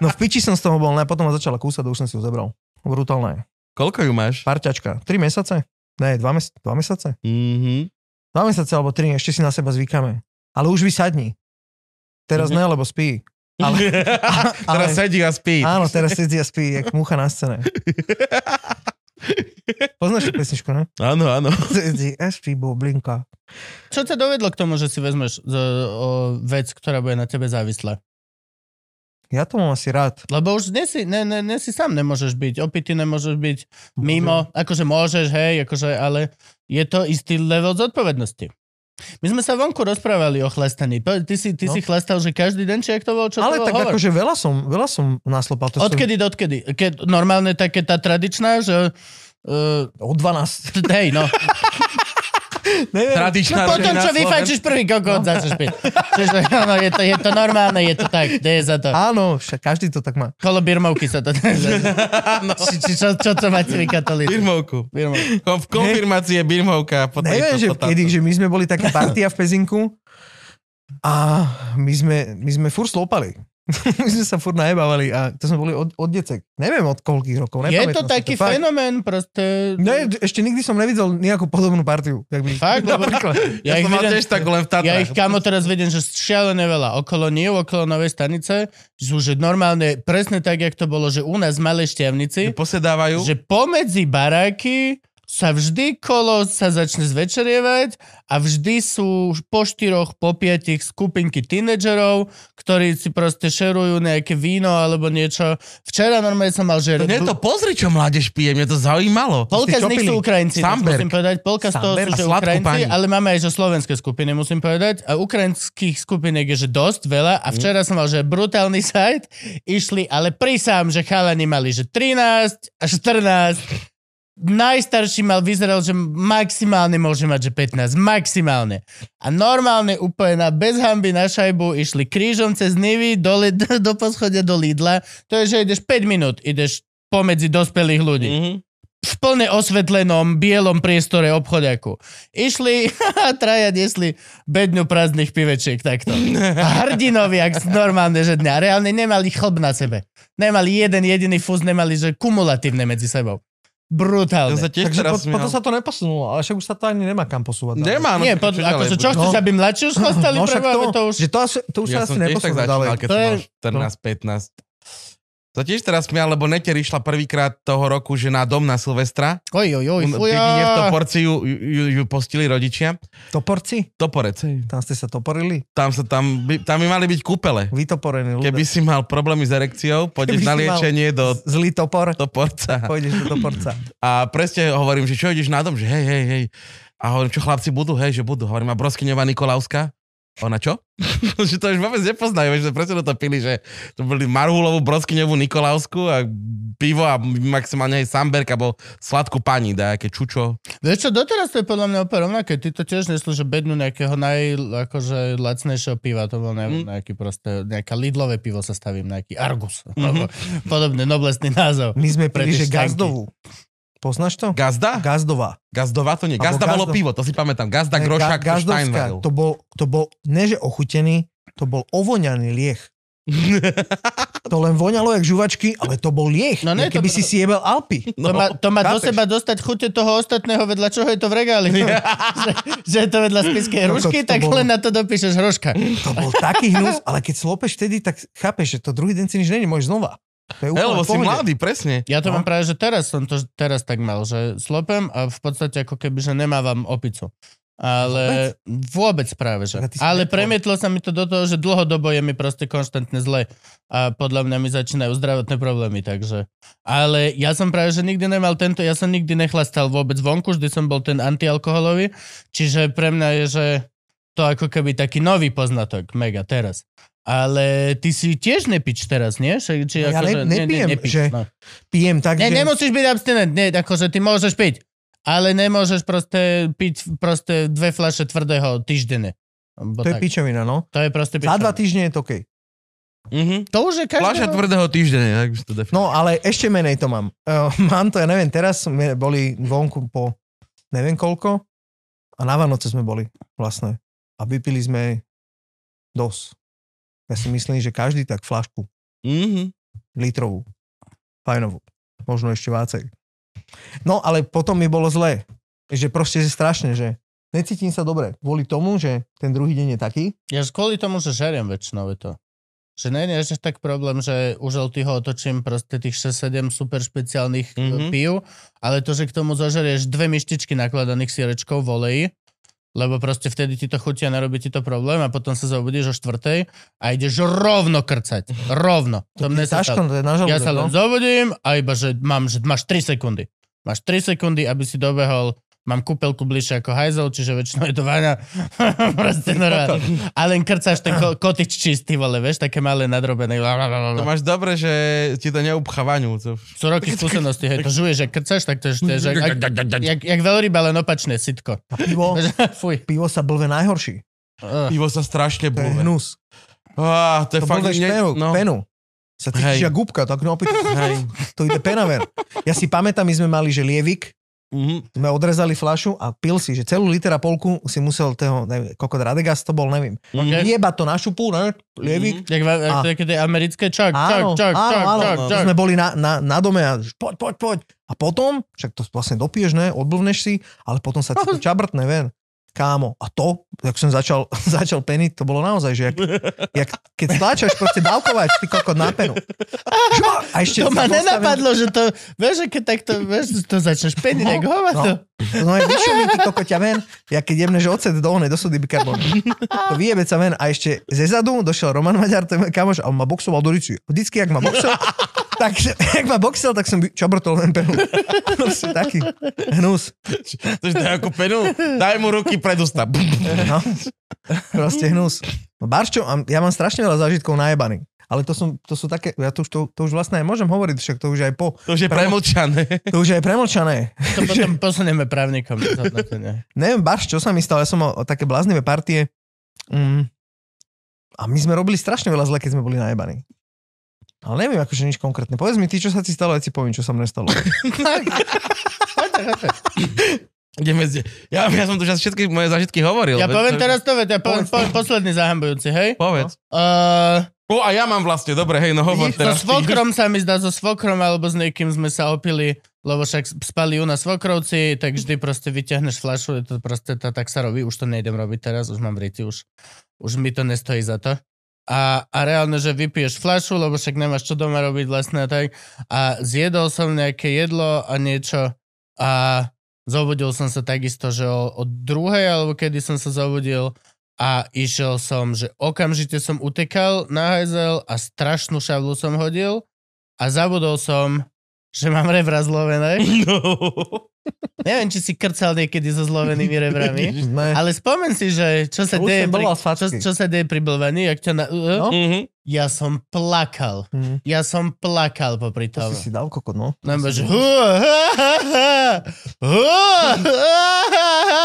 S3: No v piči som z toho bol, ne, potom ma začala kúsať a už som si ju zebral. Brutálne.
S1: Koľko ju máš?
S3: Parťačka. 3 mesiace? Ne, 2, mes- 2 mesiace?
S1: Mm-hmm.
S3: 2 mesiace alebo 3, ešte si na seba zvykáme. Ale už vysadni. Teraz ne, lebo spí. Ale-
S1: Teraz sedí a spí.
S3: Áno, teraz sedí a spí, jak mucha na scéne. Poznáš tú pesničku, ne?
S1: Áno, áno.
S3: Sedí a spí bublinka.
S2: Čo ťa dovedlo k tomu, že si vezmeš z, o, vec, ktorá bude na tebe závislá?
S3: Ja to mám asi rád.
S2: Lebo už nie si, ne, ne, ne si sám nemôžeš byť, opity nemôžeš byť, mimo, akože môžeš, hej, akože, ale je to istý level zodpovednosti. My sme sa vonku rozprávali o chlastaní. Po- Ty si, ty
S3: No.
S2: si chlastal, že každý deň, či jak to bolo, čo
S3: Ale
S2: to
S3: tak
S2: bolo, hovor.
S3: akože veľa som, veľa som naslopal. To
S2: Odkedy do odkedy? Keď normálne také tá tradičná, že... Uh,
S3: Som, o 12.
S2: hej, no.
S3: Neviem.
S2: No
S1: Tradičná
S2: potom,
S1: rodina
S2: čo vyfajčíš prvý kokot, začneš piť. Čiže áno, je to, je to normálne, je to tak, kde je za to.
S3: Áno, však každý to tak má.
S2: Kolo birmovky sa to...
S1: Áno.
S2: či, či, čo, čo to máte vy katolíci?
S1: Birmovku.
S2: Birmovky.
S1: V konfirmácii je Birmovka. potom je
S3: Neviem,
S1: to
S3: že
S1: potom.
S3: kedy, že my sme boli taká partia v Pezinku a my sme, my sme fur slopali. my sme sa fur najebávali a to sme boli od, od decek. Neviem od koľkých rokov.
S2: Je
S3: nepamätám
S2: to
S3: si
S2: taký
S3: fakt.
S2: fenomén, proste...
S3: Ne, ešte nikdy som nevidel nejakú podobnú partiu. Jak by...
S2: Fakt, lebo-
S3: Napríklad.
S1: no. Ja,
S2: Ja,
S1: som
S2: ich
S1: mal
S2: vidím,
S1: tiež tak len v Tatrách.
S2: ja ich kamo teraz vidím, že šialené veľa. Okolo nie, okolo novej stanice sú, že normálne, presne tak, jak to bolo, že u nás v Malej Šťavnici,
S1: Že Posedávajú.
S2: že pomedzi baráky sa vždy kolo sa začne zvečerievať a vždy sú už po štyroch, po piatich skupinky tínedžerov, ktorí si proste šerujú nejaké víno alebo niečo. Včera normálne som mal, že...
S1: To nie je to, pozri, čo mládež pije, mňa to zaujímalo.
S2: Polka z nich sú
S3: čopili.
S2: Ukrajinci, tak
S1: Samberg.
S2: musím povedať. Polka z toho sú
S1: a
S3: Samberg
S2: že
S1: sladkú
S2: Ukrajinci,
S1: pani.
S2: ale máme aj že slovenské skupiny, musím povedať. A ukrajinských skupiniek je že dosť veľa. A včera som mal, že brutálny sajt. Išli, ale prísam, že chalani mali že 13 a 14. Najstarší mal vyzeral, že maximálne môže mať, že 15. Maximálne. A normálne úplne na bez hamby na šajbu išli krížom cez Nivy dole, do poschodia do Lidla. To je, že ideš 5 minút, ideš pomedzi dospelých ľudí
S1: Mhm.
S2: v plne osvetlenom bielom priestore obchodiaku. Išli a traja nesli bedňu prázdnych pivečiek takto. A hrdinovi, ak z- normálne, že dňa. Reálne nemali chlb na sebe. Nemali jeden jediný fúz, nemali že kumulatívne medzi sebou.
S1: Ja sa
S2: Brutálne.
S1: tiež
S3: Takže
S1: teraz
S3: po,
S1: smial.
S3: potom sa to neposunulo, ale však už sa to ani nemá kam posúvať.
S1: Nemá, no,
S2: Nie, pod,
S1: čo ďalej
S2: akože, čo
S1: bude?
S2: chceš, aby mladší už chlastali
S3: No však
S2: prvé,
S3: to,
S2: ale to už...
S3: že to, asi- to už
S1: Ja
S3: sa asi
S1: som tiež tak
S3: neposunulo ďalej.
S1: začínal, keď
S2: To
S1: som
S2: je-
S1: mal 14-15. Sa tiež teraz smial, lebo Neter išla prvýkrát toho roku, že na dom na Silvestra.
S2: Oj, oj, oj,
S1: Un- v
S2: fuja.
S1: Dedine v Toporci ju, ju, ju, ju postili rodičia.
S3: Toporci?
S1: Toporec, hej.
S3: Tam ste sa toporili?
S1: Tam, sa, tam, by, tam by mali byť kúpele.
S3: Vytoporení ľudia.
S1: Keby si mal problémy s erekciou,
S3: Keby
S1: pôjdeš
S3: si
S1: na
S3: mal
S1: liečenie do
S3: Zlý topor?
S1: Toporca.
S3: Pôjdeš do toporca.
S1: A presne hovorím, že čo ideš na dom, že hej, hej, hej. A hovorím, čo chlapci budú, hej, že budú. Hovorím, a Broskyňová Nikolauská? Ona čo? že to už vôbec nepoznajú, vieš, že presne to pili, že to boli Marhulovú, Broskyňovú, Nikolausku a pivo a maximálne aj Samberg, alebo sladkú pani, dajaké čučo.
S2: Vieš čo, doteraz to je podľa mňa úplne rovnaké. Ty to tiež nesli, že bednú nejakého naj, akože, lacnejšieho piva. To bolo ne,
S1: Mm.
S2: nejaký proste, nejaká Lidlové pivo sa stavím, nejaký Argus.
S3: Mhm.
S2: Mm-hmm. Podobne, noblesný názov.
S3: My sme
S2: Pre
S3: pili,
S2: tie
S3: že
S2: štanky.
S3: gazdovú. Poznáš to?
S1: Gazda?
S3: Gazdová.
S1: Gazdová to nie.
S3: Alebo
S1: Gazda bolo
S3: Gazdo-
S1: pivo, to si pamätám. Gazda,
S3: Ne,
S1: Grošak, to
S3: gazdovská.
S1: Steinweil.
S3: To bol, to bol, ne že ochutený, to bol ovoňaný liech. To len voňalo jak žuvačky, ale to bol liech.
S2: No ne,
S3: No
S2: to- No.
S3: ne, keby si si jebel Alpy.
S2: To má, to má do
S3: No, chápeš?
S2: seba dostať chute toho ostatného, vedľa čoho je to v regáli. že, že je to vedľa spiskej
S3: Kokot
S2: hrušky,
S3: to
S2: tak
S3: bolo.
S2: len na to dopíšeš hruška.
S3: To bol taký hnus, ale keď slopeš vtedy, tak chápeš, že to druhý deň si nič není, môžeš znova. To je
S1: Hej,
S3: úplne
S1: lebo
S3: v
S1: si
S3: pohode.
S1: mladý, presne.
S2: Ja to
S3: No.
S2: mám práve, že teraz som to teraz tak mal, že slopem a v podstate ako keby, že nemávam opicu. Ale vôbec, práve, že.
S3: Tak a ty si
S2: Ale
S3: netvoril.
S2: premietlo sa mi to do toho, že dlhodobo je mi proste konštantne zle a podľa mňa mi začínajú zdravotné problémy, takže. Ale ja som práve, že nikdy nemal tento, ja som nikdy nechlastal vôbec vonku, vždy som bol ten antialkoholový, čiže pre mňa je, že to ako keby taký nový poznatok, mega, teraz. Ale ty si tiež nepíč teraz, nie? Že- Či
S3: No Ja
S2: akože-
S3: ne- nepijem, že-
S2: no.
S3: Pijem tak,
S2: Ne,
S3: že...
S2: nemusíš byť abstinent, nie, akože ty môžeš piť, ale nemôžeš proste piť proste dve flaše tvrdého týždenne. Bo
S3: To je
S2: tak.
S3: pičovina, no.
S2: to je proste
S3: Za dva
S2: pičovina.
S3: týždne je to OK.
S1: Mhm.
S2: To už je
S1: Fľaša
S2: každého...
S1: tvrdého týždňa, tak by si to definoval.
S3: No, ale ešte menej to mám. Uh, mám to, ja neviem, teraz sme boli vonku po neviem koľko a na Vánoce sme boli vlastne. A vypili sme dosť. Ja si myslím, že každý tak flašku,
S1: Mhm.
S3: litrovú, fajnovú, možno ešte vácej. No, ale potom mi bolo zle. Že proste je strašne, že necítim sa dobre kvôli tomu, že ten druhý deň je taký.
S2: Ja už kvôli tomu, že žeriem väčšinou je to. Že nie je až tak problém, že už od týho otočím proste tých 6-7 super špeciálnych
S1: Mhm.
S2: mm-hmm. pív, ale to, že k tomu zožerieš dve myštičky nakladaných sierečkov v oleji, lebo proste vtedy ti to chutí a narobí ti to problém a potom sa zobudíš o štvrtej a ideš rovno krcať.
S1: Mhm.
S2: Rovno. To, mne sa stalo.
S3: Ťažko, to je na
S2: Ja
S3: žalúdok,
S2: sa len
S3: no.
S2: zobudím a iba, že, mám, že máš 3 sekundy. Máš 3 sekundy, aby si dobehol Mám kúpelku bližšie ako hajzel, čiže väčšinou je to váňa. Proste normálne. A len krcáš ten ko- kotič čistý, vole, vieš, také malé nadrobené. Lá, lá, lá, lá,
S1: To
S2: lá.
S1: máš dobre, že ti to neupchá vaňu. To...
S2: Sú roky skúsenosti, hej, to žuješ, že krcáš, tak to je, to je že, ak, jak, jak veľryba, len opačné, sitko.
S3: A pivo,
S2: Fuj.
S3: pivo sa blve najhorší.
S2: Ugh.
S1: Pivo sa strašne
S3: To je
S1: blúve.
S3: hnus.
S1: Á, to je
S3: to
S1: fakt...
S3: fakt špenu,
S1: no.
S3: no. penu. Sa
S1: Hej.
S3: cítiš jak gubka, tak no opäť, to ide penaver. Ja si pamätám, my sme mali, že lievik,
S1: Mhm.
S3: sme odrezali flašu a pil si, že celú liter a polku si musel toho, neviem, kokot Radegast to bol, neviem.
S1: Mhm.
S2: Ok.
S3: Jeba to na šupu, ne? Lievik.
S2: Jak, va- jak
S3: A-
S2: také tie americké čak, čak,
S3: Áno,
S2: čak,
S3: áno,
S2: čak,
S3: áno.
S2: čak,
S3: To
S2: čak.
S3: sme boli na, na, na dome a že poď, poď, poď. A potom, však to vlastne dopiješ, ne? Odblvneš si, ale potom sa ti to čabrtne ven. Kámo, a to, jak som začal, začal peniť, to bolo naozaj, že jak, jak keď stláčaš proste dávkovať, ty kokot na penu. Žma! A ešte
S2: To
S3: sa
S2: ma
S3: postavím-
S2: nenapadlo, že to, vieš, že keď takto, vieš, to začneš peniť,
S3: No,
S2: jak hovado.
S3: No je vyšumí ty kokoťa ven, ja keď jemneš ocet do onej, do sody bikarbonu. To vyjebe sa ven a ešte ze zadu došiel Roman Maďar, to je môj kamoš, a on ma boxoval do ričí. Vždycky, jak ma boxoval, tak, jak ma boxel, tak som by- čabrtol len penu. Proste taký hnus.
S1: To je to ako penu. Daj mu ruky pred ústa.
S3: No. Proste hnus. No Barčo, a ja mám strašne veľa zážitkov najebaných. Ale to, som, to sú také, ja to už, to, to už vlastne aj môžem hovoriť, však to už aj po,
S1: To už je premlčané.
S3: to už aj premlčané.
S2: To potom posunieme právnikom. to zhodnotenie.
S3: Neviem, Barš, čo sa mi stalo, ja som mal také bláznivé partie. Mm. A my sme robili strašne veľa zle, keď sme boli najebaní. Ale neviem, akože nič konkrétne. Povedz mi ty, čo sa ti stalo, ja ti poviem, čo sa mne stalo.
S1: Ideme z... ja, ja som tu už všetky moje zážitky hovoril.
S2: Ja
S1: veď
S2: poviem
S1: to-
S2: teraz to, veď ja poviem,
S3: Povedz.
S2: poviem posledný zahambujúci, hej?
S1: Povedz.
S2: Uh,
S1: O,
S3: No.
S1: a ja mám vlastne, dobre, hej, no hovor
S2: so
S1: teraz. ty.
S2: svokrom sa mi zdá, so svokrom alebo s niekým sme sa opili, lebo však spali u nás svokrovci, tak vždy proste vyťahneš flašu, je to proste tá, tak sa robí, už to nejdem robiť teraz, už mám vriti, už, už mi to nestojí za to. A, a reálne, že vypiješ flašu, lebo však nemáš čo doma robiť vlastne a tak. A zjedol som nejaké jedlo a niečo a zobudil som sa takisto, že o, o druhej alebo kedy som sa zobudil a išiel som, že okamžite som utekal na hajzel a strašnú šavlu som hodil a zabudol som, že mám rebra zlovené.
S1: No.
S2: Neviem, či si krcal niekedy so zlovenými rebrami,
S3: Sme...
S2: ale spomen si, že čo sa
S3: Už
S2: deje
S3: som
S2: pri,
S3: bolel z
S2: čo,
S3: facky.
S2: čo sa deje pri blvaní, jak ťa na...
S3: No.
S1: Mhm.
S2: Ja som plakal.
S3: Hm,
S2: Ja som plakal popri
S3: to
S2: tom.
S3: si si dal kokot, no.
S2: No, iba, že... "Hú, há, há, há, hú, há, há, há."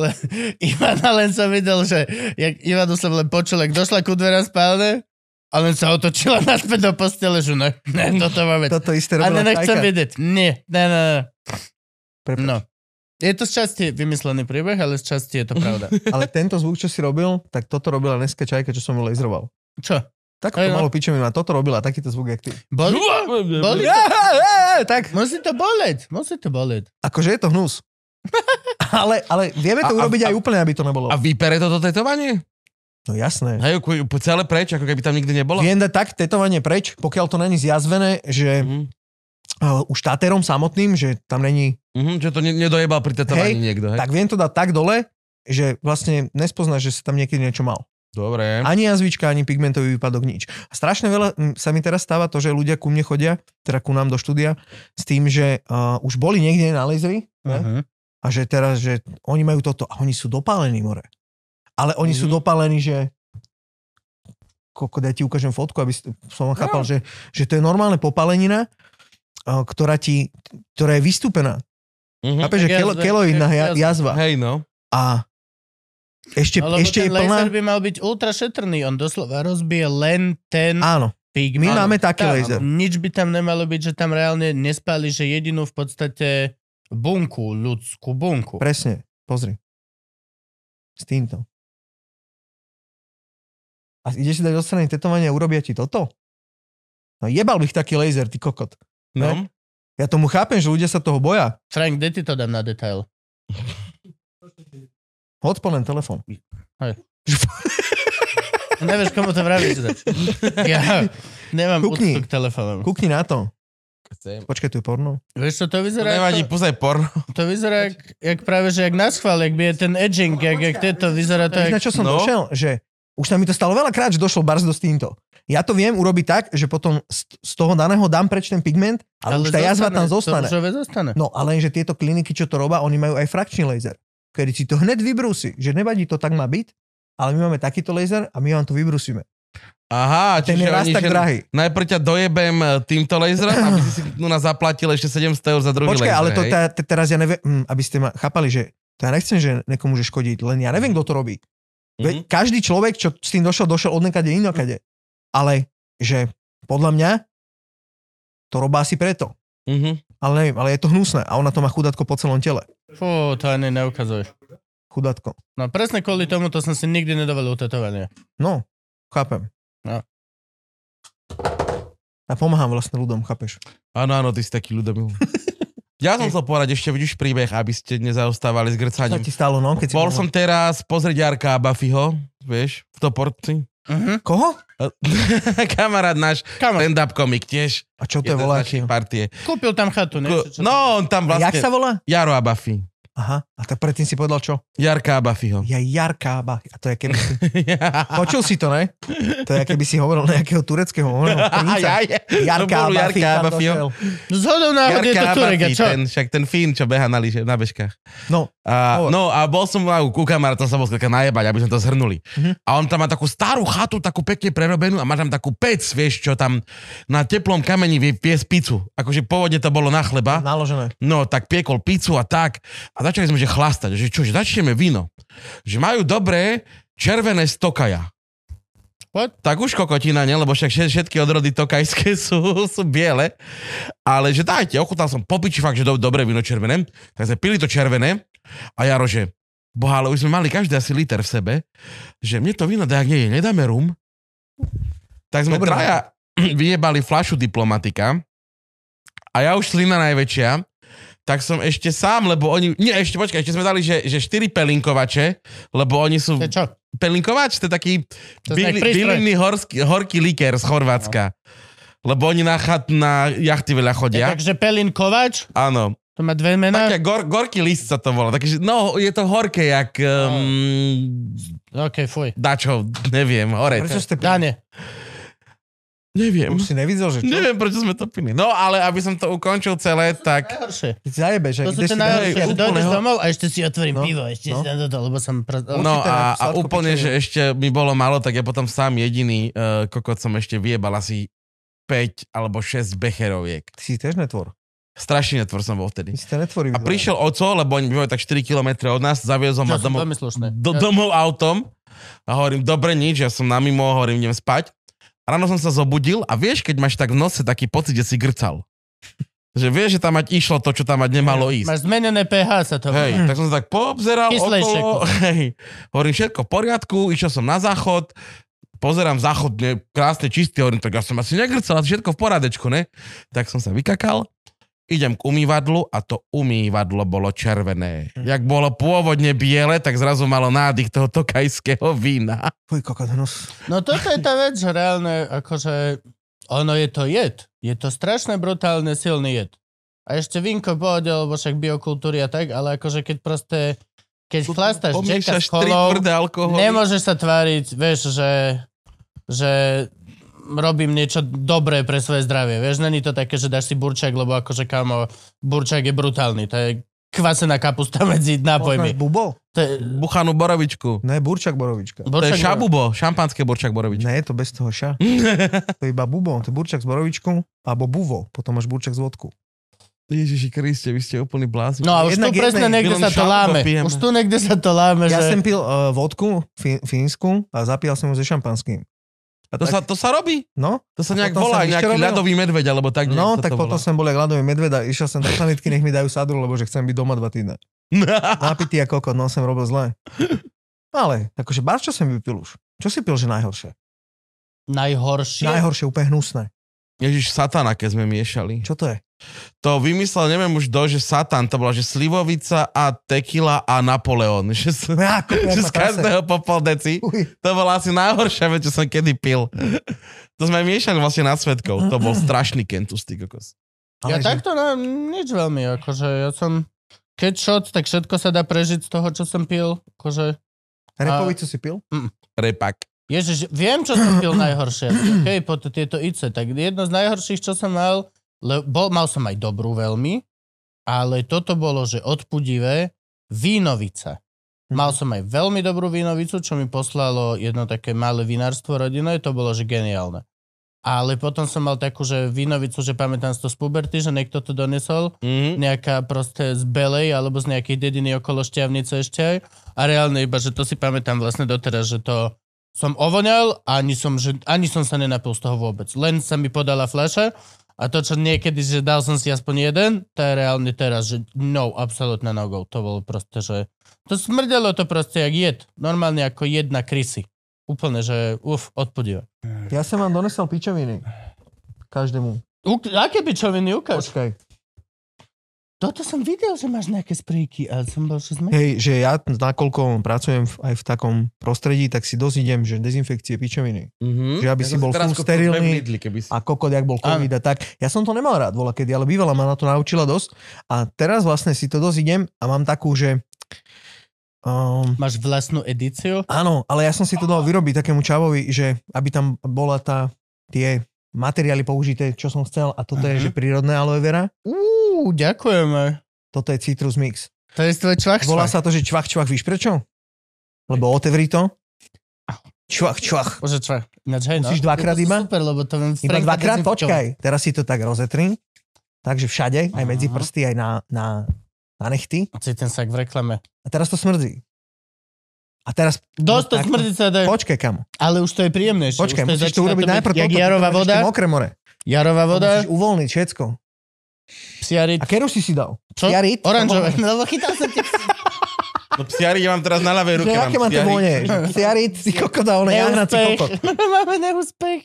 S2: Le- Ivana len som videl, že jak Ivanu som len počul, ak došla ku dverám spálne a len sa otočila naspäť do postele, že ne, ne, toto máme.
S3: Toto isté
S2: A
S3: robila
S2: ne, nechcem
S3: Čajka.
S2: vedieť. Nie, ne, ne, ne.
S3: Prepáč.
S2: No. Je to z časti vymyslený príbeh, ale z časti je to pravda.
S3: Ale tento zvuk, čo si robil, tak toto robila dneska Čajka, čo som ju laseroval.
S2: Čo?
S3: Tak
S2: Hej,
S3: to
S2: no.
S3: malo pičovinu. A toto robila takýto zvuk, jak ty.
S2: Boli, boli to,
S3: Ja, ja, ja, tak.
S2: musí to boleť, musí to boleť.
S3: Akože je to hnus. ale, ale vieme
S1: A-
S3: to
S1: a-
S3: urobiť
S1: a-
S3: aj úplne, aby to nebolo.
S1: A vypere toto tetovanie?
S3: No jasné.
S1: Hej, ku- po- celé preč, ako keby tam nikdy nebolo?
S3: Viem dať tak tetovanie preč, pokiaľ to není zjazvené, že
S1: Mhm.
S3: uh, už táterom samotným, že tam není...
S1: Mhm, že to ne- nedojebal pri tetovaní
S3: Hej,
S1: niekto, hej?
S3: Tak viem to dať tak dole, že vlastne nespoznáš, že si tam niekedy niečo mal.
S1: Dobre.
S3: Ani jazvička, ani pigmentový výpadok, nič. A strašne veľa mm, sa mi teraz stáva to, že ľudia ku mne chodia, teda ku nám do štúdia, s tým, že uh, už boli niekde na lasery
S2: no.
S3: ne? a že teraz, že oni majú toto a oni sú dopálení, more. Ale oni sú dopálení, že koľko, ja ti ukážem fotku, aby si- som chápal, že, že to je normálne popálenina, a, ktorá ti, ktorá je vystúpená.
S1: Mhm.
S3: Chápeš, že
S2: tak
S3: kelo,
S2: jazva,
S3: keloidná
S2: tak
S3: ja,
S2: jazva.
S3: jazva.
S1: Hej, no.
S3: A ešte,
S2: Alebo
S3: ešte je
S2: ten
S3: plná...
S2: laser by mal byť ultra šetrný, on doslova rozbije len ten
S3: Áno, my
S2: pigment.
S3: máme taký
S2: Tam,
S3: laser.
S2: Nič by tam nemalo byť, že tam reálne nespali, že jedinú v podstate bunku, ľudskú bunku.
S3: Presne, pozri. S týmto. A ideš si dať odstranenie tetovanie a urobia ti toto? No jebal bych taký laser, ty kokot.
S1: No.
S3: Ja tomu chápem, že ľudia sa toho boja.
S2: Frank, kde ti to dám na detail?
S3: Hoď po len telefón.
S2: No Nevieš, komu to vravíš. že- Ja nemám
S3: Kukni.
S2: úctu k telefónom.
S3: Kukni na to.
S1: Chcem.
S3: Počkaj, tu je porno.
S2: Vieš čo, to
S1: To
S2: vyzerá,
S1: nevadí,
S2: to,
S1: pozaj porno.
S2: to vyzerá jak, jak práve, že jak na schvál, jak by je ten edging, jak, jak tieto, vyzerá to
S3: Víš,
S2: jak...
S3: na čo som
S1: no.
S3: no. došiel? Že už sa mi to stalo veľakrát, že došlo Barz do s týmto. Ja to viem urobiť tak, že potom z, z toho daného dám preč ten pigment, ale, ale už tá jazva tam zostane.
S2: To už zostane.
S3: No a lenže tieto kliniky, čo to robia, oni majú aj frakčný laser, kedy si to hneď vybrúsi, že nevadí, to tak má byť, ale my máme takýto laser a my vám to vybrúsime.
S1: Aha,
S3: Ten
S1: čiže
S3: je raz
S1: oni,
S3: tak
S1: že
S3: drahý.
S1: Najprv ťa dojebem e, týmto laserom, aby si si tu nás zaplatil ešte 700 eur za druhý
S3: Počkaj,
S1: laser,
S3: ale to
S1: hej?
S3: tá, te- teraz ja neviem, mm, aby ste ma chápali, že to ja nechcem, že niekomu že škodiť, len ja neviem, kto to robí.
S1: Mhm.
S3: Mm-hmm. Každý človek, čo s tým došiel, došiel od nekade inokade. Ale že podľa mňa to robá asi preto.
S1: Mhm.
S3: Ale neviem, ale je to hnusné a ona to má chudátko po celom tele.
S2: Fú, to ani neukazuješ.
S3: Chudátko.
S2: No presne kvôli tomu to som si nikdy nedovolil utetovanie.
S3: No, chápem.
S2: No.
S3: Ja pomáham vlastne ľuďom, chápeš?
S1: Áno, áno, ty si taký ľudomil. Ja som chcel povedať ešte vidíš príbeh, aby ste nezaostávali s
S3: Čo
S1: grcaním.
S3: ti stalo, no? Keď si
S1: Bol som
S3: pomáhal?
S1: teraz pozrieť Jarka a Buffyho, vieš, v Toporci.
S2: Mhm.
S3: Koho?
S1: Kamarát náš,
S2: Kamo,
S1: stand-up komik tiež.
S3: A čo to je
S1: jeden z
S3: volá?
S1: našej partie.
S2: kúpil tam chatu, nie? Či čo to-
S1: No, on tam
S3: Vlastne... Jak sa
S1: vlastne...
S3: volá?
S1: Jaro a Buffy.
S3: Aha, a tak predtým si povedal čo?
S1: Jarka a Buffyho.
S3: Ja Jarka Bach. A to je keby... Počul si to, ne? To je keby si hovoril nejakého tureckého hovoril,
S1: Ja,
S3: princa.
S1: ja. To
S3: Jarka
S1: bol
S3: Bachy,
S1: Jarka
S3: tam
S1: Bachyho.
S3: došiel.
S2: Zhodou náhod je to
S1: Jarka
S2: Turek, a
S1: Abafy,
S2: čo?
S1: ten, však ten Fín, čo beha na, lyže, na bežkách.
S3: No,
S1: A,
S3: Hovor.
S1: no a bol som aj u kamaráta, som sa bol skrátka najebať, aby sme to zhrnuli.
S3: Mhm.
S1: A on tam má takú starú chatu, takú pekne prerobenú a má tam takú pec, vieš, čo tam na teplom kameni vie piec pizzu. Akože pôvodne to bolo na chleba.
S3: naložené.
S1: No, tak piekol pizzu a tak. A začali sme, že chlastať. Že čo, že začneme víno. Že majú dobré červené stokaja.
S2: What?
S1: Tak už kokotina, ne? Lebo však všet- všetky odrody tokajské sú, sú biele. Ale že dajte, ochutal som popiči fakt, že do, dobré víno červené. Tak sme pili to červené. A Jaro, že boha, ale už sme mali každý asi liter v sebe. Že mne to víno dajak nie je, nedáme rum. Tak sme
S3: Dobre.
S1: traja vyjebali flašu diplomatika. A ja už slina najväčšia tak som ešte sám, lebo oni... Nie, ešte počkaj, ešte sme dali, že, že 4 pelinkovače, lebo oni sú...
S2: To je čo?
S1: Pelinkovač, to je taký
S2: To je
S1: byli-
S2: znak prístroj.
S1: bylinný horský, horký likér z Chorvátska. Lebo oni na, chat, na jachty
S2: Ja?
S1: veľa chodia.
S2: E, Takže Pelin Kovač,
S1: Áno.
S2: to má dve mená.
S1: Také gor, gorký list sa to volá. Takže, no, je to horké, jak...
S2: No.
S1: Um,
S2: OK, fuj.
S1: dačo, neviem, horec.
S3: Prečo ste pri...
S2: Dane,
S1: Neviem.
S3: Už si nevidel, že čo?
S1: Neviem, prečo sme to pili. No, ale aby som to ukončil celé, tak...
S2: najhoršie.
S3: Ty zajebe, že
S2: To sú
S3: ideš
S2: tie
S3: si
S2: najhoršie,
S3: dať-
S2: že
S1: úplne
S2: dojdeš
S1: ho-
S2: domov a ešte si otvorím
S3: No,
S2: pivo, ešte
S3: no.
S2: si na toto, lebo som... Pr...
S1: No
S3: Určite
S1: a,
S3: na
S1: a
S3: sladko
S1: úplne,
S3: pečenie.
S1: že ešte mi bolo málo, tak ja potom sám jediný uh, kokot som ešte vyjebal asi 5 alebo 6 becheroviek.
S3: Ty si tiež netvor.
S1: Strašný netvor som bol
S3: Ty
S1: vtedy.
S3: si netvorí.
S1: A prišiel oco, lebo oni bývajú tak 4 km od nás, zaviezol ma
S2: Čo som
S1: domov,
S2: No, veľmi slušné.
S1: do, domov autom a hovorím, dobre nič, ja som na mimo, hovorím, idem spať. A ráno som sa zobudil a vieš, keď máš tak v nose taký pocit, že si grcal. Že vieš, že tam mať išlo to, čo tam mať nemalo ísť.
S2: Máš zmenené pH sa to volá.
S1: Hej, tak som sa tak poobzeral
S2: Kyslejšie.
S1: okolo, hej, hovorím všetko v poriadku, išiel som na záchod, pozerám záchodne, krásne, čistý, hovorím, tak ja som asi negrcal, ale všetko v poradečku, ne? Tak som sa vykakal, idem k umývadlu a to umývadlo bolo červené.
S2: Hm.
S1: Jak bolo pôvodne biele, tak zrazu malo nádych toho tokajského vína.
S3: Fuj, kokot hnus.
S2: No toto je tá vec, že reálne, akože ono je to jed. Je to strašne brutálne silný jed. A ešte vinko pohode, lebo však biokultúry a tak, ale akože keď proste, keď chlastáš deka
S1: Pomíšaš
S2: s
S1: tri
S2: kolou,
S1: tvrdé alkoholy.
S2: nemôžeš sa tváriť, vieš, že, že robím niečo dobré pre svoje zdravie. Vieš, není to také, že dáš si burčak, lebo akože kamo, burčak je brutálny. To je kvasená kapusta medzi
S3: Poznáš
S2: nápojmi.
S3: bubo?
S2: To je,
S1: Buchanú borovičku.
S3: Ne, burčak borovička.
S1: To je
S2: burčak,
S1: šabubo, šampanské burčak borovička.
S3: Ne, to bez toho ša. to je iba bubo, to je burčak s borovičkou, alebo buvo, potom máš burčak s vodkou.
S1: Ježiši Kriste, vy ste úplný blázni.
S2: No a už
S3: Jednak
S2: tu presne
S3: jednej.
S2: niekde
S1: Bylom
S2: sa to
S1: šalu
S2: láme.
S1: dopijeme.
S2: Už tu niekde sa to láme,
S3: Ja
S2: že...
S3: som pil uh, vodku fi- fínsku a zapíjal som ju so šampanským. A
S1: To,
S3: tak-
S1: sa, to sa robí.
S3: No,
S1: To sa nejak
S3: potom sa
S1: volá,
S3: ešte
S1: nejaký
S3: robilo?
S1: ľadový medveď, alebo tak. nejak
S3: no
S1: sa
S3: tak
S1: to
S3: potom
S1: volá.
S3: som bol jak ľadový medveda, išiel som do sanitky, nech mi dajú sadru, lebo že chcem byť doma dva týdne. Napitý a kokot, no som robil zle. Ale, akože barčo som vypil už. Čo si pil, že najhoršie?
S2: Najhoršie.
S3: Najhoršie, úplne hnusné.
S1: Ježiš, satana, keď sme miešali.
S3: Čo to je?
S1: To vymyslel, neviem už do, že satan, to bola, že slivovica a tekila a Napoleon. Že, s,
S3: Ja,
S1: že z
S3: kokot, jak ma trase.
S1: každého po pol deci.
S3: Uj,
S1: To bola asi najhoršia vec, čo som kedy pil. To sme miešali vlastne na svetkov. To bol strašný kentus, ty kokos.
S2: Ja
S3: ale že-
S2: takto na, nič veľmi, akože ja som... Keď šot, tak všetko sa dá prežiť z toho, čo som pil. Akože,
S3: Repovicu si pil?
S1: Repak.
S2: ježiš, viem, čo som pil najhoršie. Hej, po t- tieto IC, tak jedno z najhorších, čo som mal, le, bol, mal som aj dobrú veľmi, ale toto bolo, že odpudivé, vínovica. Mal som aj veľmi dobrú vínovicu, čo mi poslalo jedno také malé vinárstvo rodinné, to bolo, že geniálne. Ale potom som mal takú, že vínovicu, že pamätám si to z puberty, že niekto to donesol
S1: Mhm.
S2: nejaká proste z Belej alebo z nejakej dediny okolo Šťavnice ešte aj. A reálne iba, že to si pamätám vlastne doteraz, že to som ovoňal a ani som, že, ani som sa nenapil z toho vôbec. Len sa mi podala fľaša a to, čo niekedy, že dal som si aspoň jeden, to je reálne teraz, že no, absolútne no go. To bolo proste, že to smrdelo to proste jak jed. Normálne ako jedna krysy. Úplne, že uf, odpudivé.
S3: Ja som vám donesel pičoviny. Každému.
S2: U, aké pičoviny ukáž?
S3: Počkaj.
S2: Toto som videl, že máš nejaké sprejky, ale som bol, že sme...
S3: Hej, že ja nakoľko pracujem v- aj v takom prostredí, tak si dosť idem, že dezinfekcie pičoviny.
S1: Mhm.
S3: Že aby
S1: Ja
S3: si
S1: som
S3: bol
S1: teraz
S3: full
S1: kúpil
S3: sterilný.
S1: pevný Lidl, keby si-
S3: A kokot, jak bol COVID a tak. Ja som to nemal rád, bola kedy, ale bývala ma na to naučila dosť. A teraz vlastne si to dosť idem a mám takú, že... Um,
S2: Máš vlastnú edíciu?
S3: áno, ale ja som si to dal vyrobiť takému čavovi, že aby tam bola tá, tie materiály použité, čo som chcel a toto je, že
S2: Mhm.
S3: prírodné aloe vera,
S2: Uú, ďakujeme.
S3: toto je citrus mix.
S2: To je tvoj čvach
S3: Volá sa to, že čvach, čvach, víš prečo? Lebo otevri to. Čvach, čvach.
S2: Bože, čvach. Ináč, hej, no.
S3: Musíš dvakrát
S2: To sú
S3: iba?
S2: Super, lebo to viem...
S3: Iba
S2: Franka
S3: dvakrát,
S2: dezinfikovať.
S3: počkaj. Teraz si to tak rozetri. Takže všade, aj medzi
S2: Aha.
S3: prsty, aj na, na, na nechty.
S2: Cítim sa jak v reklame.
S3: A teraz to smrdí. A teraz...
S2: Dosť to
S3: No tak-
S2: smrdí sa, daj.
S3: Počkaj, kam.
S2: ale už to je príjemnejšie.
S3: Počkaj,
S2: už je
S3: musíš to
S2: začína
S3: urobiť
S2: byť
S3: najprv
S2: Jak
S3: toto,
S2: jarová
S3: potom
S2: voda,
S3: ešte mokré more.
S2: jarová
S3: To
S2: voda,
S3: No Musíš uvoľniť všetko.
S2: psiarit,
S3: A keru si si dal?
S2: čo?
S3: Psiarit?
S2: Oranžové, lebo chytal som tie
S1: No psiari, ja mám teraz na ľavej
S3: Že
S1: ruke. mám
S3: aké mám to
S1: psiari.
S3: vône? Psiarit, si kokoda, ona jahna, si
S2: neúspech.
S3: kokot.
S2: Máme neúspech.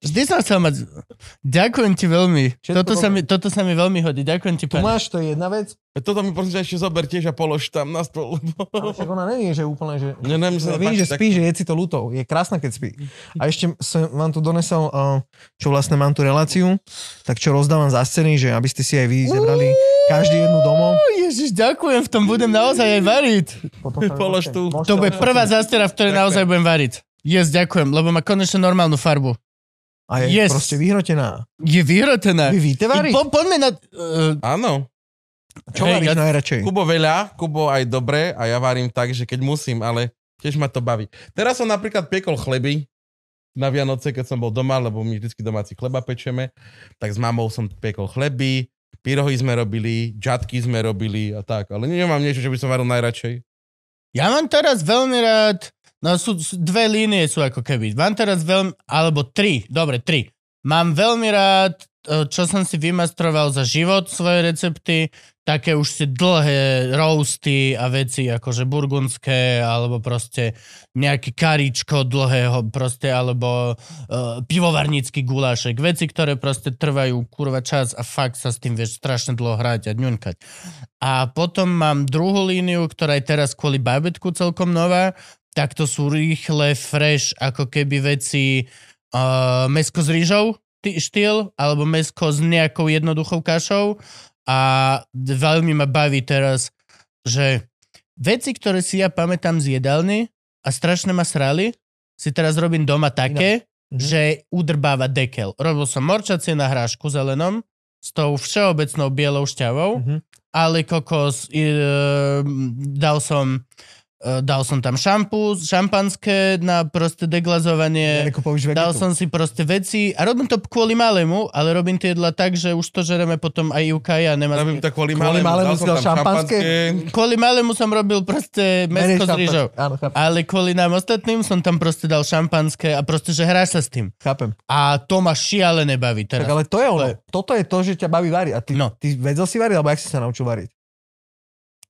S2: Vždy som chcel mať... Ďakujem ti veľmi.
S3: Všetko
S2: Toto sa, mi,
S3: dobre.
S2: toto sa mi veľmi hodí. Ďakujem ti,
S3: Tu
S2: pani.
S3: máš, to je jedna vec.
S1: Toto mi prosím ťa ešte zober tiež a polož tam na stôl.
S3: Ale však ona není, že úplne, že...
S1: Ne, ne, mne sa to
S3: Vím,
S1: páči
S3: že
S1: No, tak-
S3: spí, že je si to ľúto. Je krásna, keď spí. A ešte som vám tu donesel, uh, čo vlastne mám tu reláciu, tak čo rozdávam za scény, že aby ste si aj vy zebrali každý jednu domov.
S2: Ježiš, ďakujem, v tom budem naozaj aj variť.
S3: Potom sa-
S1: Polož tu.
S3: Môžete-
S2: To bude prvá zástera, v ktorej
S1: Ďakujem.
S2: naozaj budem variť. Yes, ďakujem, lebo má konečne normálnu farbu.
S3: A je
S2: Yes.
S3: proste vyhrotená.
S2: Je vyhrotená.
S3: Vy
S2: I
S3: víte variť?
S2: Po, poďme na... Uh,
S1: Áno.
S3: Čo
S2: Hej,
S3: varíš
S2: ja-
S3: najradšej?
S1: Kubo veľa, Kubo aj dobre a ja varím tak, že keď musím, ale tiež ma to baví. Teraz som napríklad piekol chleby na Vianoce, keď som bol doma, lebo my vždycky domáci chleba pečeme, tak s mamou som piekol chleby, pyrohy sme robili, džatky sme robili a tak, ale nemám niečo, čo by som varil najradšej.
S2: ja mám teraz veľmi rád... No sú, sú dve línie sú ako keby. Mám teraz veľmi... Alebo tri. Dobre, tri. Mám veľmi rád e, čo som si vymastroval za život svoje recepty, také už si dlhé roasty a veci akože burgundské, alebo proste nejaké karičko dlhého proste, alebo uh, pivovarnícky gulášek. Veci, ktoré proste trvajú kurva čas a fakt sa s tým vieš strašne dlho hrať a ňunkať. A potom mám druhú líniu, ktorá je teraz kvôli babetku celkom nová, tak to sú rýchle, fresh, ako keby veci uh, mesko s rýžou ty- štýl, alebo mesko s nejakou jednoduchou kašou a veľmi ma baví teraz, že veci, ktoré si ja pamätám z jedálny a strašne ma srali, si teraz robím doma také, že udrbáva dekel. Robil som morčacie na hrášku zelenom s tou všeobecnou bielou šťavou
S3: Mhm.
S2: ale kokos, e, dal som e, dal som tam šampu, šampanské na proste deglazovanie.
S3: Jareko, používaj
S2: Dal
S3: getu.
S2: som si proste veci a robím to kvôli malému, ale robím tie jedla tak, že už to žereme potom aj Juka a nemá...
S1: Robím to kvôli, malému.
S3: Kvôli malému
S1: Dal
S3: si
S1: som
S3: dal
S1: tam šampanské.
S3: šampanské? Teda
S2: Kvôli malému som robil proste
S3: Menej
S2: mesko s
S3: šampa-
S2: rýžou.
S3: Áno, chápem.
S2: Ale kvôli nám ostatným som tam proste dal šampanské a proste, že hrá sa s tým.
S3: chápem.
S2: A to ma šialené baví teraz.
S3: Tak ale to je ono. Toto je to, že ťa baví variť. A ty,
S2: No.
S3: ty vedel si variť, alebo jak si sa naučil variť?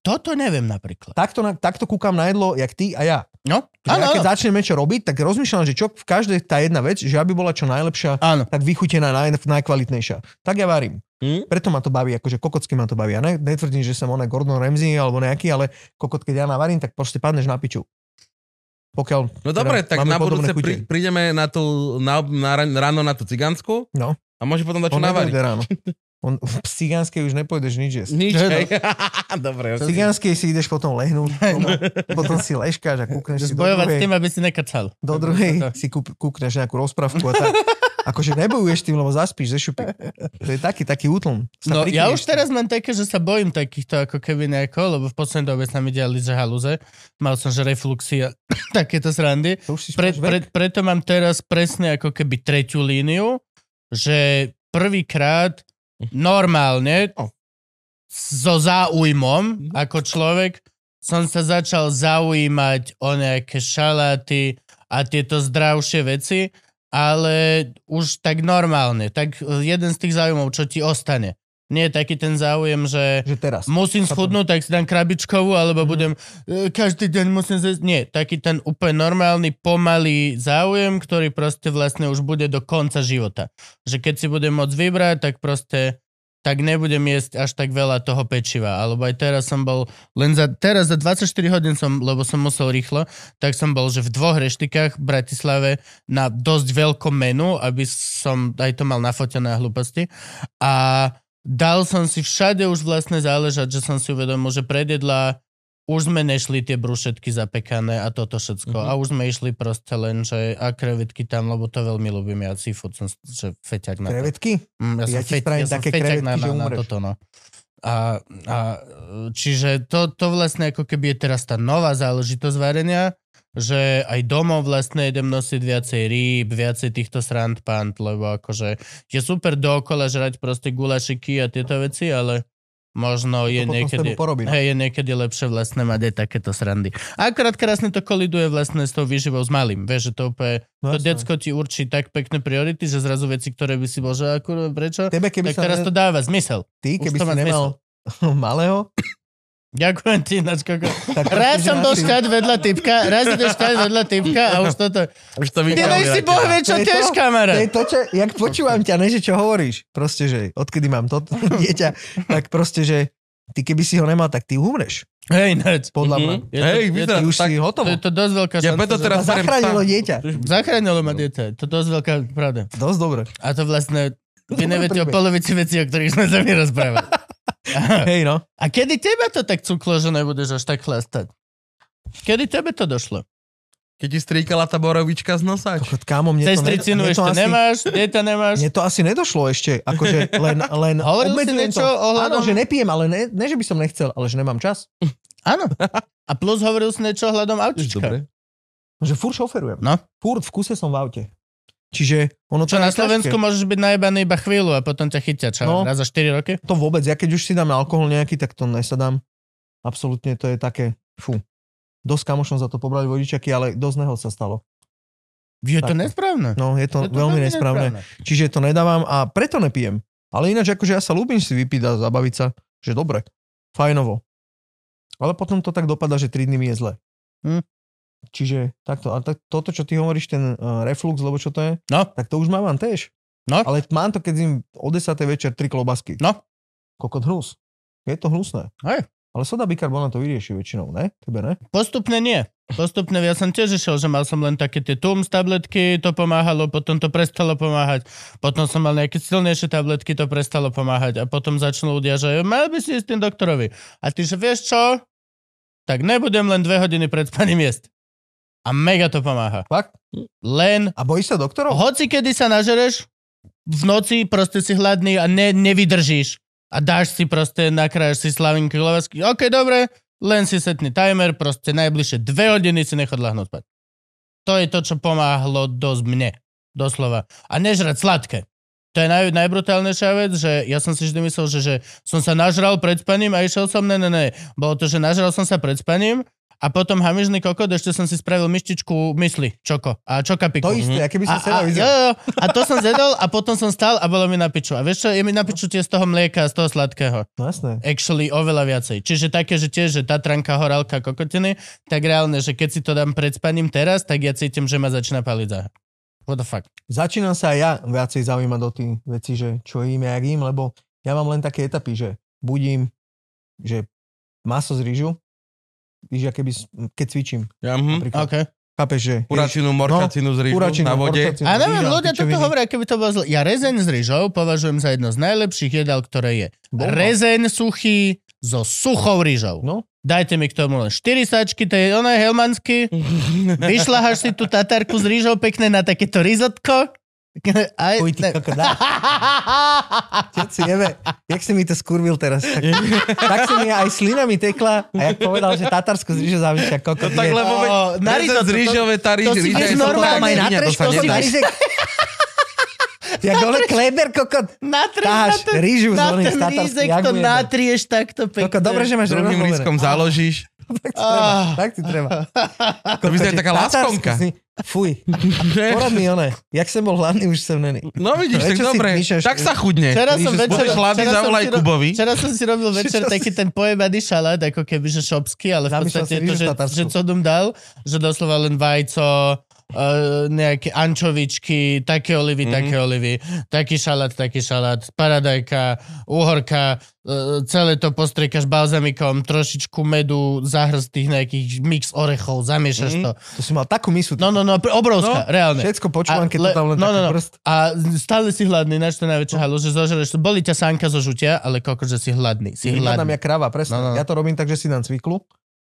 S2: Toto neviem napríklad.
S3: Takto, na, takto kúkam na jedlo, jak ty a ja.
S2: No,
S3: Že
S2: áno,
S3: ja keď
S2: áno.
S3: začnem niečo robiť, tak rozmýšľam, že čo v každej tá jedna vec, že aby bola čo najlepšia,
S2: Áno.
S3: tak vychutená, naj, najkvalitnejšia. Tak ja varím.
S1: Hm?
S3: Preto ma to baví, akože kokocky ma to baví. Ja ne, netvrdím, že som ona Gordon Ramsay alebo nejaký, ale kokot, keď ja navarím, tak proste padneš na piču. Pokiaľ...
S1: No dobre,
S3: teda
S1: tak na
S3: máme podobné
S1: budúce pri,
S3: chute.
S1: prídeme na tú, na, na, ra- ráno na tú cigánsku.
S3: No.
S1: A môže potom dať čo
S3: On
S1: navariť.
S3: nepôjde ráno. On, v cigánskej už nepôjdeš nič jesť.
S2: Hm.
S1: Nič,
S3: Že?
S1: hej. dobre,
S3: V
S1: ok.
S3: cigánskej si ideš potom lehnúť,
S2: No.
S3: potom si leškáš a kúkneš si do
S2: Bojovať s
S3: druhej,
S2: tým, aby si nekacal.
S3: do druhej si kúp, kúkneš nejakú rozprávku a tak. Akože nebojuješ tým, lebo zaspíš ze šupy. To je taký, taký útlm. Sa
S2: No, ja
S3: prikryješ
S2: už teraz mám také, že sa bojím takýchto ako keby nejako, lebo v poslednej dobe sa mi diali že halúze. Mal som, že refluxy a takéto srandy.
S3: tým. To už si
S2: Pre,
S3: spôjš
S2: pre,
S3: vek.
S2: preto mám teraz presne ako keby tretiu líniu, že prvýkrát normálne
S1: O.
S2: so záujmom
S3: Mhm.
S2: ako človek som sa začal zaujímať o nejaké šaláty a tieto zdravšie veci, ale už tak normálne. Tak e, jeden z tých záujmov, čo ti ostane. Nie je taký ten záujem, že
S3: Že teraz.
S2: Musím
S3: Chápem. Mhm.
S2: schudnúť, tak si dám krabičkovú, alebo budem e, každý deň musím zjesť. Nie, taký ten úplne normálny, pomalý záujem, ktorý proste vlastne už bude do konca života. Že keď si budem môcť vybrať, tak proste tak nebudem jesť až tak veľa toho pečiva. Alebo aj teraz som bol, len za, teraz za 24 hodín som, lebo som musel rýchlo, tak som bol, že v dvoch reštikách v Bratislave na dosť veľkom menu, aby som aj to mal nafotené a hlúposti. A dal som si všade už vlastne záležať, že som si uvedomil, že pred jedlá už sme nešli tie brušetky zapekané a toto všetko.
S1: Mhm.
S2: A už sme išli proste len, že a krevetky tam, lebo to veľmi ľúbim. Ja seafood som že feťak na to.
S3: Krevetky?
S2: Mm, ja, som
S3: Ja ti
S2: feť,
S3: spravím
S2: ja som
S3: také
S2: feťak
S3: krevetky,
S2: na,
S3: že
S2: na, na
S3: umreš.
S2: toto, no. A, a, e, čiže to, to vlastne ako keby je teraz tá nová záležitosť varenia, že aj domov vlastne idem nosiť viacej rýb, viacej týchto srand pant, lebo akože je super dookola žrať proste gulašiky a tieto veci, ale možno je
S3: potom s
S2: niekedy...
S3: tebou porobí, no.
S2: Hej, je niekedy lepšie vlastne mať aj takéto srandy. Akorát krásne to koliduje vlastne s tou výživou s malým. Vieš, že to úplne
S3: No
S2: to
S3: jasné.
S2: decko ti určí tak pekné priority, že zrazu veci, ktoré by si bol, že akurát prečo,
S3: Tebe, keby
S2: tak
S3: sa
S2: teraz
S3: ne-
S2: to dáva zmysel.
S3: ty,
S2: už
S3: keby
S2: to
S3: si
S2: má
S3: nemal malého,
S2: Ďakujem ti, ináč koko.
S3: tak
S2: Raz som bol
S3: pretože na
S2: štát vedľa typka, raz ideš štát vedľa typka a už toto...
S1: Už to
S2: Ty nech si
S1: vykalujete.
S2: boh vie, čo
S3: To je
S2: tiež,
S3: to? To je
S2: kamarát.
S3: to, čo, jak počúvam ťa, ne, že čo hovoríš. Proste, že odkedy mám toto dieťa, tak proste, že ty keby si ho nemal, tak ty umreš.
S2: Hej, ináč.
S3: Podľa mňa.
S2: Je to-
S1: Hej,
S2: je to-
S1: vyzerá
S3: Ty už
S1: tak.
S3: si
S2: To
S3: hotovo.
S2: je Mhm. to dosť veľká
S1: Ja preto
S2: že-
S1: teraz
S3: A zachránilo dieťa.
S2: Zachránilo ma dieťa, to dosť veľká pravda.
S3: Dosť dobre.
S2: A to vlastne, vy neviete o
S3: príbeh.
S2: polovici veci, o ktorých sme sa mi rozprávali.
S3: Hej, no.
S2: A kedy teba to tak cuklo, že nebudeš až tak chlastať? Kedy tebe to došlo?
S1: Keď ti stríkala tá borovička z nosač.
S3: Kokot, kámo, mne to, ne,
S2: Sestricinu
S3: mne to
S2: ešte
S3: asi,
S2: nemáš, dieťa nemáš.
S3: Mne to asi nedošlo ešte, akože len, len
S2: Hovoril si
S3: obmedzujem
S2: niečo
S3: to.
S2: ohľadom-
S3: Áno, že nepijem, ale ne, ne, že by som nechcel, ale že nemám čas.
S2: Áno. A plus hovoril si niečo hľadom autička.
S1: Dobre.
S3: Že furt šoferujem.
S2: No.
S3: Furt v kuse som v aute. Čiže ono to
S2: Čo
S3: je
S2: na
S3: ťažké.
S2: Slovensku môžeš byť najebaný iba chvíľu a potom ťa chytia čo,
S3: No.
S2: raz za 4 roky?
S3: To vôbec, ja keď už si dám alkohol nejaký, tak to nesadám. Absolutne to je také, fú. Dosť kamošom za to pobrali vodičaky, ale dosť neho sa stalo.
S2: Je to
S3: Tak.
S2: nesprávne.
S3: No, je to,
S2: Je to
S3: veľmi nesprávne. Čiže to nedávam a preto nepijem. Ale ináč, akože ja sa ľúbim si vypiť a zabaviť sa, že dobre, fajnovo. Ale potom to tak dopadá, že 3 dny mi je zle.
S2: Hm.
S3: Čiže takto. A tak, toto, čo ty hovoríš, ten uh, reflux, lebo čo to je,
S2: No.
S3: tak to už mám tiež.
S2: No.
S3: Ale mám to, keď im o 10. večer 3 klobasky.
S2: No.
S3: Kokot hnus. Je to hnusné.
S2: Hej.
S3: Ale soda bikarbona to vyrieši väčšinou, ne? Tebe ne?
S2: Postupne nie. Postupne ja som tiež išiel, že mal som len také tie tums tabletky, to pomáhalo, potom to prestalo pomáhať. Potom som mal nejaké silnejšie tabletky, to prestalo pomáhať. A potom začnú ľudia, že mal by si ísť tým doktorovi. A ty, že vieš čo? Tak nebudem len dve hodiny pred spaním jesť. A mega to pomáha.
S3: Fakt?
S2: Len
S3: A bojíš sa doktorov?
S2: Hoci kedy sa nažereš, v noci proste si hladný a ne, nevydržíš a dáš si proste, nakrájaš si slavinky hlavasky, ok, dobre, len si setni timer, proste najbližšie dve hodiny si nechod lahnúť spať. To je to, čo pomáhlo dosť mne, doslova. A nežrať sladké. To je naj, najbrutálnejšia vec, že ja som si vždy myslel, že, že som sa nažral pred spaním a išiel som, ne, ne, ne. Bolo to, že nažral som sa pred spaním a potom hamižný kokot, ešte som si spravil myštičku mysli, čoko a čokapiku.
S3: To isté, aké by som
S2: mhm.
S3: sa
S2: A, jo, jo, a to som zjedol a potom som stal a bolo mi na piču. A vieš čo, je mi na piču tie z toho mlieka, z toho sladkého.
S3: No jasné.
S2: Actually oveľa viacej. Čiže také, že tiež, že Tatranka, Horálka, kokotiny, tak reálne, že keď si to dám pred spaním teraz, tak ja cítim, že ma začína paliť záha. What the fuck?
S3: začínam sa aj ja viacej zaujímať o tých veci, že čo im, jak im, lebo ja mám len také etapy, že budím, že maso z rýžu, víš, aké by, s- keď cvičím,
S1: Ja, mhm.
S3: napríklad.
S2: OK.
S3: Chápeš, že...
S1: Kuračinu, morčacinu z rýžu
S3: Kuračinu,
S1: na vode.
S3: porcacinu,
S2: A neviem,
S3: rýža,
S2: ľudia toto
S3: pičoviny.
S2: hovoria, keby to bolo zle. Ja rezeň s rýžou považujem za jedno z najlepších jedál, ktoré je.
S3: Bomba.
S2: Rezeň suchý so suchou rýžou.
S3: No.
S2: Dajte mi k tomu len 4 sačky, to je ono je helmansky. Vyšľaháš si tú tatarku s rýžou pekne na takéto rizotko. Aj,
S3: Uj, ty
S2: ne-
S3: kokrdá. Čo si jebe? Jak si mi to skurvil teraz? Tak, tak si mi aj slina mi tekla a jak povedal, že Tatarsko z rýže zavíša kokot.
S1: To tak,
S3: je.
S1: lebo
S2: O,
S1: veď
S2: na
S1: rezeň
S2: risotto,
S1: z
S2: to-
S1: rýžové, tá rýža,
S2: to si
S1: rýža
S2: ideš
S1: je som
S2: normálne
S1: tam aj na
S2: na
S1: to sa
S2: treško, si
S1: nedá.
S2: dáš-
S3: Tarizek. Ja dole kleber kokot.
S2: Natrieš
S3: Táhaš
S2: na ten,
S3: rýžu z
S2: na
S3: oných
S2: ten
S3: tatarských
S2: rízek, to
S3: jagmiek.
S2: natrieš takto pekne.
S3: Kokot, dobre, že máš
S1: Druhým
S3: rozhovorené.
S1: riskom založíš.
S3: Tak ti
S2: Ah.
S3: treba. Tak ti treba.
S1: To by si aj taká láskomka.
S3: Fuj. Poradný one. Jak som bol hladný, už som není.
S1: No vidíš, tak
S3: Prečo si
S1: dobre,
S3: píšeš-
S1: tak sa chudne.
S2: Včera som,
S1: Budeš
S2: večer,
S1: hladný,
S2: včera, som
S1: zavolaj
S2: si ro-
S1: Kubovi.
S2: včera som si robil večer
S3: Čo
S2: taký ten pojebaný šalát, ako keby, že šopský, ale v
S3: Zamýšľal
S2: podstate
S3: si
S2: je to,
S3: rýžu
S2: že,
S3: v Tatarsku.
S2: že co dom dal, že doslova len vajco, Uh, nejaké ančovičky, také olivy, mm-hmm. také olivy, taký šalát, taký šalát, paradajka, uhorka, uh, celé to postriekaš balzamikom, trošičku medu, zahrz tých nejakých mix orechov, zamiešaš mm-hmm. to.
S3: To si mal takú misu.
S2: No, no, no, pr- obrovská, no, reálne.
S3: Všetko počúvam,
S2: A
S3: keď to
S2: le-
S3: tam len
S2: no,
S3: taký
S2: no, no.
S3: prst.
S2: A stále si hladný, ináč to je najväčšia halu, že zožereš, boli ťa sánka zo žutia, ale koko, že si hladný, si
S3: Vypadám
S2: hladný.
S3: jak krava,
S2: No,
S3: presne.
S2: no, no.
S3: Ja to robím tak, že si dám cviklu.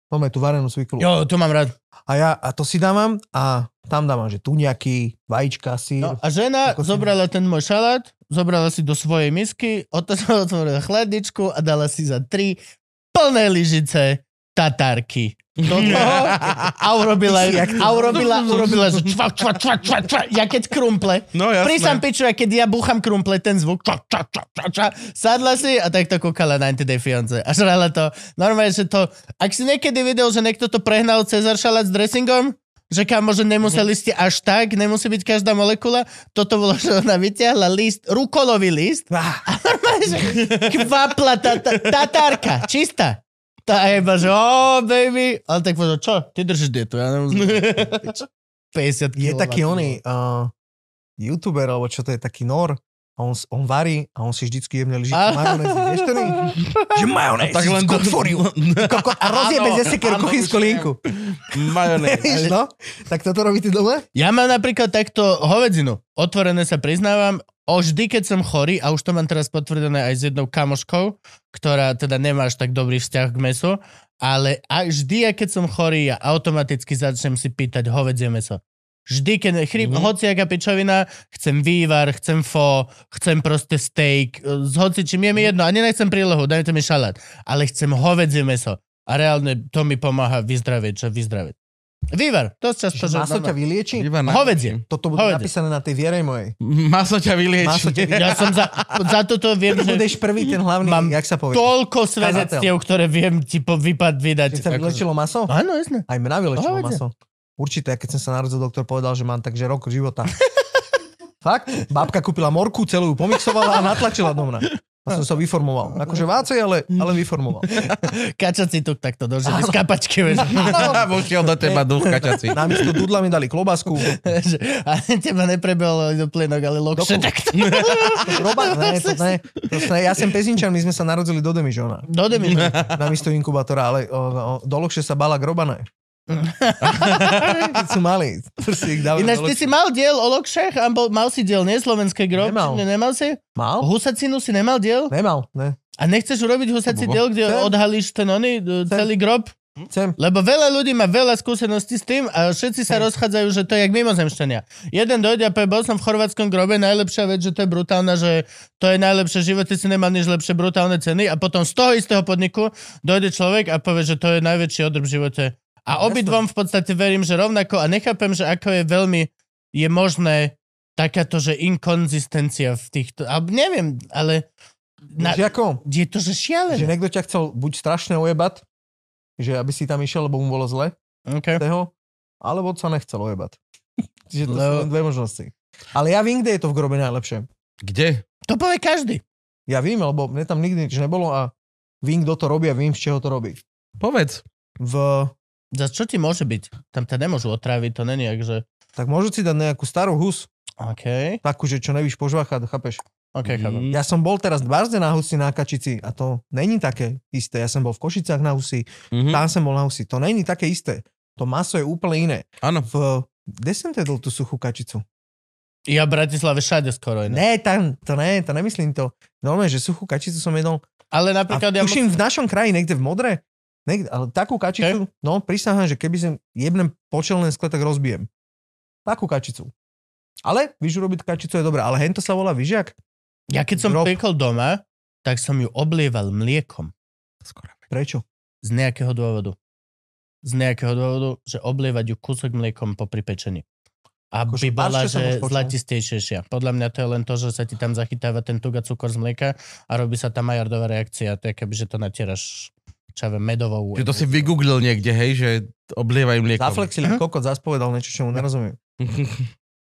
S3: Máme tu varenú cviklu.
S2: Jo, to mám rád.
S3: A ja a to si dávam a tam dávam, že tuňaky, vajíčka, sír.
S2: No, a žena
S3: Ako si-
S2: zobrala ten môj šalát, zobrala si do svojej misky, otvorila otvorila chladničku a dala si za tri plné lyžice tatárky. Do toho a urobila,
S3: Ty si jak to-
S2: a urobila, urobila, že čva, čva, čva, čva, čva, ja keď krumple.
S1: No
S2: Prísam
S1: jasné.
S2: piču, a keď ja búcham krumple, ten zvuk, ča, ča, ča, ča, ča, sadla si a takto kúkala 90 Day Fiance a žrala to. Normálne, že to, ak si niekedy videl, že niekto to prehnal Cezar šalát s dressingom, že kamo, že nemuseli ste až tak, nemusí byť každá molekula, toto bolo, že ona vyťahla list, rukolový list
S3: Ah,
S2: a normálne, že kvapla tá, tá, tatárka, čistá. Tá a iba, že oh, baby, ale tak povedal, čo, ty držíš dietu, ja nemusím. 50
S3: je
S2: kg.
S3: taký oný uh, youtuber, alebo čo to je, taký nor. A on, s- on varí a on si vždycky jemne leží
S2: A-
S3: majonézy. Vieš to nie? Že majonézy.
S1: Tak len
S3: good for you. Kokot, a rozjebe
S1: Áno,
S3: ze sekeru
S1: áno,
S3: kuchynskú
S1: už viem.
S3: linku. Vieš,
S1: Majonéz.
S3: no? Tak toto robíte doma?
S2: Ja mám napríklad takto hovedzinu. Otvorené sa priznávam, už vždy, keď som chorý, a už to mám teraz potvrdené aj s jednou kamoškou, ktorá teda nemáš tak dobrý vzťah k mesu, ale aj vždy, ja keď som chorý, ja automaticky začnem si pýtať hovedzie meso. Vždy, keď chryb, mm-hmm. hociaká pičovina, chcem vývar, chcem fo, chcem proste steak, e, s hocičím, je mi jedno, ani nechcem prílohu, dajte mi šalát, ale chcem hovedzie meso. A reálne to mi pomáha vyzdravieť, čo vyzdravieť. Vývar, dosť často, že...
S3: Maso ťa vylieči?
S1: Iba na-
S2: Hovedzie.
S3: Toto bude
S2: Hovede.
S3: napísané na tej viere mojej.
S1: Maso ťa
S3: Maso
S1: vylieči.
S3: ťa vylieči.
S2: Ja som za, za toto viem,
S3: Ty
S2: že
S3: budeš prvý ten hlavný,
S2: Mám
S3: jak sa povie.
S2: toľko svedectiev, ktoré viem ti po, vypad vydať.
S3: Keď sa
S2: Akože-
S3: vylečilo maso?
S2: Áno, jasné.
S3: Aj mňa vylečilo
S2: Hovede.
S3: maso. Určite, keď som sa narodil, doktor povedal, že mám takže rok života. Fakt? Babka kúpila morku, celú ju pomixovala a natlačila do mňa. A som sa vyformoval. Akože vácej, ale, ale vyformoval.
S2: Kačací tuk takto do ženy z kapačky. Vieš.
S3: No.
S1: Vošiel do teba duch kačací.
S3: Namiesto dudla mi dali klobásku.
S2: Že- A teba neprebehol do plienok, ale lokše
S3: Doku-
S2: takto.
S3: Roba, ne, to ne, to ne. Ja som pezinčan, my sme sa narodili do Demižona.
S2: No, Do demi.
S3: No. Namiesto inkubátora, ale o, o, do Lokše sa bala grobané. Keď sú mali. Proste ich dávali
S2: Ináč,
S3: do
S2: ty
S3: Lokše.
S2: si mal diel o lokšách, a bol, mal si diel, nie? Slovenskej grob?
S3: Nemal. No.
S2: Ne, nemal si?
S3: Mal?
S2: Hm? Husacinu si nemal diel?
S3: Nemal, ne.
S2: A nechceš urobiť husací
S1: Bubo.
S2: diel, kde
S3: Chcem.
S2: odhalíš ten oný, e, celý grob?
S3: Chcem.
S2: Lebo veľa ľudí má veľa skúseností s tým a všetci sa rozchádzajú, že to je jak mimozemšťania. Jeden dojde a povie, bol som v chorvátskom grobe, najlepšia vec, že to je brutálna, že to je najlepšie život, ty si nemal nič lepšie brutálne ceny a potom z toho istého podniku dojde človek a povie, že to je najväčší odrb v živote. A obidvom v podstate verím, že rovnako a nechápem, že ako je veľmi je možné takáto, že inkonzistencia v týchto, a neviem, ale na,
S3: Vieš ako?
S2: je to, že
S3: Že
S2: šialené.
S3: niekto ťa chcel buď strašne ojebať, že aby si tam išiel, lebo mu bolo zle,
S2: Okay.
S3: teho, alebo sa nechcel ojebať. Čiže to sú
S2: No.
S3: len dve možnosti. Ale ja vím, kde je to v grobe najlepšie.
S1: Kde?
S2: To povie každý.
S3: Ja vím, lebo mne tam nikdy nič nebolo a vím, kto to robí a vím, z čoho to robí.
S1: Povedz.
S3: V...
S2: Za čo ti môže byť? Tam ťa nemôžu otráviť, to není ak, že...
S3: Tak môžu si dať nejakú starú hus,
S2: OK,
S3: takú, že čo nevíš požvachať, chápeš?
S2: OK, chápem.
S1: Mm.
S3: Ja som bol teraz v Barzde na husi na Kačici a to není také isté. Ja som bol v Košicách na husi,
S1: Mhm.
S3: tam som bol na husi. To není také isté. To maso je úplne iné.
S1: Áno.
S3: V... Kde som jedol tú suchú kačicu?
S2: Ja v Bratislave všade skoro iné.
S3: Ne, tam, to ne, to nemyslím to. Normálne, že suchú kačicu som jedol.
S2: Ale
S3: A
S2: napríklad ja... mo-
S3: tuším v našom kraji, niekde v Modre, niekde, ale takú kačicu, no prisahám, že keby som jebnem počelné skle, tak rozbijem. Takú kačicu. Ale vyžu robiť kačicu je dobré, ale hento sa volá vyžiak.
S2: Ja keď som
S3: Drob.
S2: piekol doma, tak som ju oblieval mliekom.
S3: Prečo?
S2: Z nejakého dôvodu. Z nejakého dôvodu, že oblievať ju kúsok mliekom po pripečení. Aby
S3: Akože
S2: bola,
S3: až čo som
S2: že
S3: už počul.
S2: zlatistejšia. Podľa mňa to je len to, že sa ti tam zachytáva ten tuga cukor z mlieka a robí sa tá majardová reakcia. To je keby, že to natieraš čo ja viem, medovou.
S1: Že to si vygooglil niekde, hej, že oblievajú mliekom.
S3: Zaflexil, kokot zaspovedal niečo, čo mu nerozumiem.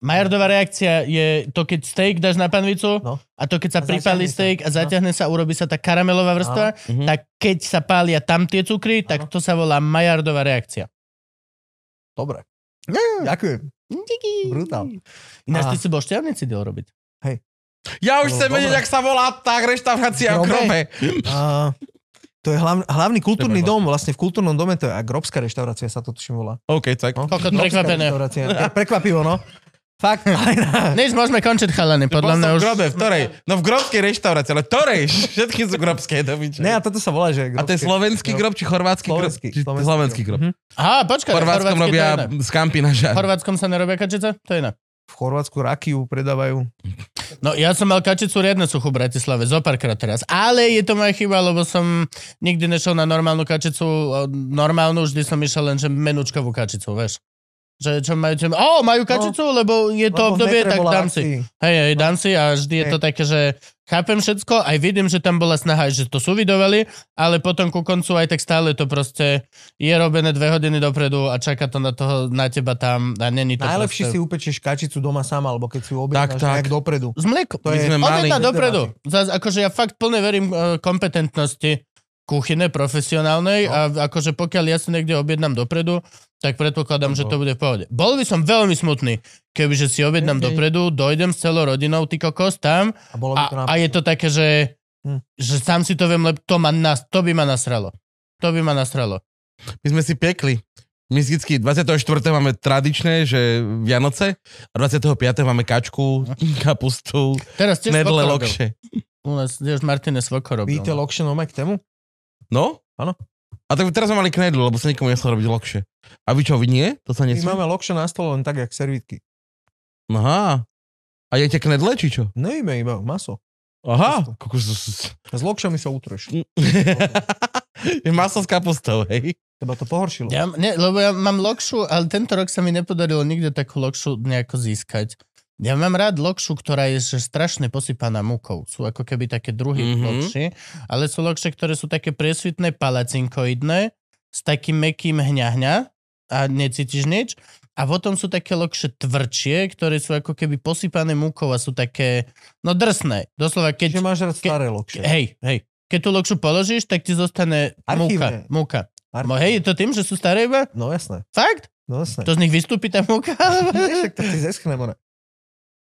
S2: Majardová reakcia je to, keď steak dáš na panvicu no.
S3: No.
S2: a to, keď sa
S3: A
S2: pripáli
S3: zaťahne sa.
S2: steak a
S3: No. Hm.
S2: zaťahne sa, urobí sa tá karamelová vrstva,
S1: Mhm.
S2: tak keď sa pália tam tie cukry, tak
S3: Áno.
S2: to sa volá Majardová reakcia.
S3: Dobre. Ďakujem. Brutál.
S2: Ináč
S3: A-
S2: ty si bol šťavnici deal robiť.
S1: Ja už
S3: No,
S1: chcem
S3: dobre.
S1: vedieť, ak sa volá tá reštaurácia v
S3: Grobe?
S1: Krobe.
S3: A, to je hlavný, hlavný kultúrny
S1: Neboj,
S3: dom, vlastne v kultúrnom dome to je agrobská reštaurácia, sa to tuším volá.
S1: OK, tak.
S3: No? no.
S2: Kokot,
S3: Grobská
S2: prekvapené.
S3: reštaurácia. Pre- Prekvapivo, no. Fakt, aj na...
S2: Nič, môžeme končiť chalany, podľa
S1: Bol
S2: mňa
S1: som
S2: už...
S1: v Grobe, v ktorej? No v grobskej reštaurácii, ale ktorej? Všetky sú grobské, dobiče.
S3: Ne, a toto sa volá, že...
S1: A to je
S3: grobské-
S1: slovenský grob, či chorvátsky grob?
S3: Slovenský,
S1: Či-
S3: slovenský
S1: Slovenský grob.
S2: Aha, počkaj,
S1: V Chorvátskom
S2: chorvátsky to je
S1: robia
S2: iné.
S1: skampi na
S2: V
S1: žar.
S2: Chorvátskom sa nerobia kačice? To je iné.
S3: V Chorvátsku rakiu predávajú.
S2: No ja som mal kačicu riadne suchu v Bratislave, zo párkrát teraz. Ale je to moja chyba, lebo som nikdy nešiel na normálnu kačicu, e, normálnu, vždy som išiel len, že menúčkovú kačicu, vieš. Že čo majú tie... Ó, majú kačicu, no, lebo je to
S3: Lebo v
S2: obdobie,
S3: metre
S2: tak
S3: bola
S2: dám si.
S3: akcia.
S2: Hej, hej, dám si a vždy je
S3: Hej.
S2: to také, že chápem všetko, aj vidím, že tam bola snaha, že to súvidovali, ale potom ku koncu aj tak stále to proste je robené dve hodiny dopredu a čaká to na, toho, na teba tam a není to
S3: Najlepšie si
S2: proste...
S3: upečieš kačicu doma sama, alebo keď si ju objednáš
S1: Tak, tak.
S3: nejak dopredu.
S2: S mliekom.
S3: To
S1: My
S3: je...
S1: sme mali...
S2: Odvedná
S3: bez
S2: dopredu.
S3: debaty.
S2: Zas, akože ja fakt plne verím e, kompetentnosti kuchyne profesionálnej
S3: No.
S2: a v- akože pokiaľ ja si niekde objednám dopredu, tak predpokladám,
S1: No.
S2: že to bude v pohode. Bol by som veľmi smutný, kebyže si objednám
S3: Hej, hej.
S2: dopredu, dojdem s celou rodinou, ty kokos tam
S3: A bolo by to
S2: a,
S3: na...
S2: a je to také, že,
S3: Hm.
S2: že sám si to viem, lebo to, ma nas, to by ma nasralo. To by ma nasralo.
S1: My sme si piekli. My vždycky 24. máme tradičné, že Vianoce, a 25. máme kačku, kapustu,
S2: Teraz tiež
S1: knedle,
S2: Svoko robil.
S1: lokše.
S2: U nás tiež Martine Svoko robil.
S3: Víte
S2: no.
S3: lokšenom aj k tému?
S1: No?
S3: Áno.
S1: A tak teraz sme mali knedlu, lebo sa nikomu nechcel robiť lokše. A vy čo, vy nie? To sa
S3: My
S1: nesmie?
S3: máme lokše na stole len tak, jak servítky.
S1: Aha. A jete knedle, či čo?
S3: Nejme iba maso.
S1: Aha.
S3: Kapustu.
S1: Kokos-
S3: S lokšami sa utreš.
S1: Je Maso s kapustou, hej.
S3: Teba to pohoršilo.
S2: Ja, ne, lebo ja mám lokšu, ale tento rok sa mi nepodarilo nikde takú lokšu nejako získať. Ja mám rád lokšu, ktorá je že strašne posypaná mukou. Sú ako keby také druhy
S1: Mhm.
S2: mm-hmm. lokši, ale sú lokše, ktoré sú také priesvitné palacinkoidné s takým mekým hňahňa a necítiš nič. A potom sú také lokše tvrdšie, ktoré sú ako keby posypané múkou a sú také, no drsné. Doslova,
S3: Že
S2: keď...
S3: máš rád staré lokše.
S2: Hej, hej. Keď tú lokšu položíš, tak ti zostane múka.
S3: Archívne.
S2: múka.
S3: Archívne.
S2: No hej, je to tým, že sú staré iba?
S3: No jasné,
S2: Fakt?
S3: no jasné.
S2: To z nich vystúpi tá múka? alebo-
S3: Však to si zeschne, more.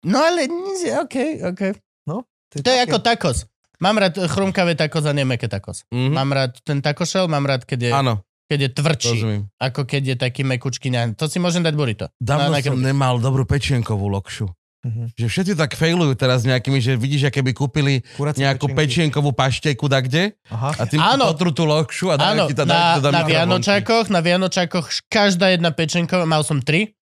S2: No ale, nie- OK, OK. To je
S3: také-
S2: ako takos. Mám rád chrumkavé takos a nemeké takos.
S1: Mhm.
S2: Mám rád ten takošel, mám rád, keď je,
S1: Áno,
S2: keď je tvrdší,
S1: rozumiem.
S2: ako keď je taký mekučký. ne- To si môžem dať burrito.
S1: Dávno
S2: Na- na
S1: som
S2: krk.
S1: nemal dobrú pečienkovú lokšu.
S3: Mhm.
S1: Že všetci tak failujú teraz nejakými, že vidíš, aké by kúpili
S3: Kuracie
S1: nejakú
S3: pečienky.
S1: pečienkovú pašteku da kde
S3: Aha.
S1: a tým
S2: Áno.
S1: potrú tú lokšu a
S2: Áno,
S1: dajú ti tá
S2: na,
S1: dajú ti to do
S2: na
S1: mikrovlnky.
S2: Vianočakoch, na Vianočakoch š- každá jedna pečenková, mal som tri,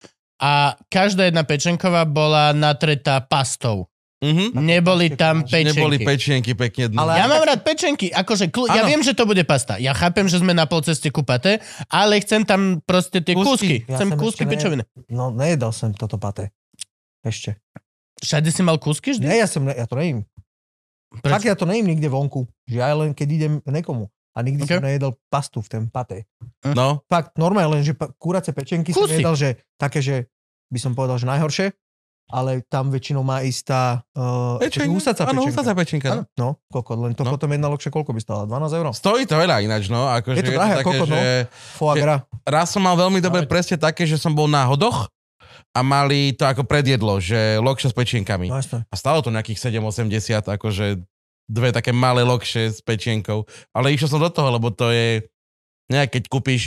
S2: a každá jedna pečenková bola natretá pastou.
S1: Mhm.
S2: Neboli tam pečenky.
S1: Neboli pečienky pekne dno.
S3: Ale-
S2: Ja mám rád pečenky, akože klu- ja
S1: Áno.
S2: viem, že to bude pasta. Ja chápem, že sme na polceste ku pate, ale chcem tam proste tie
S1: Kúsky.
S2: kúsky.
S3: Ja
S2: chcem
S3: som
S2: kúsky
S3: ešte ne-
S2: pičoviny.
S3: No nejedal som toto paté. Ešte.
S2: Všade si mal kúsky vždy?
S3: Ne, ja, som, ne, ja to nejím.
S2: Prečo?
S3: Fakt ja to nejím nikde vonku. Že aj len keď idem nekomu. A nikdy
S2: Okay.
S3: okay. som nejedol pastu v tom paté.
S1: No,
S3: Fakt, normálne len, že pa- kuracie pečenky som
S2: Kusy.
S3: jedal, že také, že by som povedal, že najhoršie, ale tam väčšinou má istá uh,
S1: pečenka.
S3: husaca
S1: Áno,
S3: pečenka.
S1: husaca pečenka. no.
S3: No, kokot, len to
S1: No.
S3: no. potom jedna lokša koľko by stála? 12 eur?
S1: Stojí to veľa ináč, no. Akože
S3: Je to drahé,
S1: také,
S3: koľko, no?
S1: že
S3: Foie
S1: Že-
S3: gras.
S1: raz som mal veľmi dobre
S3: Dávaj.
S1: presne také, že som bol na hodoch a mali to ako predjedlo, že lokša s pečienkami.
S3: No jasné.
S1: A stalo to nejakých 7,80, akože dve také malé lokše s pečienkou. Ale išiel som do toho, lebo to je, nejak keď kúpiš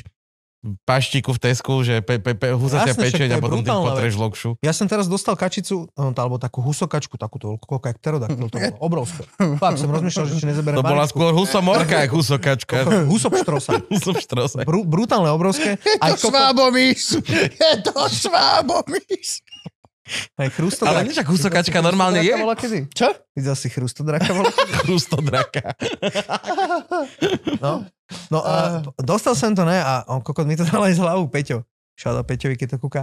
S1: paštiku v Tesku, že pe, pe, pe, husacia
S3: Jasne, však
S1: pečeň
S3: to
S1: a
S3: je
S1: potom tým
S3: brutálna
S1: potreš lokšu.
S3: Ja som teraz dostal kačicu, no, alebo takú husokačku, takúto veľkú, jak pterodaktyl, to bolo obrovské. Fakt, som rozmýšľal, že či nezoberiem
S1: To bola
S3: maličku.
S1: skôr husomorka, jak husokačka.
S3: Kokot, husopštrosa.
S1: Husom štrosek.
S3: Bru, brutálne obrovské. Aj, koko,
S2: švábomíš! Je to švábomíš!
S3: aj chrustodraka.
S1: Ale nič, ak husokačka normálne je.
S3: Bola kedy?
S2: Čo?
S3: Videl si chrustodraka? Bola
S1: Hustodraka.
S3: No, no a dostal som to, ne, a on kokot mi to dal aj z hlavu, Peťo. Šáda Peťovi, keď to kúka.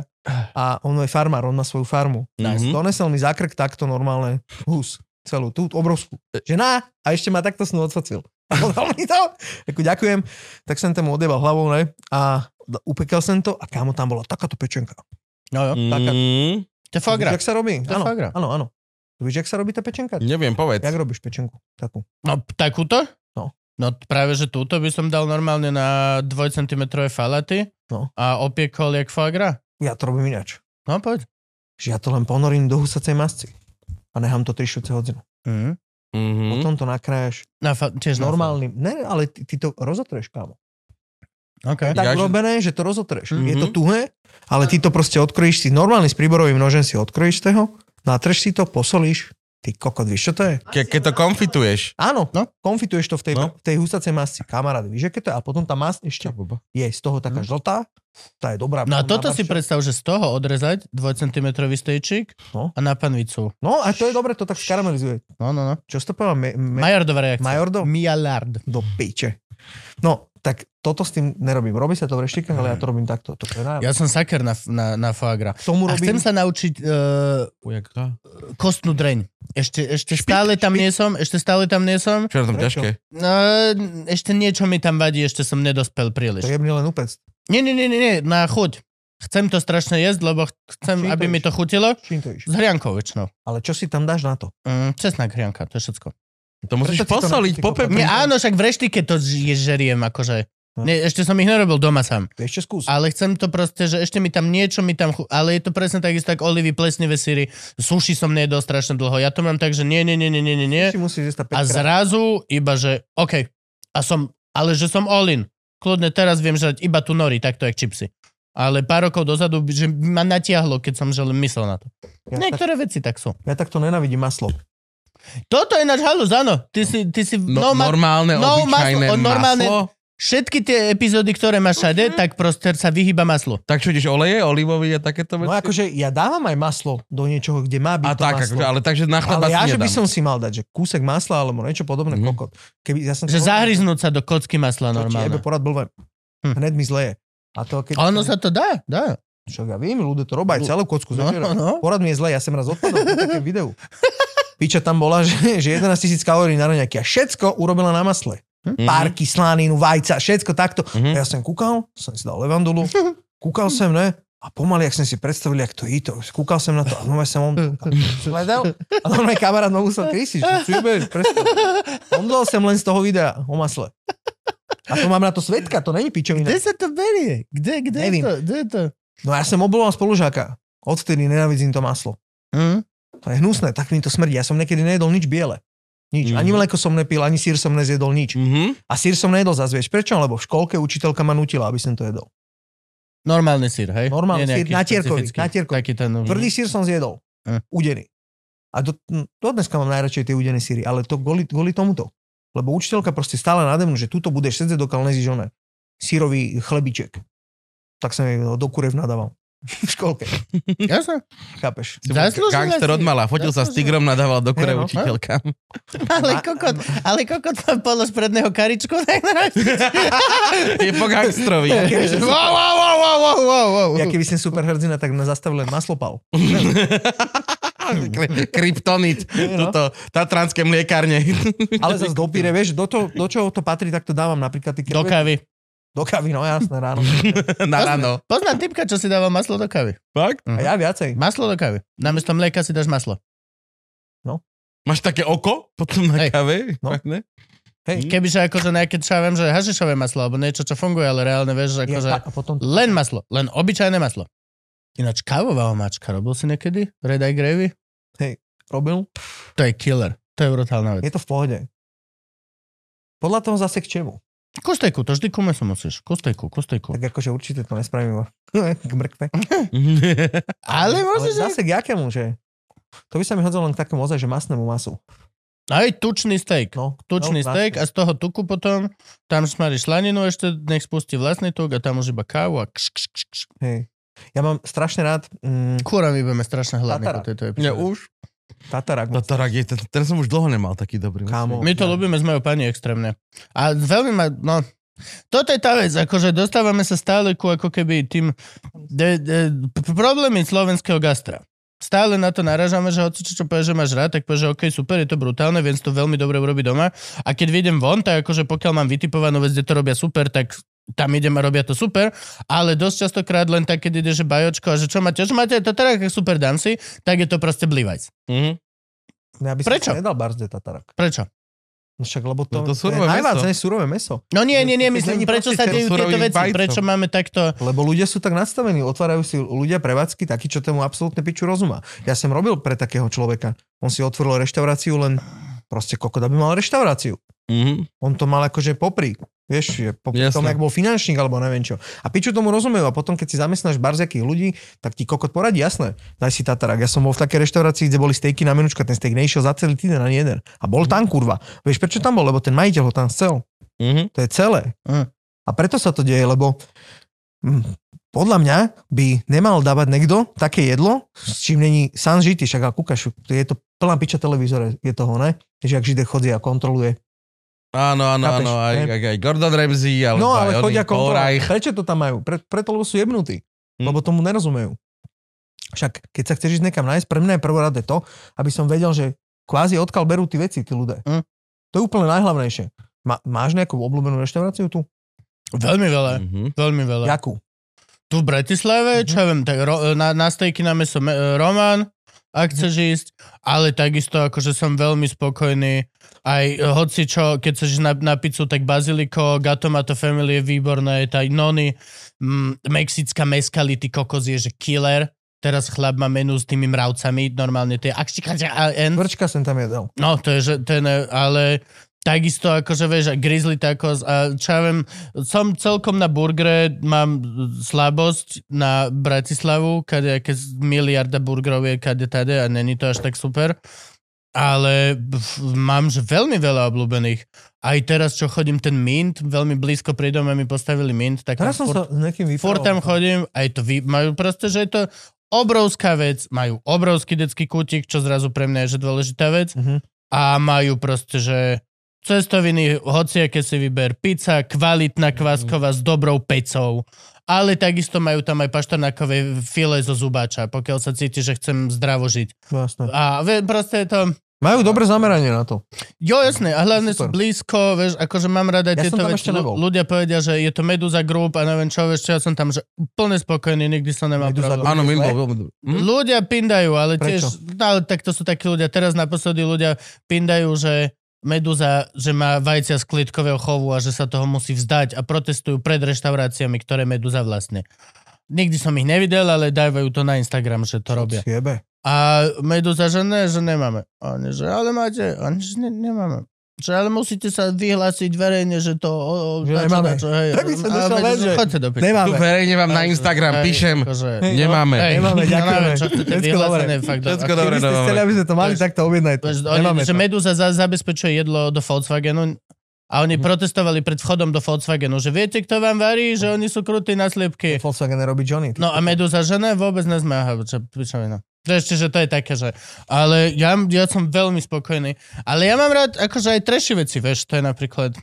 S3: A on je farmár, on má svoju farmu.
S1: Mhm.
S3: Donesel mi zakrk takto normálne hus. Celú, tú obrovskú. Že na, a ešte ma takto snu odfocil. A Podal mi to. Ako ďakujem. Tak som tomu odjebal hlavou, ne? A d- upekal som to a kámo, tam bola takáto pečenka.
S2: No jo,
S3: Taká-
S1: Mm,
S2: to je foie
S3: Víš,
S2: gras.
S3: jak sa robí?
S2: To je
S3: Áno,
S2: foie gras.
S3: áno, áno. Tu Víš, jak sa robí tá pečenka?
S1: neviem, povedz.
S3: Jak robíš pečenku? Takú.
S2: No takúto?
S3: No.
S2: No práve, že túto by som dal normálne na 2 cm falaty
S3: No.
S2: a opiekol jak foie gras.
S3: Ja to robím ináč.
S2: No poď.
S3: Že ja to len ponorím do husacej masci. A nechám to 3 šuce hodinu.
S2: Mm.
S1: Mhm.
S3: Potom to nakrájaš
S2: Na fa- tiež
S3: normálnym. Ne, ale ty, ty to rozotreš, kámo.
S2: Na fa- okay.
S1: Ja,
S3: tak
S1: že-
S3: robené, že to
S2: Mhm.
S3: rozotreš. Mm-hmm. Je to tuhé, ale ty to proste odkrojíš si normálne s príborovým nožem si odkrojíš toho, natreš si to, posolíš. Ty kokot, vieš čo to je?
S1: Ke, keď to konfituješ.
S3: Áno,
S2: No.
S3: no? konfituješ to v tej,
S1: No.
S3: no? v tej husacej masci, kamaráde, vieš, aké to je? A potom tá masť ešte je z toho taká žltá, tá je dobrá.
S2: No a
S3: potom
S2: toto si
S3: nabarčeš.
S2: predstav, že z toho odrezať 2 cm stejčík
S3: No.
S2: a na panvicu.
S3: No a to je dobre, to tak skaramelizuje.
S2: No, no, no.
S3: Čo si to povedal? Me, me,
S2: Majordová reakcia.
S3: Majordo?
S2: Mialard.
S3: do piče. No, tak toto s tým nerobím. Robí sa to v reštikách, ale ja to robím takto. To je
S2: Mm.
S3: na...
S2: Ja som saker na, na, na foie gras.
S3: Tomu
S2: A
S3: robím...
S2: chcem sa naučiť eh, kostnú dreň. Ešte, ešte stále tam nie som, ešte stále tam nie som.
S1: Čo je na tom
S3: Prečo?
S1: ťažké?
S2: No, ešte niečo mi tam vadí, ešte som nedospel
S3: To
S2: príliš.
S3: je len upec.
S2: Nie, nie, nie, nie, nie, na chuť. Chcem to strašne jesť, lebo chcem,
S3: Čím to
S2: aby mi
S3: ješ?
S2: to chutilo.
S3: Čím to iš?
S2: S hriankou väčšinou.
S3: Ale čo si tam dáš na to?
S2: Mm, česnak hrianka, to je všetko.
S1: To musíš
S3: Prečo si to
S1: posoliť,
S3: na-
S1: popepniť.
S2: Nie, áno, však v reštike to ž- je žeriem, akože.
S3: No.
S2: Nie, ešte som ich nerobil doma sám.
S3: Ešte skús.
S2: Ale chcem to proste, že ešte mi tam niečo mi tam... Chu- ale je to presne takisto, ako olivy, plesnivé síry. Suši som nejedol strašne dlho. Ja to mám tak, že nie, nie, nie, nie, nie, nie, nie.
S3: Ty si musíš jesť
S2: A zrazu iba, že OK. A som, ale že som all in. Kľudne teraz viem žrať iba tu nori, takto jak čipsy. Ale pár rokov dozadu, by- že ma natiahlo, keď som že len myslel na to.
S3: Ja, tak,
S2: Niektoré veci tak sú.
S3: ja takto nenávidím maslo.
S2: Toto je náš halus, áno. Ty si, ty si no,
S1: No,
S2: ma,
S1: normálne,
S2: no,
S1: obyčajné
S2: maslo, o, normálne-
S1: maslo.
S2: všetky tie epizódy, ktoré máš všade, tak proste sa vyhýba maslo.
S1: Tak čo ideš, oleje, olivový a takéto veci?
S3: No akože ja dávam aj maslo do niečoho, kde má byť
S1: a
S3: to
S1: tak,
S3: maslo.
S1: akože, ale takže na chleba si
S3: ale ja, že by
S1: nedám.
S3: som si mal dať, že kúsek masla alebo niečo podobné,
S1: Mhm.
S3: mm-hmm. kokot. Keby, ja som
S2: Že zahryznúť sa do kocky masla
S3: normálne.
S2: normálne.
S3: porad blbé.
S2: Hm.
S3: Hm. Hned mi zleje. A to keď...
S2: Ono sa to dá, dá.
S3: Čo ja viem, ľudia to robia, aj celú kocku.
S2: No, no,
S3: No.
S2: no.
S3: Porad mi je zle, ja som raz odpadol v takém videu. Piča tam bola, že, že 11 tisíc kalórií na raňaky a všetko urobila na masle.
S1: Mhm.
S3: Pár kysláninu, vajca, všetko takto.
S1: Mhm.
S3: A ja som kúkal, som si dal levandulu, Kúkal som, ne? A pomaly, ak som si predstavil, jak to je to. Kúkal som na to a normálne som on hľadal a normálne kamarát ma musel krysiť. Čo si jebeš, prestaň. On dal sem len z toho videa o masle. A to mám na to svetka, to není pičovina.
S2: Kde sa to berie? Kde, kde je
S3: Nevím.
S2: to? Kde je to?
S3: No a ja som oboloval spolužáka. Odvtedy nenávidím to maslo.
S2: Hm?
S3: To je hnusné, tak mi to smrdí. Ja som niekedy nejedol nič biele. Nič. Ani
S1: Mhm.
S3: mleko som nepil, ani sír som nezjedol, nič.
S1: Mhm.
S3: A sír som nejedol zase, vieš prečo? Lebo v školke učiteľka ma nutila, aby som to jedol.
S2: Normálny sír, hej? Nie
S3: Normálny sír,
S2: nejaký
S3: natierkový,
S2: špecifický.
S3: natierkový.
S2: Taký ten...
S1: Mhm.
S3: Tvrdý sír som zjedol.
S1: Eh.
S2: Hm.
S3: Udený. A do, no, do dneska mám najradšej tie udené síry, ale to kvôli, kvôli tomuto. Lebo učiteľka proste stále nade mnou, že tuto budeš sedieť, dokiaľ nezíš oné. Sírový chlebiček. Tak som jej do kurev nadával. v školke,
S2: Jasné.
S3: chápeš?
S1: Si bol
S2: Zaslúžila
S1: Gangster
S2: si.
S1: od mala, fotil sa s
S2: Zaslúžila.
S1: tigrom, nadával do kore
S3: Hej, no.
S1: učiteľkám.
S2: Ale kokot, ale kokot tam polo z predného karičku. tak na-
S1: Je po gangstrovi.
S2: wow, wow, wow, wow, wow, wow, wow.
S3: Ja keby som superhrdina, tak ma zastavil len maslopal.
S1: Kry- Kryptonit.
S3: no.
S1: Toto, tatranské mliekárne.
S3: Ale zase do píre, vieš, do, to, do čoho to patrí, tak to dávam napríklad ty
S2: Do kávy.
S3: do kávy, no jasné, ráno.
S1: Na ráno.
S2: Poznám typka, čo si dáva maslo do kávy.
S1: Fakt?
S3: A ja viacej.
S2: Maslo do kávy. Namiesto mlieka si dáš maslo.
S1: Máš také oko potom
S2: Hej.
S1: na kave?
S3: No.
S1: Fakt, ne?
S3: Hej.
S2: Keby sa akože nejaké, čo ja viem, že hašišové maslo, alebo niečo, čo funguje, ale reálne vieš, že
S3: Ja,
S2: akože...
S3: tak, a potom...
S2: Len maslo, len obyčajné maslo. Ináč kávová omáčka, robil si niekedy? Red Eye Gravy?
S3: Robil?
S2: To je killer. To je brutálna vec.
S3: Je to v pohode. Podľa toho zase k čemu?
S2: Kostejku, to vždy ku mesu musíš. Kostejku, kostejku.
S3: Tak akože určite to nespravím k mrkve.
S1: Mhm.
S2: Ale môžeš aj...
S3: zase k jakému, že... To by sa mi hodilo len k takému ozaj, že masnému masu.
S2: Aj tučný steak.
S3: No,
S2: Tučný
S3: no,
S2: steak a
S3: vlastne.
S2: z toho tuku potom, tam smaríš slaninu ešte, nech spustí vlastný tuk a tam už iba kávu a kš, kš, kš, kš.
S3: Hej. Ja mám strašne rád mm,
S2: Kúra, my budeme strašne hladní
S3: Tatara.
S2: po tejto
S1: Ja
S2: epizóde.
S1: už.
S3: tatarak.
S1: No to rak je, ten, ten som už dlho nemal taký dobrý.
S3: Kámo.
S2: My to ľúbime s mojou pani extrémne. A veľmi ma, no, toto je tá vec, akože dostávame sa stále ku ako keby tým de, de, p- problémy slovenského gastra. Stále na to naražame, že hoci čo, čo povieš, že máš rád, tak povieš, že OK, super, je to brutálne, viem si to veľmi dobre urobiť doma. A keď vyjdem von, tak akože pokiaľ mám vytipovanú vec, kde to robia super, tak tam idem a robia to super, ale dosť častokrát len tak, keď ide, že bajočko a že čo máte, že máte to teda super danci, tak je to proste blívajc.
S1: Mhm.
S3: No, ja by som
S2: Prečo?
S3: si nedal barzde tatarak.
S2: Prečo?
S3: No však, lebo to,
S1: No to surové
S3: je
S1: meso.
S3: najvádzne surové meso.
S2: No nie, nie, nie,
S3: To
S2: myslím,
S3: není
S2: prečo sa
S3: proste
S2: dejú tieto
S1: surovým
S2: veci,
S1: bajcom.
S2: prečo máme takto...
S3: Lebo ľudia sú tak nastavení, otvárajú si ľudia prevádzky takí, čo tomu absolútne piču rozuma. Ja som robil pre takého človeka. On si otvoril reštauráciu len proste kokot, aby mal reštauráciu.
S1: Mhm.
S3: On to mal akože popri. Vieš, je popri
S1: Jasné.
S3: tom, jak bol finančník alebo neviem čo. A piču tomu rozumejú. A potom, keď si zamestnáš barziakých ľudí, tak ti kokot poradí, jasné. Daj si tatarak. Ja som bol v takej reštaurácii, kde boli stejky na menučka, ten steak nešiel za celý týden ani jeden. A bol tam kurva. Vieš, prečo tam bol? Lebo ten majiteľ ho tam chcel.
S1: Mhm.
S3: To je celé.
S2: Mm.
S3: A preto sa to deje, lebo mm, podľa mňa by nemal dávať niekto také jedlo, s čím není sám žitý. Však ale kúkaš, je to plná piča televízore, je toho, ne? Že ak žide chodí a kontroluje.
S1: Áno, áno,
S3: Chápeš,
S1: áno. Aj,
S3: ne?
S1: aj, aj Gordon Ramsay, alebo
S3: no ale
S1: aj
S3: chodia
S1: oný Paul
S3: kontrolovať.
S1: Reich.
S3: Prečo to tam majú? Pre, preto, lebo sú jebnutí.
S1: Hm.
S3: Lebo tomu nerozumejú. Však keď sa chceš ísť niekam nájsť, pre mňa je prvoradé to, aby som vedel, že kvázi odkiaľ berú tí veci, tí ľudia.
S2: Hm.
S3: To je úplne najhlavnejšie. Ma, máš nejakú obľúbenú reštauráciu tu?
S2: Veľmi veľa,
S1: Mhm.
S2: veľmi veľa. Ja...
S3: Jakú?
S2: Tu v Bratislave, čo ja viem, tak ro, na, na stejky na meso me, e, Roman, ak chceš ísť, ale takisto akože som veľmi spokojný. Aj e, hoci čo, keď chceš ísť na, na pizzu, tak Baziliko, Gatomato Family je výborné, tá Noni, mm, mexická meskality kokos je, že killer. Teraz chlap má menu s tými mravcami, normálne tie akštikača a N.
S3: Vrčka som tam jedel.
S2: No, to je, že ten, je- ale takisto akože vieš, a grizzly tacos a čo ja viem, som celkom na burgere, mám slabosť na Bratislavu, kade aké z- miliarda burgerov je kade tade a není to až tak super. Ale f- mám že veľmi veľa obľúbených. Aj teraz, čo chodím, ten mint, veľmi blízko pri dome mi postavili mint. Tak
S3: Teraz som
S2: furt-
S3: sa s niekým
S2: Furt tam chodím, aj to vy, majú proste, že je to obrovská vec, majú obrovský detský kútik, čo zrazu pre mňa je že dôležitá vec
S3: Mhm.
S2: a majú proste, že cestoviny, hociaké si vyber, pizza, kvalitná
S3: Mhm.
S2: kvásková s dobrou pecou, ale takisto majú tam aj paštanákové file zo zubáča, pokiaľ sa cíti, že chcem zdravo žiť.
S3: Jasné.
S2: A ve- proste je to
S3: Majú dobré zameranie na to.
S2: Jo, jasné, a hlavne sú
S3: Super.
S2: blízko, vieš, akože mám rada
S3: Ja
S2: tieto
S3: som tam
S2: veci.
S3: ešte nebol.
S2: Lu- Ľudia povedia, že je to Meduza Group a neviem čo, vieš, čo ja som tam, že úplne spokojný, nikdy som nemal
S3: Meduza
S2: problém.
S3: Group.
S1: Áno, Mimbo, veľmi dobrý.
S2: Hm? Ľudia pindajú, ale
S3: Prečo?
S2: tiež, no, ale tak to sú takí ľudia. Teraz naposledy ľudia pindajú, že meduza, že má vajcia z klitkového chovu a že sa toho musí vzdať a protestujú pred reštauráciami, ktoré meduza vlastne. Nikdy som ich nevidel, ale dávajú to na Instagram, že to robia.
S3: Jebe.
S2: A meduza, že ne, že nemáme. A Oni, že ale máte, A oni, že ne, nemáme. Že ale musíte sa vyhlásiť verejne, že to... O, o,
S3: Že
S2: dačo,
S3: nemáme.
S2: dačo, hej.
S3: Tak by som
S2: A
S3: došiel
S2: Meduza,
S3: len, že
S2: Chodte do piči.
S1: Tu
S3: Nemáme.
S1: verejne vám na
S2: Hej,
S1: Instagram
S2: hej,
S1: píšem,
S2: akože-
S3: Hej,
S1: nemáme.
S2: Hej,
S3: Nemáme, ďakujeme.
S2: Čo chcete
S3: Všetko
S2: vyhlásené,
S3: dobre.
S2: fakt
S1: Všetko
S2: do-
S1: dobre,
S3: Keby ste
S1: dobre.
S3: chceli, aby sme to mali,
S2: To je-
S3: tak to objednajte.
S2: Vieš,
S3: Nemáme
S2: Oni, že
S3: to.
S2: Meduza za, zabezpečuje jedlo do Volkswagenu a oni protestovali pred vchodom do Volkswagenu, že viete, kto vám varí, že oni sú krutí na slepky.
S3: Volkswagen robí Johnny. ty.
S2: No a Meduza, že ne, vôbec nezmáha, čo pičovina. To Ešte, že to je také, že... Ale ja, ja som veľmi spokojný. Ale ja mám rád akože aj trešie veci, vieš, to je napríklad...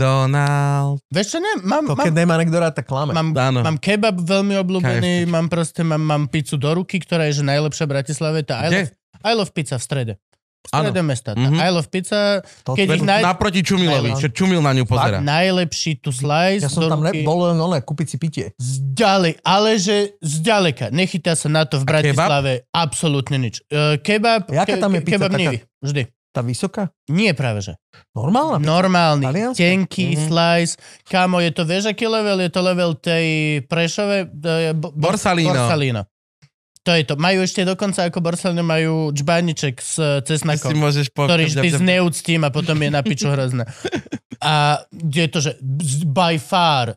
S1: McDonald.
S2: Vieš čo, ne, mám,
S3: To,
S2: mám,
S3: keď nemá niekto rád, tak klame.
S2: mám,
S1: Áno.
S2: mám kebab veľmi obľúbený,
S1: KFC.
S2: mám proste, mám, mám pizzu do ruky, ktorá je že najlepšia v Bratislave, tá I
S1: Kde?
S2: love, I love pizza v strede. V
S1: Áno.
S2: strede mesta. Tá
S1: Mhm.
S2: I love pizza,
S3: To-
S2: keď ich no. naj...
S1: Naproti Čumilovi, čo Čumil na ňu pozera.
S2: najlepší tu slice.
S3: Ja som
S2: do
S3: tam ne,
S2: ruky.
S3: bol len oné, kúpiť si pitie.
S2: Zďalej, ale že zďaleka. Nechytá sa na to v
S1: A kebab?
S2: Bratislave absolútne nič. E, kebab,
S3: Jaká tam je pizza
S2: kebab
S3: taká?
S2: Nivy, vždy.
S3: Tá vysoká?
S2: Nie práve, že.
S3: Normálna?
S2: No, Normálny,
S3: Talianska?
S2: tenký
S3: Mhm.
S2: slice. Kámo, je to, vieš, aký level? Je to level tej Prešove? e, bo- bo-
S1: Borsalino.
S2: Borsalino. To je to. Majú ešte dokonca ako Borsalino majú džbániček s e,
S1: Ty si
S2: cesnakom,
S1: môžeš povedať.
S2: ktorý vždy zneúctím a potom je na piču hrozné. A je to, že z- by far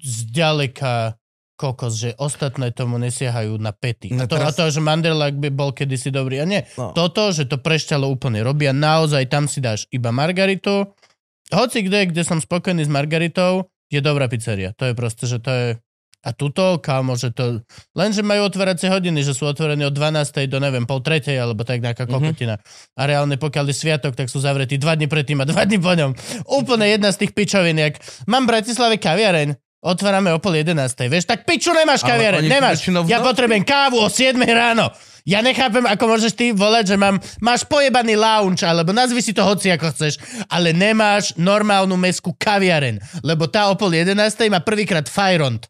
S2: zďaleka kokos, že ostatné tomu nesiahajú na pety. No,
S1: No
S2: a, to,
S1: teraz-
S2: a to, že Manderlak by bol kedysi dobrý. A nie,
S1: No.
S2: no. toto, že to prešťalo úplne robia, naozaj tam si dáš iba margaritu. Hoci kde, kde som spokojný s margaritou, je dobrá pizzeria. To je proste, že to je... A tuto, kámo, že to... Lenže majú otváracie hodiny, že sú otvorení od 12. do neviem, pol tretej, alebo tak nejaká
S1: Mhm.
S2: kokotina. A reálne, pokiaľ je sviatok, tak sú zavretí dva dni predtým a dva dni po ňom. Úplne jedna z tých pičovín, jak mám v Bratislave kaviareň, otvárame o pol jedenástej, vieš, tak piču nemáš
S1: Ale
S2: kaviareň,
S1: oni sú
S2: nemáš.
S1: väčšinou v
S2: Ja
S1: noci.
S2: potrebujem kávu o 7 ráno. Ja nechápem, ako môžeš ty volať, že mám, máš pojebaný lounge, alebo nazvi si to hoci ako chceš, ale nemáš normálnu meskú kaviareň, lebo tá o pol jedenástej má prvýkrát fajront.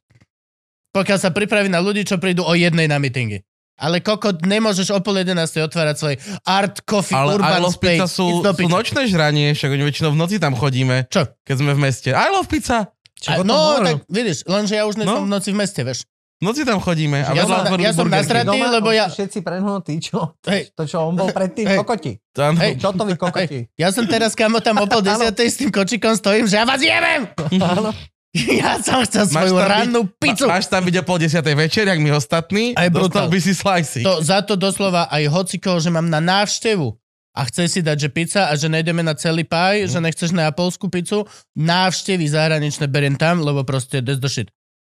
S2: Pokiaľ sa pripraví na ľudí, čo prídu o jednej na mítingy. Ale kokot, nemôžeš o pol jedenástej otvárať svoj art, coffee,
S1: Ale I
S2: urban
S1: love
S2: space.
S1: pizza sú,
S2: Ísť do
S1: sú
S2: piče.
S1: nočné žranie, však oni väčšinou v noci tam chodíme,
S2: Čo?
S1: keď sme v meste. I love pizza!
S2: A,
S3: o tom
S2: no, tak
S3: hovoril?
S2: vidíš, lenže ja už nie som
S1: No.
S2: v noci v meste, vieš.
S1: V noci tam chodíme. A
S2: Ja
S1: vedľa
S2: som-
S1: otvorili
S2: ja som
S1: Burger
S2: nasrat-
S1: King.
S2: Ty,
S3: Doma
S2: lebo
S3: sú
S2: ja-
S3: Všetci prehnutí, čo?
S2: Hej.
S3: To, čo on bol predtým,
S2: Hej.
S3: kokoti.
S1: Áno.
S2: Hej.
S3: Čo to vy kokoti?
S2: Hej, ja som teraz, kamo, tam o pol desiatej s tým kočikom stojím, že ja vás jebem!
S3: Áno.
S2: Ja som chcel svoju
S1: tam byť-
S2: rannú pizzu.
S1: Ma, máš tam byť o pol desiatej večer, jak my ostatní.
S2: Aj brutál.
S1: dostal by si slajsy.
S2: To, za to doslova aj hocikoho, že mám na návštevu a chce si dať, že pizza a že nejdeme na celý
S1: Mhm.
S2: paj, že nechceš na polskú pizzu, návštevy zahraničné beriem tam, lebo proste that's the shit.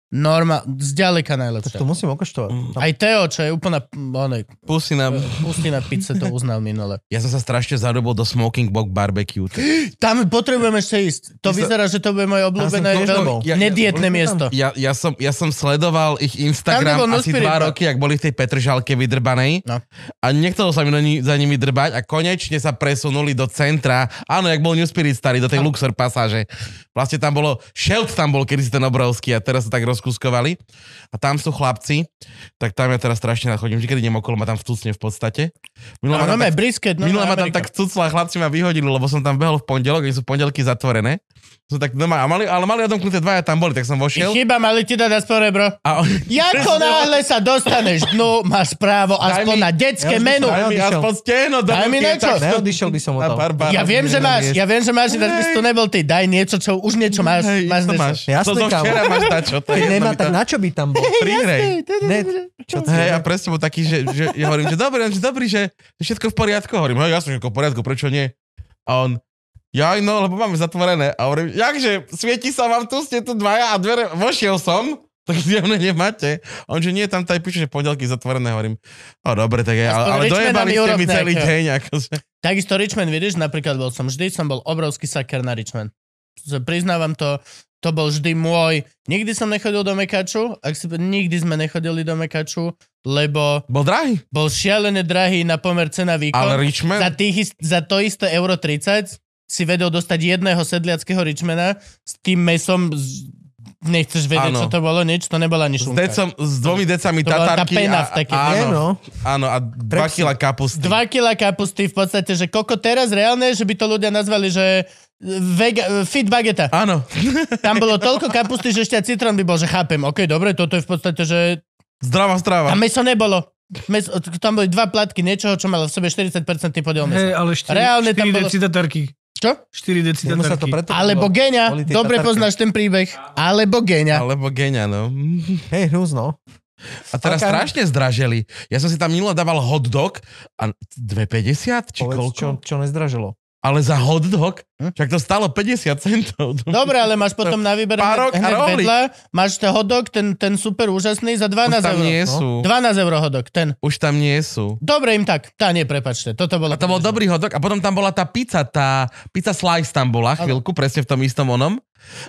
S2: Norma, zďaleka
S3: Tak to
S2: najlepšie.
S3: musím okoštovať.
S1: Mm. No.
S2: Aj Teo, čo je úplná onej,
S1: Pusy nám.
S2: pustina pizze, to uznal minule.
S1: Ja som sa strašne zadobil do Smoking Bok Barbecue.
S2: Tam potrebujeme ešte ísť. To
S1: Ty sa-
S2: vyzerá, že to bude moje obľúbené,
S3: tiež
S2: veľmi
S3: bol.
S1: Ja- ja-
S2: nedietné miesto.
S1: Ja, ja, som, ja som sledoval ich Instagram
S2: Tam nebol
S1: asi
S2: Nuspirit,
S1: dva
S2: no.
S1: roky, ak boli v tej Petržalke vydrbanej.
S2: No.
S1: A nechcelo sa mi do ni- za nimi drbať a konečne sa presunuli do centra. Áno, jak bol New Spirit starý, do tej
S2: No.
S1: Luxor pasáže. Vlastne tam bolo, Sheld tam bol kedysi ten obrovský a teraz sa tak rozkuskovali. A tam sú chlapci, tak tam ja teraz strašne rád chodím, že keď idem okolo, ma tam vtucne v podstate. Minulá
S2: Ale máme brisket, no,
S1: Minule ma tam
S2: Amerika.
S1: tak cucla, chlapci ma vyhodili, lebo som tam behol v pondelok, keď sú pondelky zatvorené. Som tak doma, a mali, ale mali odomknuté dvaja tam boli, tak som vošiel.
S2: Chyba, mali ti dať aspoň rebro.
S1: A on,
S2: Jako náhle sa dostaneš dnu, máš právo aspoň
S1: mi-
S2: na detské
S3: Ja už
S2: menu.
S1: daj mi
S3: neodišiel.
S1: aspoň stehno do
S2: Daj mi
S1: ruky,
S2: niečo.
S1: tak som-
S3: No, Neodišiel by som od
S1: na
S3: toho.
S1: Barbara.
S2: Ja viem, že máš, ja viem, že máš, ináč by si tu nebol ty. Daj niečo, čo už niečo máš.
S1: Hej,
S2: máš
S1: to
S2: niečo.
S1: máš.
S3: Jasné,
S1: to zo
S3: kámo.
S1: včera máš dačo. To
S3: Keď
S1: je
S3: nemá, tak na čo by tam bol?
S1: Prihrej.
S3: Ne, čo ty?
S1: Hej, a presne bol taký, že, že ja hovorím, že dobrý, že dobrý, že všetko v poriadku. Hovorím, hej, ja som všetko v poriadku, prečo nie? A on, jaj, no, lebo máme zatvorené. A hovorím, jakže, svieti sa vám tu, ste tu dvaja a dvere, vošiel som, tak zjavne nemáte. A on, že nie, tam taj píše, že pondelky zatvorené. Hovorím, o, dobre, tak je, ale,
S2: Aspoň
S1: ale
S2: Richmond
S1: dojebali
S2: nám
S1: ste mi
S2: Europe
S1: celý
S2: nejakého.
S1: deň. Akože.
S2: Takisto Richmond, vidíš, napríklad bol som, vždy som bol obrovský saker na Richmond. z- priznávam to, to bol vždy môj, nikdy som nechodil do Mekaču, ak si, nikdy sme nechodili do Mekaču, lebo
S1: Bol drahý,
S2: bol šialene drahý na pomer cena výkon.
S1: ale Richmond...
S2: za, tých, ist- za to isté euro 30 si vedel dostať jedného sedliackého ričmena s tým mesom, z... nechceš vedieť,
S1: Áno.
S2: ano. čo to bolo, nič, to nebola ani
S1: S,
S2: šunka.
S1: decom, s dvomi decami
S2: To bola tá
S1: tatárky
S2: pena v
S1: a,
S2: takej-
S3: Nie,
S1: áno,
S3: no.
S1: áno, a dva
S3: Prepsy.
S1: kila
S2: 2
S1: kapusty.
S2: kg kapusty v podstate, že koľko teraz reálne, že by to ľudia nazvali, že eh, vega, eh, fit bageta.
S1: Áno.
S2: Tam bolo toľko kapusty, že ešte aj citrón by bol, že chápem, ok, dobre, toto je v podstate, že
S1: Zdravá strava.
S2: tam meso nebolo. Meso, tam boli dva platky niečoho, čo malo v sebe 40% podiel
S4: Hej,
S2: mesa.
S4: ale 4,
S2: Reálne tam
S4: 4
S2: bolo-
S4: decitatarky.
S2: Čo?
S4: 4
S3: Jemu sa to
S4: decitatarky.
S3: preto...
S2: Alebo genia,
S3: boli tie
S2: dobre
S3: tatarky.
S2: poznáš ten príbeh. Alebo genia.
S1: Alebo genia, no.
S3: Hej, hnus, no.
S1: A teraz
S3: Okam.
S1: strašne zdraželi. Ja som si tam minule dával hot dog a 2,50 či
S3: Povedz, čo,
S1: koľko?
S3: čo nezdražilo.
S1: Ale za hot dog?
S2: Hm?
S1: Však to stalo 50 centov.
S2: Dobre, ale máš potom na výber
S1: Párok a
S2: hneď
S1: rohlík.
S2: vedľa, máš ten hodok, ten, ten super úžasný za
S1: Už
S2: 12
S1: tam
S2: eur.
S1: nie
S3: no.
S1: sú.
S2: 12 eur hodok, ten.
S1: Už tam nie sú.
S2: Dobre im tak. Tá nie, prepačte, toto bolo...
S1: A to bol dobrý hot dog. A potom tam bola tá pizza, tá pizza slice tam bola chvíľku, presne v tom istom onom.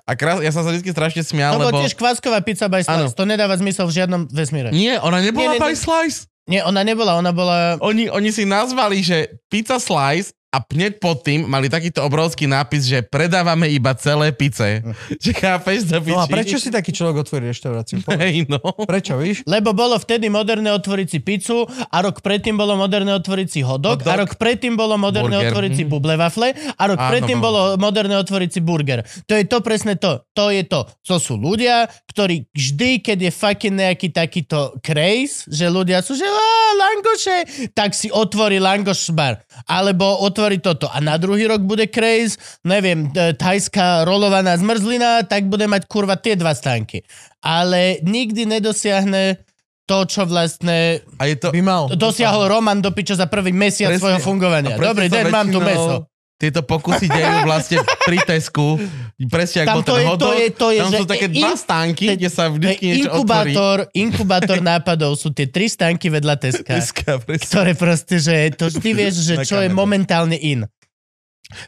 S1: A krás, ja som sa vždy strašne
S2: To
S1: smial,
S2: bolo
S1: lebo...
S2: tiež kvásková pizza by slice. To nedáva zmysel v žiadnom vesmíre.
S1: Nie, ona
S2: Nie, nie,
S1: nebola
S2: nie.
S1: by slice.
S2: Nie, ona nebola, ona bola...
S1: Oni, oni si nazvali, že pizza slice a hneď pod tým mali takýto obrovský nápis, že predávame iba celé pice. Že chápeš, to
S3: No a prečo si taký človek otvorí reštauráciu? Povedz.
S1: Hej, no.
S3: Prečo, víš?
S2: Lebo bolo vtedy moderné otvoriť si pizzu a rok predtým bolo moderné otvoriť si hodok
S1: Hot dog.
S2: a rok predtým bolo moderné
S1: Burger.
S2: otvoriť si
S1: Mhm.
S2: buble wafle a rok
S1: Áno, no.
S2: predtým
S1: bolo.
S2: bolo moderné otvoriť si burger. To je to presne to. To je to. To sú ľudia, ktorí vždy, keď je fucking nejaký takýto craze, že ľudia sú, že "Á, langoše, tak si otvorí langoš bar. Alebo otvorí toto. A na druhý rok bude craze, neviem, e, thajská rolovaná zmrzlina, tak bude mať kurva tie dva stánky. Ale nikdy nedosiahne to, čo vlastne
S1: A je to...
S3: By mal.
S2: dosiahol Roman do piče za prvý mesiac
S1: Presne.
S2: svojho fungovania.
S1: preto
S2: Dobrý
S1: sa
S2: deň, mám tu meso.
S1: väčšinou Tieto pokusy dejú vlastne pri Tesku. Presne,
S2: Tam
S1: ako bol
S2: to
S1: ten
S2: je-
S1: hot
S2: to
S1: dog,
S2: je- to je,
S1: tam
S2: že
S1: sú také
S2: in-
S1: dva stánky,
S2: to je-
S1: kde sa vždy
S2: To je
S1: niečo otvorí.
S2: inkubátor, inkubátor nápadov sú tie tri stánky vedľa Teska,
S1: Teska, presne.
S2: ktoré proste, že to ty vieš, že
S1: Na
S2: čo je
S1: kameru.
S2: momentálne in.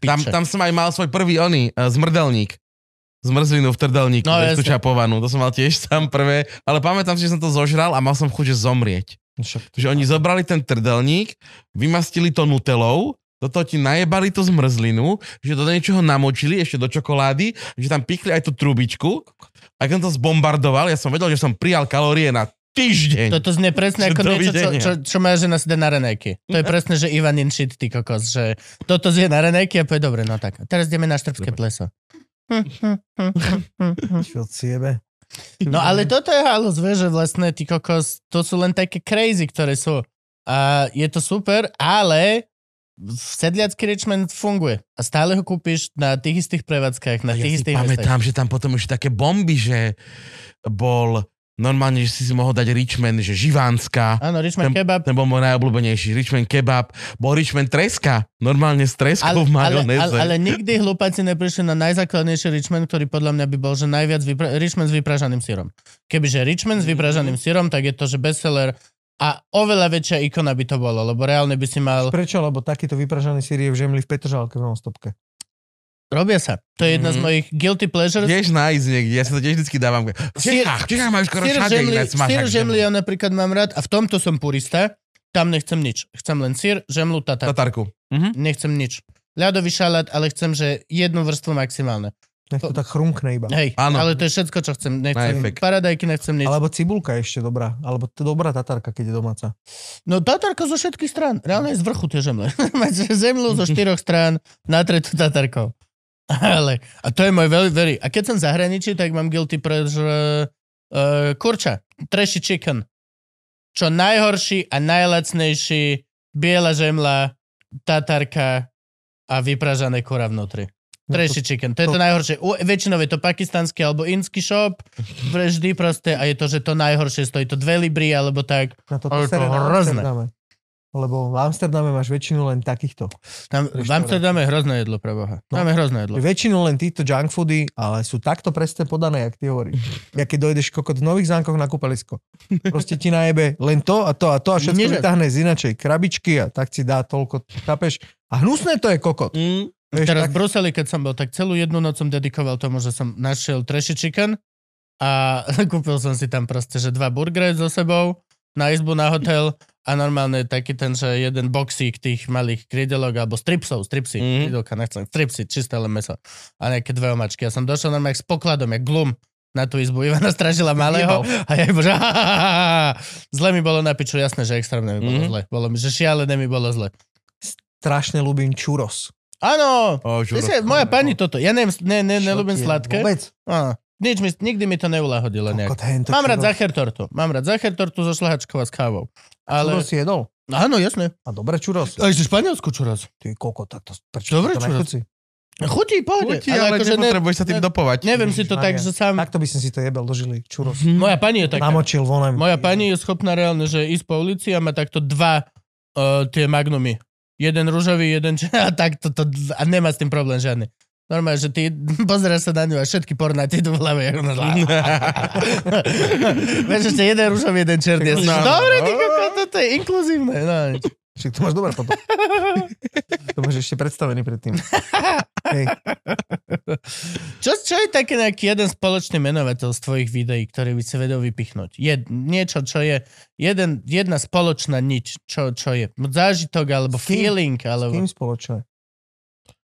S1: Tam,
S2: Piče.
S1: tam som aj mal svoj prvý oný, uh, zmrdelník. Zmrzlinu v trdelníku,
S2: No,
S1: no, tú
S2: jasne.
S1: čapovanú. To som mal tiež tam prvé. Ale pamätám si, že som to zožral a mal som chuť, že zomrieť.
S3: No Však
S1: Že oni zobrali ten trdelník, vymastili to nutelou, do toho ti najebali tú zmrzlinu, že to do niečoho namočili, ešte do čokolády, že tam pichli aj tú trubičku. A keď som to zbombardoval, ja som vedel, že som prijal kalórie na týždeň.
S2: Toto znie presne ako niečo, čo,
S1: Dovidenia.
S2: čo, čo moja žena si dá na renejky. To je presne, že Ivanin shit, ty kokos, že toto zje na renejky a povie, dobre, no tak, teraz ideme na štrbské pleso. Hm,
S3: čo ciebe.
S2: No ale toto je halus, vieš, že vlastne ty kokos, to sú len také crazy, ktoré sú. A je to super, ale v sedliacký Richmond funguje. A stále ho kúpiš na tých istých prevádzkach, na
S1: ja
S2: tých
S1: si
S2: istých
S1: pamätám, že tam potom už také bomby, že bol normálne, že si si mohol dať Richmond, že Živánska.
S2: Áno, Richmond kebab.
S1: Ten bol môj najobľúbenejší. Richmond kebab. Bol Richmond treska. Normálne s treskou
S2: Ale,
S1: v
S2: ale, ale,
S1: majonéze.
S2: ale nikdy hlupáci neprišli na najzákladnejší Richmond, ktorý podľa mňa by bol, že najviac vypra- Richmond s vypražaným syrom. Kebyže
S1: Mm.
S2: Richmond s vypražaným syrom, tak je to, že bestseller a oveľa väčšia ikona by to bolo, lebo reálne by si mal...
S3: Prečo? Lebo takýto vypražaný sír je v žemli v Petržalke v stopke.
S2: Robia sa. To je jedna z
S1: Mhm.
S2: mojich guilty pleasures.
S1: Tiež nájsť niekde. Ja sa to tiež vždycky dávam. V
S2: Syr-
S1: Čechách. V Čechách majú skoro
S2: Syr
S1: všade
S2: žemli,
S1: ináč smažak
S2: syr
S1: žemli.
S2: žemli ja napríklad mám rád a v tomto som purista. Tam nechcem nič. Chcem len syr, žemlu, tatar.
S1: Tatarku. Mhm.
S2: Nechcem nič. Ľadový šalát, ale chcem, že jednu vrstvu maximálne.
S3: Nech to tak chrumkne iba.
S2: Hej,
S1: Áno.
S2: ale to je všetko, čo chcem. Nechcem
S1: no. Na efekt.
S2: paradajky, nechcem nič.
S3: Alebo cibulka je ešte dobrá. Alebo t- dobrá tatarka, keď je domáca.
S2: No tatarka zo všetkých strán. Reálne je z vrchu tie žemle. Máš žemlu zo štyroch strán, na tretu tatarkou. Ale, a to je môj veľmi verí. A keď som v zahraničí, tak mám guilty pleasure uh, kurča. Trashy chicken. Čo najhorší a najlacnejší biela žemla, tatarka a vypražané kura vnútri.
S3: No
S2: Trashy
S3: to-
S2: chicken. To je to,
S3: to-
S2: najhoršie. U, väčšinou je to pakistanský alebo indský shop. Vždy proste. A je to, že to najhoršie. Stojí to dve libry alebo tak.
S3: Na to
S2: Ale to
S3: sere na
S2: hrozné.
S3: Amsterdame. Lebo v Amsterdame máš väčšinu len takýchto.
S2: Tam, v
S3: Reštaurácia.
S2: Amsterdame je hrozné jedlo, preboha.
S3: No.
S2: Tam je hrozné jedlo.
S3: Väčšinu len týchto junk foody, ale sú takto presne podané, jak ty hovoríš. Ja keď dojdeš kokot v nových zánkoch na kúpalisko. Proste ti najebe len to a to a to a všetko
S2: Nie, že-
S3: vytáhne z inačej krabičky a tak si dá toľko, chápeš? A hnusné to je kokot.
S1: Mm.
S3: Vieš,
S2: Teraz v
S3: tak-
S2: Bruseli, keď som bol, tak celú jednu noc som dedikoval tomu, že som našiel trashy chicken a kúpil som si tam proste, že dva burgery so sebou na izbu, na hotel a normálne taký ten, že jeden boxík tých malých krydelok alebo stripsov, stripsy,
S1: Mhm.
S2: mm. krydelka, nechcem, stripsy, čisté len meso a nejaké dve omačky. Ja som došiel normálne s pokladom, jak glum na tú izbu. Ivana stražila malého a ja iba, že zle mi bolo na piču, jasné, že extrémne mi bolo
S1: Mhm.
S2: zle. Bolo mi, že šialené mi bolo zle.
S3: Strašne ľúbim čuros.
S2: Áno,
S1: Oh,
S2: Ty si, moja pani toto, ja neviem, ne, ne, nelúbim
S3: Čo ti je?
S2: sladké.
S3: Vôbec.
S2: Á, nič mi, nikdy mi to neulahodilo nejak.
S3: Kokot, hen, to
S2: Mám rád
S3: čuros.
S2: zacher tortu. Mám rád zacher tortu so šlahačkou a s kávou. Ale...
S3: Čuros si jedol?
S2: Áno, jasné.
S3: A dobre čuros.
S2: A ešte španielsku čoraz.
S3: Ty kokot, tak to prečo?
S2: Dobre
S3: ti to
S2: čuros.
S3: nechutí?
S2: Chutí, pohode.
S1: Chutí, ale, ale
S2: akože ne,
S1: nepotrebuješ sa tým
S2: ne-
S1: dopovať. Mhm.
S2: neviem si to tak, že sám...
S3: Takto by som si to jebel do žily, čuros.
S2: Moja pani je taká.
S3: Namočil vonem.
S2: Moja pani je schopná reálne, že ísť po ulici a má takto dva uh, tie magnumy. Jeden rúžový, jeden č- a takto to, a nemá s tým problém žiadny. Normálne, že ty pozeráš sa na ňu a všetky porná ti tu v hlave. jak ona zlá. Vieš, ešte jeden rúžový, jeden černý. No.
S1: No.
S2: Dobre, ty koko, toto je inkluzívne. No, nič.
S3: Však to máš dobre potom. to máš ešte predstavený predtým. Hej.
S2: čo, čo je také nejaký jeden spoločný menovateľ z tvojich videí, ktorý by si vedel vypichnúť? Je niečo, čo je jeden, jedna spoločná nič, čo, čo je? Zážitok alebo
S3: S kým?
S2: feeling? Alebo...
S3: Kým spoločné?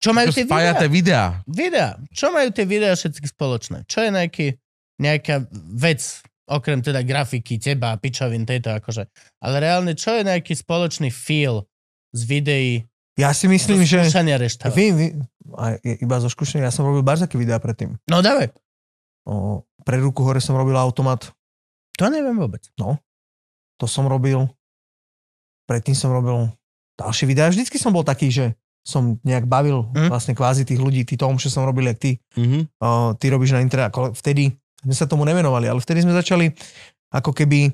S2: Čo majú
S1: Čo
S2: tie
S1: spája
S2: videá?
S1: tie videá.
S2: videá? Čo majú tie videá všetky spoločné? Čo je nejaký, nejaká vec, okrem teda grafiky, teba, pičovin, tejto akože. Ale reálne, čo je nejaký spoločný feel z videí
S3: Ja si myslím,
S2: zo
S3: že...
S2: skúšania reštaurácie?
S3: Vím, vím, a je- iba zo skúšania. Ja som robil barzaky videá predtým.
S2: No dávaj.
S3: O, pre ruku hore som robil automat.
S2: To neviem vôbec.
S3: To som robil. Predtým som robil ďalšie videá. Vždycky som bol taký, že som nejak bavil
S2: Mhm.
S3: vlastne kvázi tých ľudí. Ty tomu, čo som robil, jak ty.
S1: Mhm.
S3: O, ty robíš na internet. ako- Vtedy sme sa tomu nevenovali, ale vtedy sme začali ako keby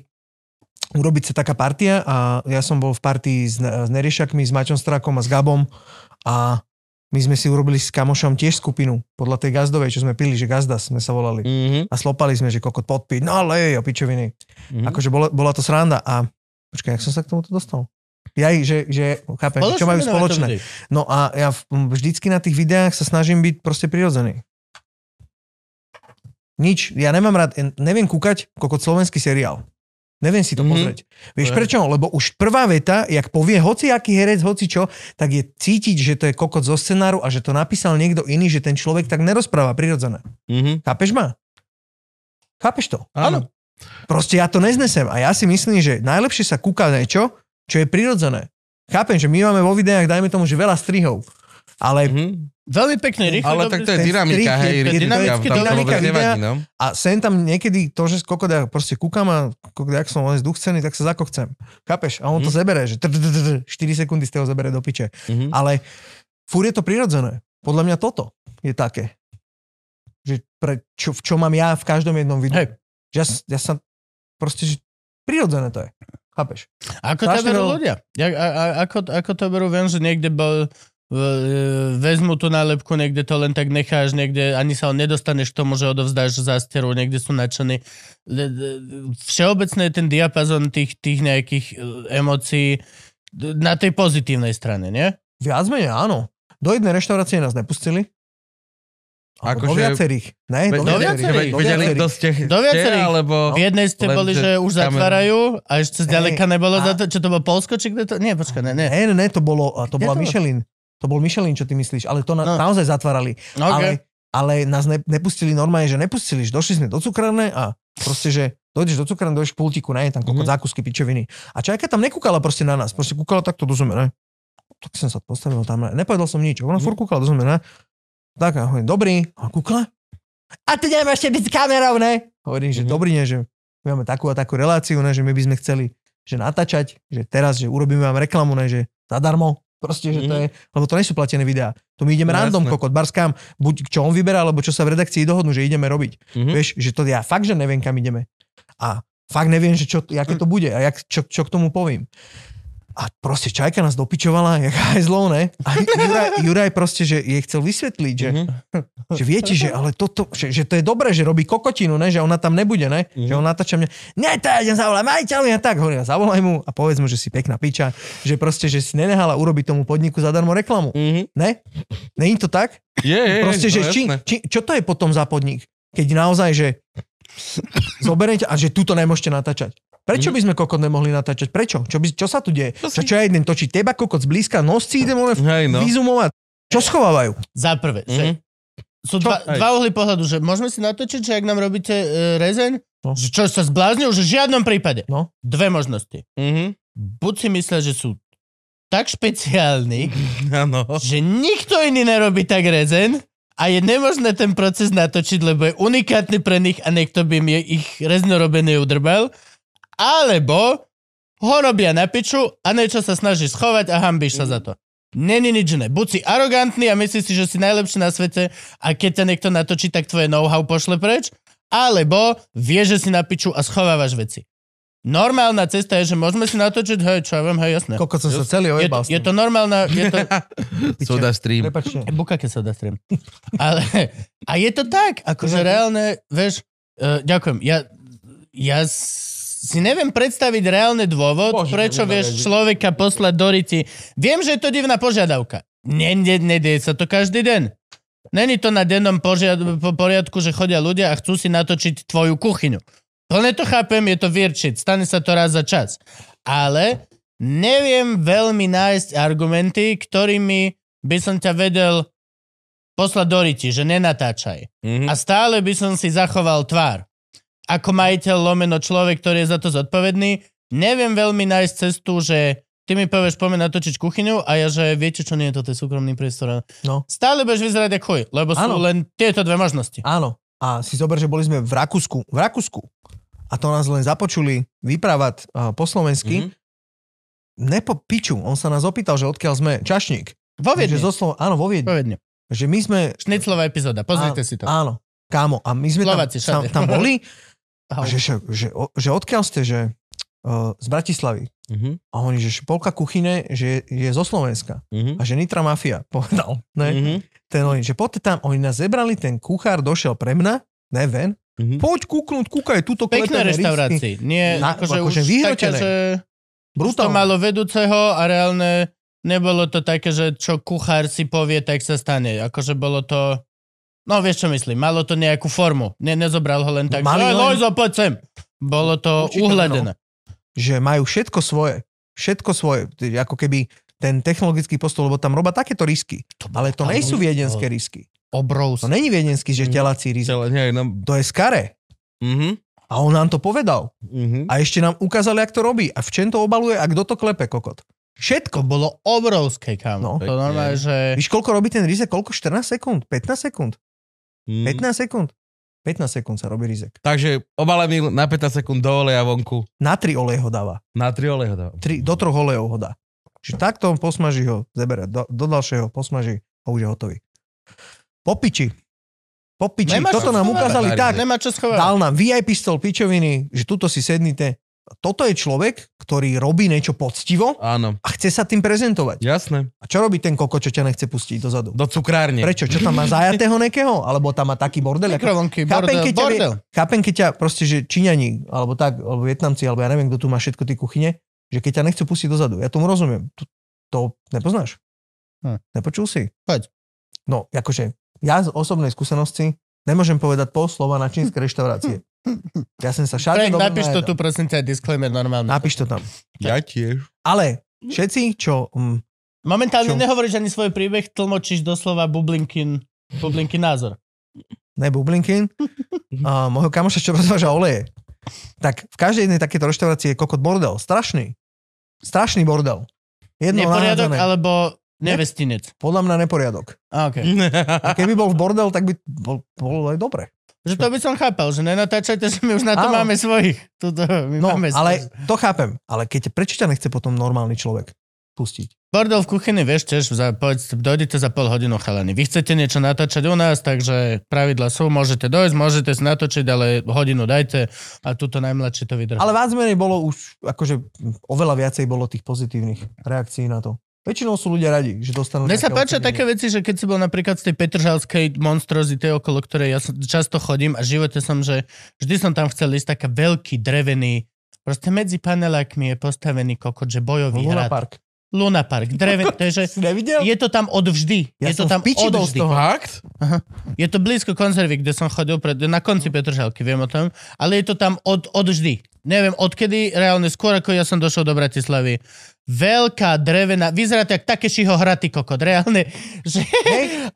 S3: urobiť sa taká partia a ja som bol v partii s, s Neriešakmi, s Maťom Strakom a s Gabom a my sme si urobili s kamošom tiež skupinu podľa tej gazdovej, čo sme pili, že gazda sme sa volali.
S1: Mhm.
S3: a slopali sme, že kokot podpiť, no lej, o pičoviny.
S1: Mhm.
S3: Mm. Akože bola, bola to sranda a počkaj, jak som sa k tomuto dostal? Ja, ich- že, že chápem, že čo majú
S2: Spoločný
S3: spoločné.
S2: menovateľ
S3: No a ja v- m, vždycky na tých videách sa snažím byť proste prirodzený. Nič, ja nemám rád, en- neviem kúkať kokot slovenský seriál. Neviem si
S1: Mhm.
S3: to mm-hmm. pozrieť. Vieš
S2: Ja.
S3: prečo? Lebo už prvá veta, jak povie hoci aký herec, hoci čo, tak je cítiť, že to je kokot zo scenáru a že to napísal niekto iný, že ten človek tak nerozpráva prirodzené.
S1: Mhm.
S3: Chápeš ma? Chápeš to?
S1: Áno.
S3: Proste ja to neznesem a ja si myslím, že najlepšie sa kúka niečo, čo je prirodzené. Chápem, že my máme vo videách, dajme tomu, že veľa strihov. Ale
S1: Mhm.
S2: Veľmi pekný, rýchlo.
S1: Ale tak to je
S3: ten
S1: dynamika,
S3: strik,
S1: hej,
S3: je-
S2: je
S1: dynamika,
S2: dynamicky
S1: tam to
S2: dynamika
S1: vôbec
S3: videa.
S1: nevadí, no.
S3: a sem tam niekedy to, že skoko, ja proste kúkam a kokot, jak som len zduchcený, tak sa zakochcem. Chápeš? A on to zebere, že 4 sekundy z toho zebere do piče.
S1: Mhm.
S3: Ale fúr je to prirodzené. Podľa mňa toto je také. Že pre, čo, v čom mám ja v každom jednom videu.
S2: Hej.
S3: Že ja, s- ja sa proste, že prirodzené to je. Chápeš?
S2: Ako to
S3: Strašne
S2: berú
S3: veľa.
S2: ľudia? Jak, a, a, ako, ako to berú? Viem, že niekde bol, v, vezmu tú nálepku, niekde to len tak necháš, niekde ani sa nedostaneš k tomu, že odovzdáš zásteru, niekde sú nadšení. Le- le- Všeobecne je ten diapazon tých, tých nejakých eh, emócií na tej pozitívnej strane, nie?
S3: Viac menej áno. Do jednej reštaurácie nás nepustili. Ako do
S1: Akože-
S3: viacerých. Ne,
S2: do
S1: Ve-
S3: do, viacerých.
S2: viacerých.
S3: Do
S1: Vedeli, kto
S3: viacerých.
S2: Do
S1: ste,
S2: No, viacerých.
S1: ste, alebo...
S3: No,
S2: V jednej ste
S1: Len,
S2: boli,
S1: že
S2: že už
S1: kamer-
S2: zatvárajú a ešte zďaleka
S3: Hej,
S2: nebolo
S3: a-
S2: za to, čo to bolo Polsko, či kde to? Nie, počkaj, ne, ne.
S3: Ne, ne, ne, to bolo, a to
S2: Kde
S3: bola
S2: to?
S3: Michelin. To bol Michelin, čo ty myslíš, ale to na,
S2: No.
S3: naozaj zatvárali.
S1: No,
S2: Okay.
S3: Ale, ale nás ne, nepustili normálne, že nepustili, že došli sme do cukrárne a proste, že dojdeš do cukrárne, dojdeš k pultíku, ne, tam koľko
S1: Mhm.
S3: zákusky, pičoviny. A čajka tam nekúkala proste na nás, proste kúkala takto do zeme, ne. Tak som sa postavil tam, ne. nepovedal som nič,
S1: Mhm.
S3: ona furt kúkala do zeme, ne. Tak a hovorím, dobrý, a kúkala. A tu neviem ešte byť s kamerou, ne. Hovorím, že
S1: Mhm.
S3: dobrý, ne, že my máme takú a takú reláciu, ne, že my by sme chceli že natáčať, že teraz, že urobíme vám reklamu, ne, že zadarmo, proste, že to
S1: Mhm.
S3: je, lebo to nie sú platené videá. To my
S1: No,
S3: ideme random
S1: jasné.
S3: kokot, barskám, buď čo on vyberá, alebo čo sa v redakcii dohodnú, že ideme robiť.
S1: Mhm.
S3: Vieš, že to ja fakt, že neviem, kam ideme. A fakt neviem, že čo, aké to bude a jak, čo, čo k tomu poviem. A proste čajka nás dopičovala, jak aj zlou, ne? A Juraj, Juraj proste, že jej chcel vysvetliť, že,
S1: Mhm.
S3: že viete, že ale toto, že, že to je dobré, že robí kokotinu, ne? Že ona tam nebude, ne?
S1: Mhm.
S3: Že on natáča mňa, ne, to ja idem zavolať majiteľmi a tak. Hovorím, "Ja zavolaj mu a povedz mu, že si pekná piča. Že proste, že si nenehala urobiť tomu podniku zadarmo reklamu.
S1: Mhm.
S3: Ne? Není to tak?
S1: Je, je,
S3: Proste,
S1: je,
S3: že
S1: no,
S3: či,
S1: jasné.
S3: či, čo to je potom za podnik? Keď naozaj, že zoberete a že túto nemôžete natáčať. Prečo by sme kokot nemohli natáčať? Prečo? Čo, by, čo sa tu deje?
S1: Mhm. To
S3: Čo,
S1: si-
S3: čo ja idem točiť? Teba kokot zblízka, nosci idem len
S1: Hej, no.
S3: vyzumovať. Čo schovávajú?
S2: Za prvé, že
S1: Mhm.
S2: sú dva,
S1: Hej.
S2: dva uhly pohľadu, že môžeme si natočiť, že ak nám robíte e, rezeň,
S3: No.
S2: že čo sa zbláznil, že v žiadnom prípade.
S3: No.
S2: Dve možnosti.
S1: Mhm.
S2: Buď si myslia, že sú tak špeciálni,
S1: Áno.
S2: že nikto iný nerobí tak rezen a je nemožné ten proces natočiť, lebo je unikátny pre nich a niekto by im je- ich rezno robené udrbal. Alebo ho robia na piču a niečo sa snaží schovať a hambíš sa za to. Není nič iné. Buď si arogantný a myslíš si, že si najlepší na svete a keď ťa niekto natočí, tak tvoje know-how pošle preč. Alebo vieš, že si na piču a schovávaš veci. Normálna cesta je, že môžeme si natočiť, hej, čo ja viem, hej, jasné.
S3: Kokot som sa celý
S2: Je to,
S3: ojebal.
S2: je to normálna, je to,
S1: Soda stream.
S3: Prepačte.
S2: Bukake sa dá stream. Ale, a je to tak, akože reálne, vieš, uh, ďakujem, ja, ja s- si neviem predstaviť reálny dôvod,
S1: Bože,
S2: prečo
S1: neviem,
S2: vieš
S1: ja-
S2: človeka poslať do riti. Viem, že je to divná požiadavka. Ne, ne, nedieje sa to každý deň. Není to na dennom požiad, po poriadku, že chodia ľudia a chcú si natočiť tvoju kuchyňu. Plne to chápem, je to weird shit, stane sa to raz za čas. Ale neviem veľmi nájsť argumenty, ktorými by som ťa vedel poslať do riti, že nenatáčaj.
S1: Mhm.
S2: A stále by som si zachoval tvár. Ako majiteľ lomeno človek, ktorý je za to zodpovedný, neviem veľmi nájsť cestu, že ty mi povieš, poďme natočiť kuchyňu a ja, že viete čo, nie, toto je súkromný priestor.
S3: No.
S2: Stále budeš vyzerať ako chuj, lebo sú
S3: Áno.
S2: len tieto dve možnosti.
S3: Áno. A si zober, že boli sme v Rakúsku. V Rakúsku. A to nás len započuli vyprávať uh, po slovensky.
S1: Mhm.
S3: Mm-hmm. Nepo piču. On sa nás opýtal, že odkiaľ sme. Čašník.
S2: Vo
S3: Že
S2: Viedni.
S3: zo slova, áno, vo Viedni.
S2: Viedni.
S3: Že my sme...
S2: Šniclová epizóda, pozrite si to.
S3: Áno, kámo. A my sme
S2: Slováci,
S3: tam,
S2: všade.
S3: tam, tam boli, a
S2: Au.
S3: že, že, že, o- že odkiaľ ste, že uh, z Bratislavy.
S1: Mhm.
S3: A oni, že polka kuchyne, že je, je zo Slovenska.
S1: Mhm.
S3: A že Nitra Mafia, povedal. Ne?
S1: Mhm.
S3: Ten oni, že poďte tam, oni nás zebrali, ten kuchár došiel pre mňa, ne ven,
S1: Mhm.
S3: poď kúknúť, kúkaj, túto
S2: Pekné
S3: klepené rysky.
S2: reštaurácii. Nie,
S3: Na-
S2: akože,
S3: akože
S2: už také,
S3: vyhrotené.
S2: že... to
S3: Brutálne.
S2: malo vedúceho a reálne nebolo to také, že čo kuchár si povie, tak sa stane. Akože bolo to... No vieš čo myslím, malo to nejakú formu. Ne, nezobral ho len tak, že
S3: Mali len-
S2: len... Lojzo, poď sem. Bolo to
S3: Určite, no.
S2: Určite, uhladené.
S3: že majú všetko svoje. Všetko svoje. Ty- Ako keby ten technologický postup, lebo tam robia takéto risky. Ale to nie sú viedenské risky. To
S2: Obrovské.
S3: No není viedenský, že telací risk.
S1: Celé, nie, no.
S3: To je skare.
S1: Mhm.
S3: A on nám to povedal.
S1: Mhm.
S3: A ešte nám ukázali, ak to robí. A v čem to obaluje a kto to klepe, kokot.
S2: Všetko bolo obrovské, kámo.
S3: No.
S2: No, to normálne, že...
S3: Víš, koľko robí ten rizek? Koľko? 14 sekúnd? 15 sekúnd?
S1: Mhm.
S3: 15 sekúnd? 15 sekúnd sa robí rizek.
S1: Takže obalený na 15 sekúnd do oleja vonku.
S3: Na 3 olej ho dáva.
S1: Na 3 oleja dávam.
S3: Tri, do troch olejov ho dá. Čiže takto on posmaží ho, zebere do, do ďalšieho, posmaží a už je hotový. Popiči. Popiči.
S2: Nemáš čo
S3: Toto nám
S2: schovávať.
S3: ukázali
S1: Dali,
S3: tak.
S2: Nemá čo schovať.
S3: Dal nám VIP stol pičoviny, že tuto si sednite. Toto je človek, ktorý robí niečo poctivo
S1: Áno,
S3: a chce sa tým prezentovať.
S1: jasné.
S3: A čo robí ten koko, čo ťa nechce pustiť dozadu?
S1: Do cukrárne.
S3: Prečo? Čo tam má zajatého nekého? Alebo tam má taký bordel? ako-
S2: Mikrovlnky,
S3: Chápem,
S2: bordel,
S3: keď ťa, vie-
S2: bordel.
S3: chápem, keď ťa proste, že Číňani, alebo tak, alebo Vietnamci, alebo ja neviem, kto tu má všetko tie kuchyne, že keď ťa nechcú pustiť dozadu. Ja tomu rozumiem. To, to nepoznáš?
S2: Hm.
S3: Nepočul si?
S2: Poď.
S3: No, akože, ja z osobnej skúsenosti nemôžem povedať pol slova na čínske reštaurácie. Ja som sa
S2: Frank,
S3: šarne dobre
S2: napíš to tu,
S3: najedal.
S2: prosím ťa, disclaimer normálne.
S3: Napíš to tam.
S1: Ja tiež.
S3: Ale všetci, čo... Mm,
S2: Momentálne
S3: Čo?
S2: nehovoríš ani svoj príbeh, tlmočíš doslova bublinkin, bublinkin názor.
S3: ne Bublinkin,
S2: Mhm.
S3: a môjho kamoša, čo rozváža oleje. Tak v každej jednej takéto reštaurácie je kokot bordel. Strašný. Strašný bordel. Jedno
S2: Neporiadok
S3: nahádzané.
S2: alebo nevestinec.
S3: Podľa mňa neporiadok.
S2: A,
S1: Hm?
S2: okay.
S3: A keby bol v bordel, tak by bol, bol aj dobre.
S2: Že to by som chápal, že nenatáčajte, že my už na to
S3: Áno.
S2: máme svojich. Tuto, my
S3: No,
S2: máme
S3: ale to chápem. Ale keď, prečo ťa nechce potom normálny človek? pustiť.
S2: Bordel v kuchyni, vieš tiež, za, povedz, dojdete za pol hodinu chalani. Vy chcete niečo natáčať u nás, takže pravidla sú, môžete dojsť, môžete si natočiť, ale hodinu dajte a tuto najmladší to vydrží.
S3: Ale viac menej bolo už, akože oveľa viacej bolo tých pozitívnych reakcií na to. Väčšinou sú ľudia radi, že dostanú...
S2: Mne sa
S3: také
S2: páčia
S3: ocenenie.
S2: také veci, že keď si bol napríklad z tej Petržalskej monstrozity, okolo ktorej ja som- často chodím a v živote som, že vždy som tam chcel ísť taká veľký drevený, proste medzi panelákmi je postavený kokot, že bojový
S3: Luna
S2: Luna hrad. Park.
S3: Park.
S2: Luna Park. Dreven, to je, že
S3: Si nevidel?
S2: je to tam odvždy.
S3: Ja
S2: je to
S3: som v
S2: tam
S3: piči bol z
S2: odvždy.
S3: toho.
S1: Fakt?
S2: Je to blízko konzervy, kde som chodil pred, na
S3: Mhm.
S2: konci Petržalky, viem o tom, ale je to tam od, od vždy. Neviem odkedy, reálne skôr ako ja som došiel do Bratislavy. Veľká drevená, vyzerá to jak Takeshiho hraty kokot, reálne, že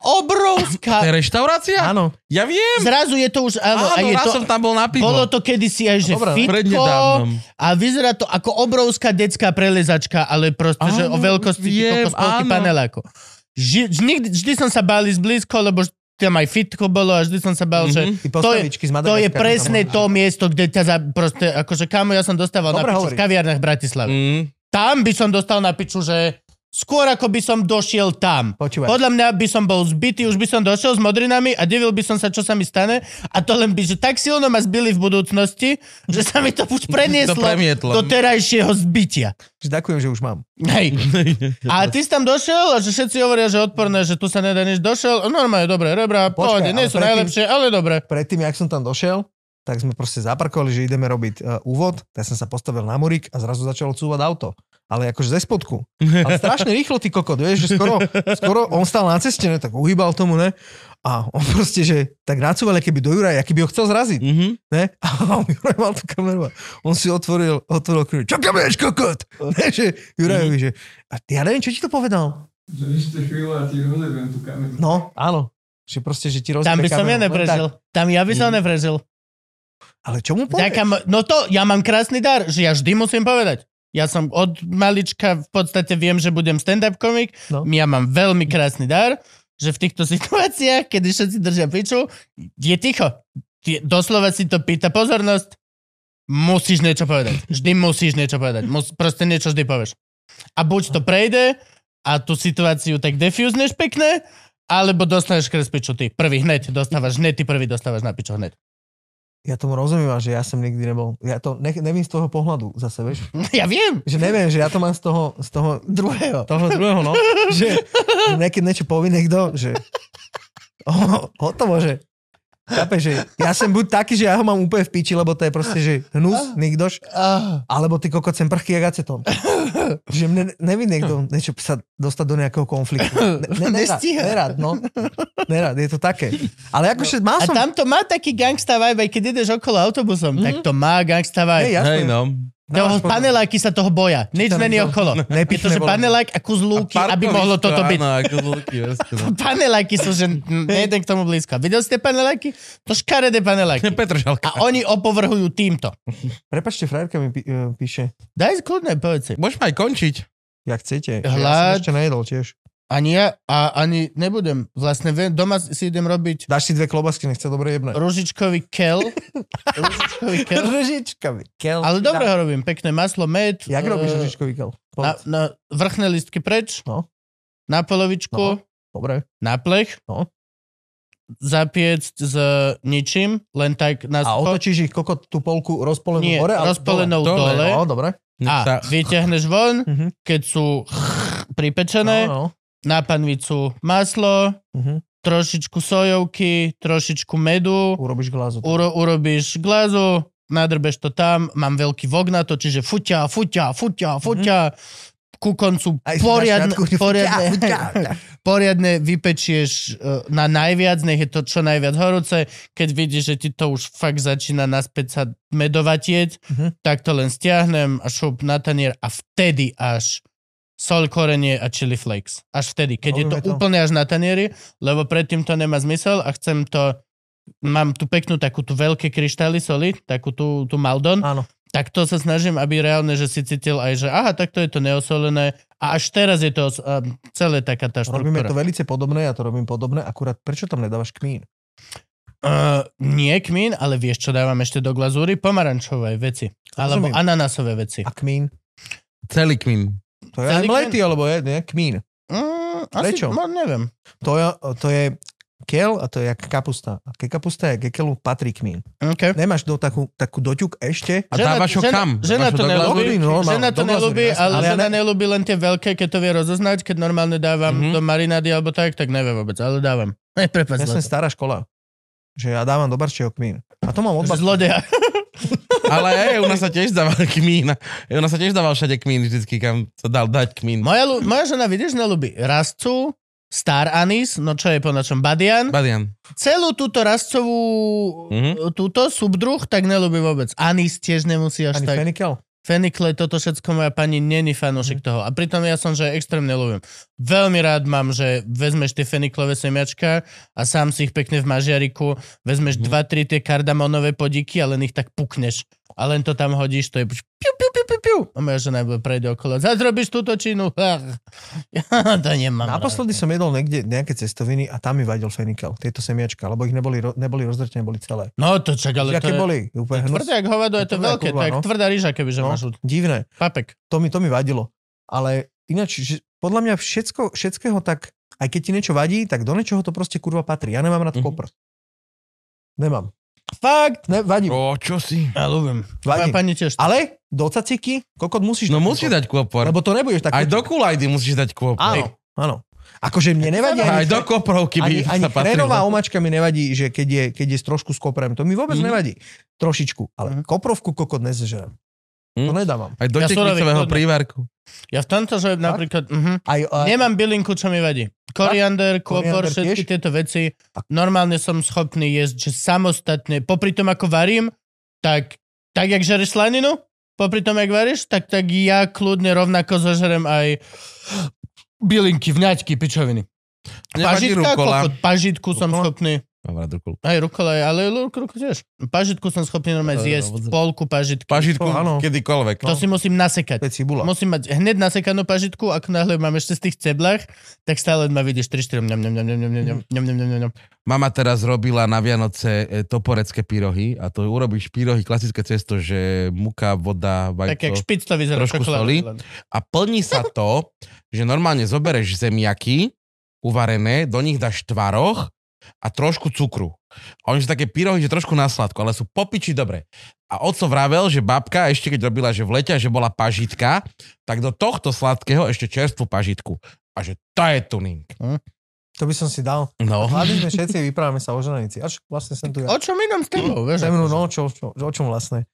S1: To je
S2: obrovská.
S1: reštaurácia?
S3: Áno.
S1: Ja viem.
S2: Zrazu je to už, áno, a
S1: Áno,
S2: je
S1: raz
S2: to,
S1: som No tam bol na pivo.
S2: bolo to kedysi aj, že
S3: Dobre,
S2: fitko
S1: prednedávnom.
S2: a vyzerá to ako obrovská detská prelezačka, ale proste, že o
S1: Áno,
S2: veľkosti viem,
S1: viem,
S2: spolky
S1: áno.
S2: paneláku. Ži, nikdy, vždy som sa bál ísť blízko, lebo tam aj fitko bolo a vždy som sa bál,
S1: Mhm.
S2: mm-hmm. že
S3: Tí postavičky
S2: to
S3: z
S2: je
S3: Madagaskaru tam
S2: presne
S3: boli.
S2: to miesto, kde ťa za, proste, akože kamo ja som dostával
S3: Dobre
S2: na piču
S3: hovoríš.
S2: v kaviarnách v Bratislave. Mm.
S1: Mm.
S2: Tam by som dostal na piču, že skôr ako by som došiel tam.
S3: Počúvaj.
S2: Podľa mňa by som bol zbytý, už by som došiel s modrinami a divil by som sa, čo sa mi stane. A to len by, že tak silno ma zbili v budúcnosti, že sa mi to už prenieslo
S1: To premietlo.
S2: do terajšieho zbytia.
S3: Že Ďakujem, že už mám.
S2: Hej. A ty si tam došiel a že všetci hovoria, že odporné, že tu sa nedá nič. Došiel, No, normálne, dobre, rebra,
S3: Počkaj,
S2: pohode, nie
S3: ale
S2: sú
S3: predtým-
S2: najlepšie, ale dobre.
S3: Predtým, jak som tam došiel, tak sme proste zaparkovali, že ideme robiť uh, úvod. Tak som sa postavil na murík a zrazu začalo cúvať auto. Ale akože ze spodku. Ale strašne rýchlo, ty kokot, vieš, že skoro, skoro on stal na ceste, ne, tak uhýbal tomu, ne? A on proste, že tak nacúval, keby do Juraja, keby ho chcel zraziť.
S1: Mhm.
S3: Ne? A on Juraj mal tú kameru a on si otvoril, otvoril knihu. Čo tam ješ, kokot? Ne, že Jurajovi, že a ja neviem, čo ti to povedal.
S6: Že ešte chvíľu a ti rozjebem tú kameru.
S3: No, áno. Že proste, že ti
S2: Tam
S3: rozjebe
S2: by som
S3: kameru.
S2: ja
S3: Len
S2: neprežil.
S3: tak. Mm.
S2: Tam ja by som neprežil.
S3: Ale čo mu povieš?
S2: Ďakujem. No to, ja mám krásny dar, že ja vždy musím povedať. Ja som od malička v podstate viem, že budem stand-up komik.
S3: No.
S2: No. Ja mám veľmi krásny dar, že v týchto situáciách, kedy všetci držia piču, je ticho. Ty- Doslova si to pýta pozornosť. Musíš niečo povedať. Vždy musíš niečo povedať. Mus, proste niečo vždy povieš. A buď to prejde a tú situáciu tak defuzneš pekne, alebo dostaneš kres piču ty. Prvý hneď dostávaš, hneď ty prvý dostávaš na piču hneď.
S3: Ja tomu rozumiem, a že ja som nikdy nebol. Ja to ne, nevím z toho pohľadu zase, vieš.
S2: Ja viem.
S3: Že neviem, že ja to mám z toho, z toho
S2: Druhého.
S3: toho druhého, no. Že niekedy niečo povie niekto, že o, hotovo, že Chápeš, že ja som buď taký, že ja ho mám úplne v piči, lebo to je proste, že hnus, nikdoš,
S2: Ah.
S3: alebo ty kokot sem prchý jak acetón. že mne nevie niekto niečo sa dostať do nejakého konfliktu. Ne, ne, nerad,
S2: Nestíha.
S3: nerad, no. Nerad, je to také. Ale akože
S2: No.
S3: mal
S2: A
S3: som...
S2: tam to má taký gangsta vibe, aj keď ideš okolo autobusom, mm-hmm. tak to má gangsta vibe.
S3: Hej,
S1: Hej,
S3: jasné.
S1: no.
S2: Toho
S3: Dávaš pozor.
S2: paneláky sa toho boja. Nič
S3: tam
S2: není
S3: to-
S2: okolo. Je
S3: Nepichne
S2: to, že
S3: bolo.
S2: panelák a kus lúky, aby
S1: Parkovisko,
S2: mohlo toto byť.
S1: Áno, ako zlúky, jasne, no.
S2: Paneláky sú, že nejde k tomu blízko. Videli ste paneláky? To škaredé paneláky.
S1: Petr Žalka.
S2: A oni opovrhujú týmto.
S3: Prepačte, frajerka mi pí, e, píše,
S2: Daj skľudne, povedz si.
S1: Môžeme aj končiť.
S3: jak chcete. Ja som
S2: Hlad.
S3: ešte nejedol tiež.
S2: Ani ja, a ani nebudem. Vlastne viem, doma si idem robiť
S3: Dáš si dve klobasky, nech sa dobre jebne.
S2: ružičkový kel. ružičkový kel.
S3: Ružičkový kel.
S2: Ale dobre ho robím. Pekné maslo, med.
S3: Jak robíš
S2: eh,
S3: ružičkový kel?
S2: Na,
S3: Povedz.
S2: na vrchné listky preč,
S3: No.
S2: na polovičku,
S3: No. Dobre.
S2: na plech,
S3: No.
S2: zapiecť s ničím, len tak na
S3: A
S2: spo-
S3: otočíš ich kokot tú polku rozpolenú
S2: Nie,
S3: hore? ale
S2: rozpolenou
S3: dole.
S2: dole.
S3: No, dobre.
S2: a vyťahneš von,
S3: Mhm.
S2: keď sú
S3: No,
S2: pripečené,
S3: no.
S2: na panvicu maslo,
S3: Mhm.
S2: trošičku sojovky, trošičku medu,
S3: Urobíš glazu.
S2: uro- urobíš glazu, nadrbeš to tam, mám veľký vok na to, čiže fuťa, fuťa, fuťa, fuťa, ku koncu
S3: Mhm. Aj si dáš
S2: poriadne,
S3: riadku, že fuťa,
S2: poriadne,
S3: fuťa.
S2: poriadne vypečieš eh, na najviac, nech je to čo najviac horúce, keď vidíš, že ti to už fakt začína naspäť sa medovatieť,
S3: Mhm.
S2: tak to len stiahnem a šup na tanier a vtedy až sol, korenie a chili flakes. Až vtedy, keď je to,
S3: Robíme to.
S2: úplne až na tanieri, lebo predtým to nemá zmysel a chcem to mám tu peknú takú tú veľké kryštály soli, takú tú, tú Maldon,
S3: Áno.
S2: tak to sa snažím, aby reálne, že si cítil aj, že aha, takto je to neosolené a až teraz je to os- a celé taká tá
S3: Robíme to
S2: štruktúra.
S3: veľmi podobné, ja to robím podobné, akurát prečo tam nedávaš kmín?
S2: Uh, nie kmín, ale vieš, čo dávam ešte do glazúry? Pomarančové veci. Alebo
S3: Rozumiem.
S2: ananásové veci.
S3: A kmín?
S1: Celý kmín.
S3: To je aj
S2: Celý
S3: mletý, alebo je, ne? Kmín.
S2: Mm, asi,
S3: Prečo?
S2: No, neviem.
S3: To je, to je kel a to je jak kapusta. A ke kapusta, ke kelu patrí kmín.
S2: Okay.
S3: Nemáš do takú, takú doťuk ešte?
S1: A dávaš ho
S2: žena,
S1: kam?
S2: Žena to No.
S1: Dávaš ho do
S2: nelúbi,
S3: glazúry? Normálne,
S2: žena to
S3: No, do glazúry,
S2: nelúbi,
S3: jasné.
S2: ale
S3: Ale ja
S2: žena
S3: ne-
S2: nelúbi len tie veľké, keď to vie rozoznať, keď normálne dávam
S1: Mhm.
S2: do marinády alebo tak, tak nevie vôbec, ale dávam. Ne, prepáč,
S3: Ja som
S2: zlato.
S3: stará škola. Že ja dávam do barčieho kmín. A to mám od
S2: Že
S3: babky.
S2: Zlodeja.
S1: Ale aj u nás sa tiež dával kmín. U nás sa tiež dával všade kmín, vždycky kam sa dal dať kmín.
S2: Moja, lu- moja žena, vidíš, nelúbi rastcu, star anís, no čo je po našom, badian.
S1: Badian.
S2: Celú túto rastcovú,
S1: Mhm.
S2: túto subdruh, tak nelúbi vôbec. Anís tiež nemusí až
S3: Ani
S2: tak.
S3: fenikel.
S2: Fenikle, toto všetko moja pani není
S3: Mhm.
S2: fanúšik toho. A pritom ja som, že extrémne ľúbim. Veľmi rád mám, že vezmeš tie feniklové semiačka a sám si ich pekne v mažiariku, vezmeš
S1: Mhm.
S2: dva, tri tie kardamonové podiky a len ich tak pukneš. A len to tam hodíš, to je piu, piu, piu, piu, piu. A moja žena bude prejde okolo. Zazrobíš túto činu. Ach, Ja to nemám
S3: Naposledy som jedol niekde nejaké cestoviny a tam mi vadil fenikel, tieto semiačka, lebo ich neboli, ro- neboli rozdrtené, boli celé.
S2: rád. No to čak, ale to
S3: Aké
S2: je...
S3: boli? Úplne hnus.
S2: Tvrdé jak hovado, je to
S3: Tvrdé jak
S2: veľké, to
S3: kurva,
S2: je jak
S3: no.
S2: tvrdá ryža, kebyže
S3: No,
S2: máš od-
S3: divné.
S2: papek.
S3: To mi, to mi vadilo. Ale ináč, že podľa mňa všetko, všetkého tak, aj keď ti niečo vadí, tak do niečoho to proste kurva patrí. Ja nemám rád
S1: Mhm.
S3: mm-hmm. popr. Nemám.
S2: Fakt,
S3: Ne, vadí.
S1: O, čo si?
S2: ja ľúbim. Moja
S3: vadí.
S2: pani tiež.
S3: Ale do caciky, kokot musíš
S1: No musí
S3: kokot.
S1: dať kôpor.
S3: Lebo to nebudeš tak.
S1: Aj do kulajdy musíš dať kôpor.
S3: Áno, áno. Akože mne nevadí
S1: Aj
S3: ani,
S1: do koprovky by
S3: ani, ani um-
S1: sa patrilo.
S3: chrenová omačka mi nevadí, že keď je, keď je s trošku s koprem, to mi vôbec
S1: Mhm.
S3: mm. nevadí. Trošičku, ale
S2: Mhm.
S3: mm. koprovku kokot nezežerem.
S1: Mhm.
S3: Mm. To nedávam.
S1: Aj do
S2: Ja
S1: tekvicového
S2: surový, to-
S1: prívarku.
S2: Ja v tomto, že napríklad... Mhm.
S3: Aj, aj,
S2: Nemám bylinku, čo mi vadí. Koriander, kôpor,
S3: Koriander
S2: všetky
S3: tiež?
S2: tieto veci. Normálne som schopný jesť, že samostatne, popri tom, ako varím, tak, tak jak žereš slaninu, popri tom, jak varíš, tak, tak ja kľudne rovnako zožerem aj bylinky, vňaťky, pičoviny.
S1: Nevadí
S2: Pažitka,
S1: rukola.
S2: kokot, pažitku som
S1: Rukola?
S2: schopný.
S1: Mám rád rukola.
S2: Aj rukola, je, ale ruku, ruku tiež. Pažitku som schopný normálne
S1: Dobre,
S2: zjesť,
S1: dobre.
S2: polku pažitky.
S1: Pažitku
S3: To áno.
S1: kedykoľvek.
S2: To si musím nasekať.
S3: to je cibula.
S2: Musím mať hneď nasekanú pažitku, ako náhle mám ešte z tých ceblách, tak stále ma vidíš 3-4 ňam, ňam, ňam, ňam, ňam, ňam, ňam, ňam, ňam, ňam.
S1: Mama teraz robila na Vianoce e, toporecké pyrohy a to urobíš pyrohy, klasické cesto, že muka, voda,
S2: Tak jak
S1: vajco.
S2: špic to vyzerá.
S1: Trošku
S2: čokoláda.
S1: soli. A plní sa to, že normálne zobereš zemiaky uvarené, do nich dáš tvaroch a trošku cukru. A oni sú také pyrohy, že trošku na sladko, ale sú popiči dobre. A oco vravel, že babka ešte keď robila, že v lete, a že bola pažitka, tak do tohto sladkého ešte čerstvú pažitku. A že to je tuning.
S3: To by som si dal.
S1: No.
S3: Hladní sme všetci, vyprávame sa o ženici. Až vlastne som tu
S2: O
S3: ja.
S2: čom inom s tebou, vieš?
S3: Se mnou, no, čo, čo, o čom vlastne?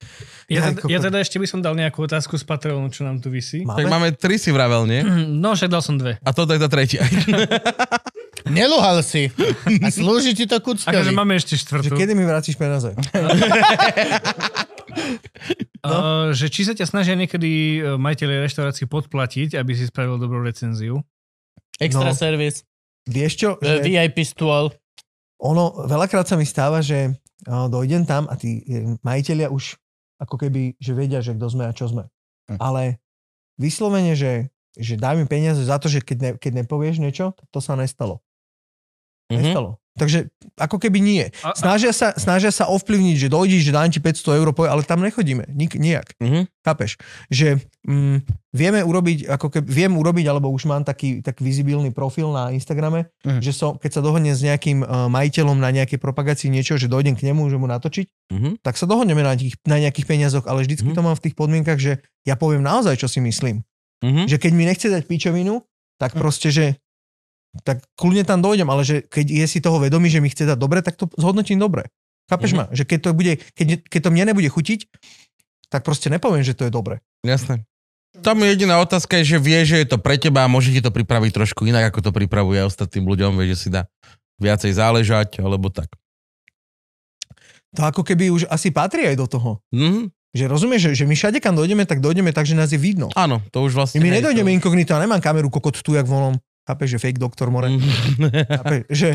S3: Aj,
S4: Ja, teda,
S3: kokot.
S4: ja teda ešte by som dal nejakú otázku z Patreonu, čo nám tu vysí.
S1: Tak máme
S3: Máme?
S1: tri si vravel, nie?
S4: No, však dal som dve.
S1: A toto je tá tretia.
S2: Neluhal si. A slúži ti to
S4: Akože
S2: kuckovi.
S4: máme ešte
S3: Že
S4: štvrtú.
S3: kedy mi vrátiš peniaze?
S4: Uh, že či sa ťa snažia niekedy eh, majiteľi reštaurácií podplatiť, aby si spravil dobrú recenziu.
S2: Extra
S3: No.
S2: servis.
S3: Vieš čo?
S2: e,
S3: Že
S2: VIP stôl.
S3: ono, veľakrát sa mi stáva, že o, dojdem tam a tí e, majiteľia už ako keby, že vedia, že kto sme a čo sme.
S2: Hm.
S3: Ale vyslovene, že, že daj mi peniaze za to, že keď, ne, keď nepovieš niečo, to sa nestalo.
S1: Mhm.
S3: Nestalo. Takže ako keby nie.
S4: A, a,
S3: Snažia sa, snažia sa ovplyvniť, že dojdíš, že dám ti 500 eur, poj- ale tam nechodíme. Nik, nijak.
S1: Mhm.
S3: Chápeš? Že mm, vieme urobiť, ako keby, viem urobiť, alebo už mám taký tak vizibilný profil na Instagrame,
S2: Mhm.
S3: mm. že som, keď sa dohodnem s nejakým uh, majiteľom na nejakej propagácii niečo, že dojdem k nemu, že mu natočiť,
S1: Mhm.
S3: tak sa dohodneme na, tých, na nejakých peniazoch, ale
S1: Mhm.
S3: vždycky mm. to mám v tých podmienkach, že ja poviem naozaj, čo si myslím.
S1: Mhm.
S3: Že keď mi nechce dať pičovinu, tak proste, že tak kľudne tam dojdem, ale že keď je si toho vedomý, že mi chce dať dobre, tak to zhodnotím dobre. Chápeš
S1: Mhm.
S3: mm-hmm. ma? Že keď to, bude, keď, keď to mne nebude chutiť, tak proste nepoviem, že to je dobre.
S1: Jasné. Tam je jediná otázka je, že vie, že je to pre teba a môže ti to pripraviť trošku inak, ako to pripravuje ostatným ľuďom, vie, že si dá viacej záležať, alebo tak.
S3: To ako keby už asi patrí aj do toho.
S1: Mhm.
S3: Že rozumieš, že, že my všade, kam dojdeme, tak dojdeme tak, že nás je vidno.
S1: Áno, to už vlastne...
S3: My, my
S1: hej,
S3: nedojdeme
S1: to...
S3: inkognito, ja nemám kameru kokot tu, jak volom. Chápeš, že fake doktor more.
S1: Mhm.
S3: Chápeš, že...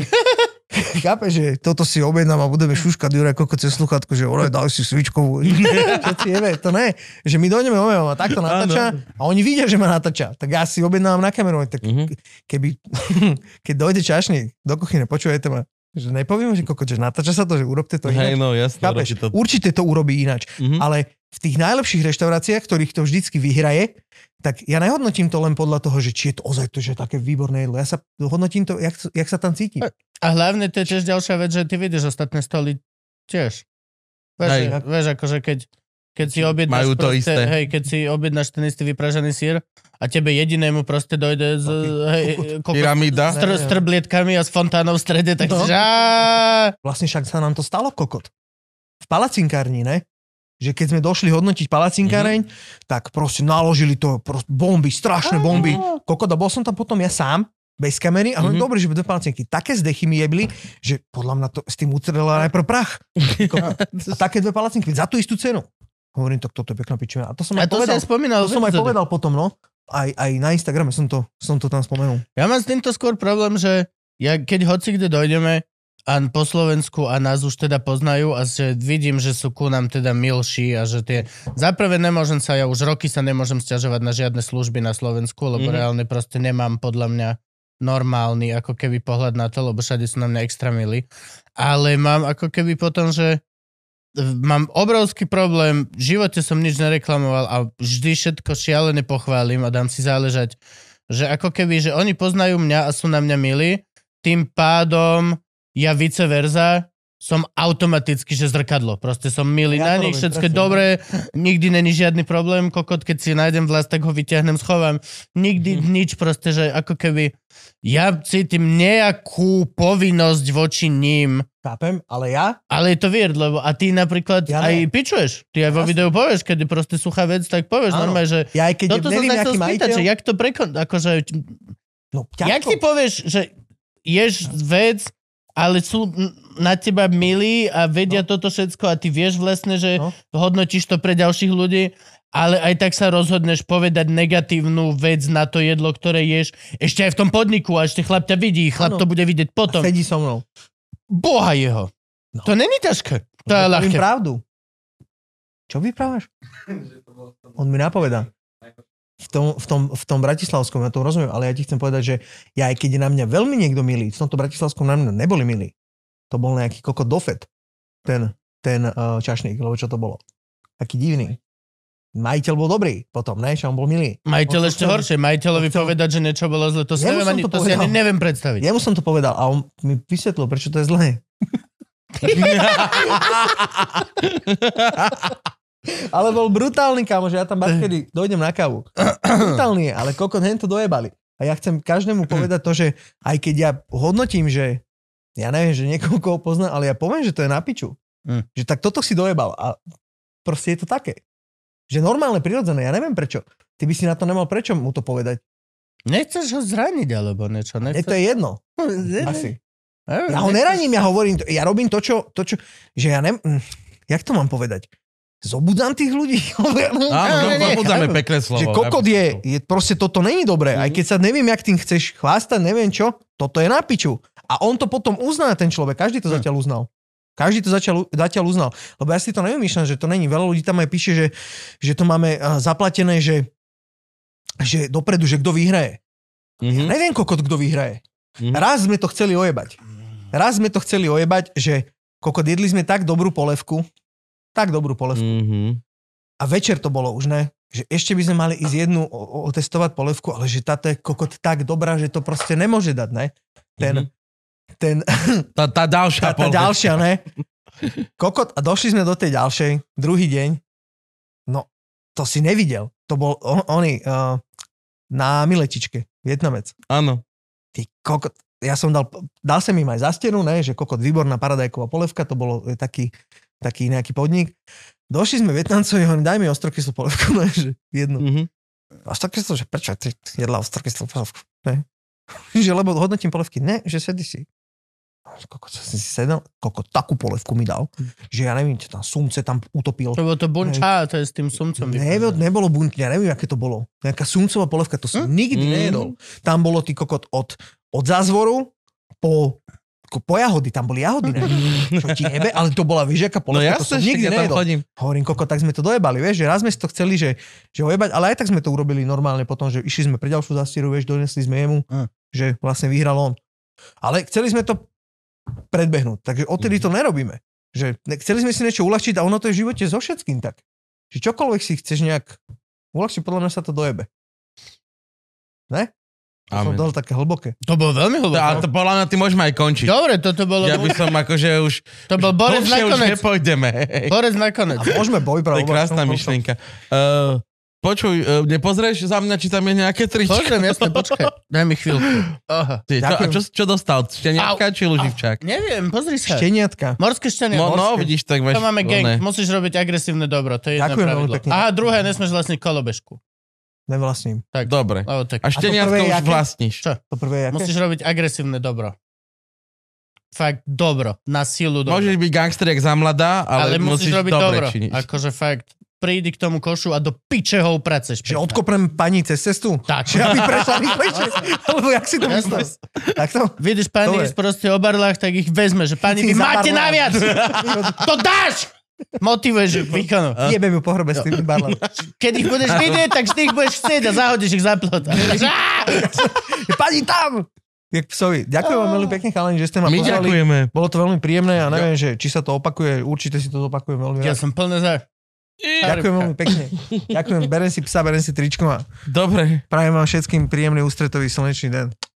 S3: Chápeš, že toto si objednám a budeme šuškať Juraj Koko cez sluchátko, že ole, daj si svičkovú. Všetci jeme, to ne. Že my dojdeme, objednám a takto natáča a oni vidia, že ma natáča. Tak ja si objednám na kameru. Tak
S1: Mhm.
S3: keby, keď dojde čašník do kuchyne, počujete ma, že nepoviem, že kokot, že natáča sa to, že urobte to
S1: Hej,
S3: ináč.
S1: no jasné,
S3: Chápeš,
S1: určite to...
S3: určite to urobí ináč.
S1: Mhm.
S3: Ale v tých najlepších reštauráciách, ktorých to vždycky vyhraje, tak ja nehodnotím to len podľa toho, že či je to ozaj to, že je také výborné jedlo. Ja sa hodnotím to, jak, jak sa tam cítim.
S2: A hlavne to je tiež ďalšia vec, že ty vidíš ostatné stoly tiež. Vieš,
S1: Hej.
S2: že- vieš akože keď, keď si objednáš
S1: Majú to
S2: proste,
S1: isté.
S2: Hej, keď si objednáš ten istý vypražený sír a tebe jedinému proste dojde z,
S1: No,
S2: hej, kokos, s,
S1: Pyramída.
S2: tr, s trblietkami a s fontánou v strede, tak
S3: No.
S2: no. si, že, "Á,
S3: Vlastne však sa nám to stalo kokot. V palacinkárni, ne? Že keď sme došli hodnotiť
S2: Mhm.
S3: palacinkáreň, mm-hmm. tak proste naložili to proste bomby, strašné bomby. Kokot, a bol som tam potom ja sám, bez kamery, a
S2: Mhm.
S3: hovorím, mm-hmm. dobre, že dve palacinky. Také zdechy mi jebli, že podľa mňa to s tým utrela najprv prach. Kokot. A také dve palacinky za tú istú cenu. Hovorím, tak toto je pekná pičovina. A to som
S2: A
S3: aj
S2: to som
S3: povedal.
S2: aj spomínal.
S3: To som
S2: v
S3: aj
S2: epizóde.
S3: povedal potom, no. Aj, aj na Instagrame som to, som to tam spomenul.
S2: Ja mám s týmto skôr problém, že ja, keď hoci kde dojdeme a po Slovensku a nás už teda poznajú a že vidím, že sú ku nám teda milší a že tie... Zaprvé nemôžem sa, ja už roky sa nemôžem sťažovať na žiadne služby na Slovensku, lebo
S1: Mhm.
S2: mm-hmm. reálne proste nemám podľa mňa normálny ako keby pohľad na to, lebo všade sú na mňa extra milí. Ale mám ako keby potom, že mám obrovský problém, v živote som nič nereklamoval a vždy všetko šialene pochválim a dám si záležať. Že ako keby, že oni poznajú mňa a sú na mňa milí, tým pádom ja vice versa som automaticky, že zrkadlo. Proste som milý ja na
S3: Ja to
S2: nich,
S3: robím,
S2: všetko je
S3: presne. no.
S2: dobré, nikdy není žiadny problém, kokot, keď si nájdem vlast, tak ho vyťahnem, schovám. Nikdy
S3: Mhm.
S2: nič proste, že ako keby ja cítim nejakú povinnosť voči ním,
S3: Chápem, ale ja
S2: ale je to weird, lebo a ty napríklad ja
S3: Ja ne.
S2: aj pičuješ. Ty aj vo
S3: Jasne.
S2: videu povieš, kedy proste suchá vec, tak povieš
S3: Áno.
S2: normálne, že
S3: Ja aj
S2: toto
S3: keď
S2: No som
S3: neviem,
S2: sa chcel
S3: aký
S2: spýtať,
S3: majiteľ...
S2: že jak to prekon... Akože,
S3: No, ťažko.
S2: jak si povieš, že ješ vec, ale sú n- na teba milí a vedia toto všetko a ty vieš vlastne, že
S3: No.
S2: hodnotíš to pre ďalších ľudí, ale aj tak sa rozhodneš povedať negatívnu vec na to jedlo, ktoré ješ ešte aj v tom podniku a ešte chlap ťa vidí, chlap
S3: Áno.
S2: to bude vidieť
S3: A
S2: potom.
S3: Sedí so mnou.
S2: Boha jeho.
S3: No.
S2: To není ťažké. To je
S3: Ja poviem
S2: ľahké.
S3: pravdu. Čo vyprávaš? On mi napovedá. V tom, v, tom, v tom bratislavskom, ja to rozumiem, ale ja ti chcem povedať, že ja aj keď je na mňa veľmi niekto milý, v tomto bratislavskom na mňa neboli milí. To bol nejaký koko dofet, ten, ten uh, čašník, lebo čo to bolo. Taký divný. Majiteľ bol dobrý potom, ne? Že on bol milý.
S2: Majiteľ
S3: On to
S2: ešte
S3: chcel-
S2: horšie. Majiteľovi
S3: on chcel-
S2: povedať, že niečo bolo zle, to si,
S3: Jemu
S2: neviem,
S3: som
S2: ani,
S3: to
S2: to si ani
S3: povedal.
S2: neviem predstaviť.
S3: Jemu som to povedal a on mi vysvetlil, prečo to je zlé. ale bol brutálny, kámo, že ja tam kedy dojdem na kávu. brutálny je, ale koľko hen to dojebali. A ja chcem každému povedať to, že aj keď ja hodnotím, že ja neviem, že niekoho koho poznám, ale ja poviem, že to je na piču.
S2: Mm.
S3: Že tak toto si dojebal. A proste je to také. Že normálne, prirodzené, ja neviem prečo. Ty by si na to nemal prečo mu to povedať.
S2: Nechceš ho zraniť alebo niečo.
S3: Mne
S2: Nechceš...
S3: to je jedno. Asi.
S2: Neviem,
S3: Ja ho
S2: nechceš-
S3: neraním, ja hovorím, to- ja robím to, čo, to, čo že ja nem... hm, Jak to mám povedať? Zobudám tých ľudí?
S1: Áno,
S3: hm,
S2: Áno,
S1: no,
S2: nie,
S1: podáme pekné slovo.
S3: že kokot je, je, proste toto není dobré. Aj keď sa neviem, jak tým chceš chvástať, neviem čo, toto je na piču. A on to potom uzná, ten človek. Každý to zatiaľ uznal. Každý to začal, zatiaľ uznal. Lebo ja si to nevymýšľam, že to není. Veľa ľudí tam aj píše, že, že to máme eh, zaplatené, že, že dopredu, že kto vyhraje.
S1: Mhm.
S3: Neviem, kokot, kto vyhraje.
S1: Mhm.
S3: Mm-hmm. Raz sme to chceli ojebať. Raz sme to chceli ojebať, že kokot, jedli sme tak dobrú polevku, tak dobrú polevku. Mm.
S1: Mhm.
S3: A večer to bolo už, ne? Že ešte by sme mali ísť jednu o- o- otestovať polevku, ale že táto je kokot tak dobrá, že to proste nemôže dať, ne? Ten,
S1: Mhm.
S3: mm-hmm. ten,
S1: Tá, tá ďalšia
S3: tá, tá
S1: polka.
S3: ďalšia, ne? Kokot, a došli sme do tej ďalšej, druhý deň. No, to si nevidel. To bol on, oni uh, na Miletičke, Vietnamec
S1: Áno. No,
S3: ty kokot, ja som dal, dal som im aj za stenu, ne, že kokot, výborná paradajková polevka, to bolo e, taký, taký nejaký podnik. Došli sme Vietnamcovi, hovorím, daj mi ostrokyslú polevku, ne, že jednu.
S1: Mhm.
S3: Ostrokyslú, že prečo ty jedla ostrokyslú polevku? Ne? že lebo hodnotím polevky. Ne, že sedí si. Kokot, som si sedel, kokot, takú polevku mi dal, že ja neviem, čo tam sumce tam utopil.
S2: To bolo to bunča, to je s tým sumcom.
S3: Nevedel,
S2: vypadá.
S3: nebolo bunt, ja neviem, aké to bolo. Nejaká sumcová polevka, to som nikdy
S1: Mm.
S3: nejedol. Tam bolo ty kokot od, od zázvoru po, ko- po jahody, tam boli jahody, ne? Čo ti jebe, ale to bola, vieš, aká
S1: No
S3: polevka, to som
S1: jasne, nikdy
S3: nikdy
S1: ja tam
S3: nejedol.
S1: chodím.
S3: Hovorím, koko, tak sme to dojebali, vieš, že raz sme si to chceli, že, že ojebať, ale aj tak sme to urobili normálne potom, že išli sme pre ďalšiu zastíru, vieš, donesli sme jemu,
S2: Mm.
S3: že vlastne vyhral on. Ale chceli sme to
S1: Mhm.
S3: predbehnúť, takže odtedy to nerobíme. Že ne- chceli sme si niečo uľahčiť a ono to je v živote so všetkým tak. že čokoľvek si chceš nejak uľahčiť, podľa mňa sa to dojebe. Ne? To som
S1: Amen.
S3: dal také hlboké.
S2: To bolo veľmi
S1: To, ale
S2: hlboké.
S1: to podľa mňa ty môžeme aj končiť.
S2: Dobre, toto bolo...
S1: Ja by som akože už...
S2: To bol Borec
S1: dlhšie už
S2: nakonec.
S1: nepôjdeme. hej.
S2: Borec nakonec.
S3: A môžeme boj
S1: To
S3: brať.
S1: je krásna myšlienka. Uh, počuj, uh, nepozrieš za mňa, či tam je nejaké tričko?
S2: Môžem, jasne, počkaj. Daj mi chvíľku. Aha.
S1: Ty, čo, a
S3: Ďakujem.
S1: čo, čo dostal? Šteniatka či luživčák?
S2: Neviem, pozri sa.
S3: Šteniatka.
S2: Morské štenia.
S1: No, no, vidíš, tak
S2: To
S1: máš...
S2: máme
S1: oné.
S2: gang, musíš robiť agresívne dobro, to je jedno
S3: Ďakujem veľmi
S2: pravidlo.
S3: pekne.
S2: Aha, druhé, nesmeš vlastniť kolobežku.
S3: Nevlastním.
S1: Dobre.
S2: Lebo tak.
S1: A šteniatko
S3: prvé je
S1: už
S3: aké?
S1: vlastníš.
S3: To prvé je aké?
S2: Musíš robiť agresívne dobro. Fakt dobro, na silu dobro.
S1: Môžeš byť gangster jak za mladá,
S2: ale,
S1: ale,
S2: musíš, robiť
S1: dobre
S2: dobro.
S1: činiť.
S2: Akože fakt, prídi k tomu košu a do piče ho upraceš.
S3: Že
S2: pekne.
S3: odkopnem pani cez cestu?
S2: Tak.
S3: Že aby prešla rýchlejšie? Alebo jak si to
S2: Jasné.
S3: myslíš? Takto?
S2: Vidíš pani
S3: Dobre.
S2: Dobre. proste o barlách, tak ich vezme, že pani, vy
S3: Chytí za
S2: máte
S3: barlách.
S2: naviac! to dáš! Motivuješ ich výkonu.
S3: Jebem ju po hrobe s tými barlami.
S2: Keď ich budeš vidieť, tak vždy ich budeš chcieť a zahodíš ich za plot. A povieš, "Á!"
S3: Pani tam! Jak psovi. Ďakujem vám veľmi pekne, chalani, že ste ma
S1: My
S3: pozvali.
S1: ďakujeme.
S3: Bolo to veľmi príjemné a neviem, že či sa to opakuje. Určite si to zopakujem veľmi
S2: Ja
S3: rád.
S2: som plne za...
S3: Ďakujem veľmi pekne. Ďakujem, berem si psa, berem si tričko a
S1: Dobre.
S3: prajem vám všetkým príjemný ústretový slnečný deň.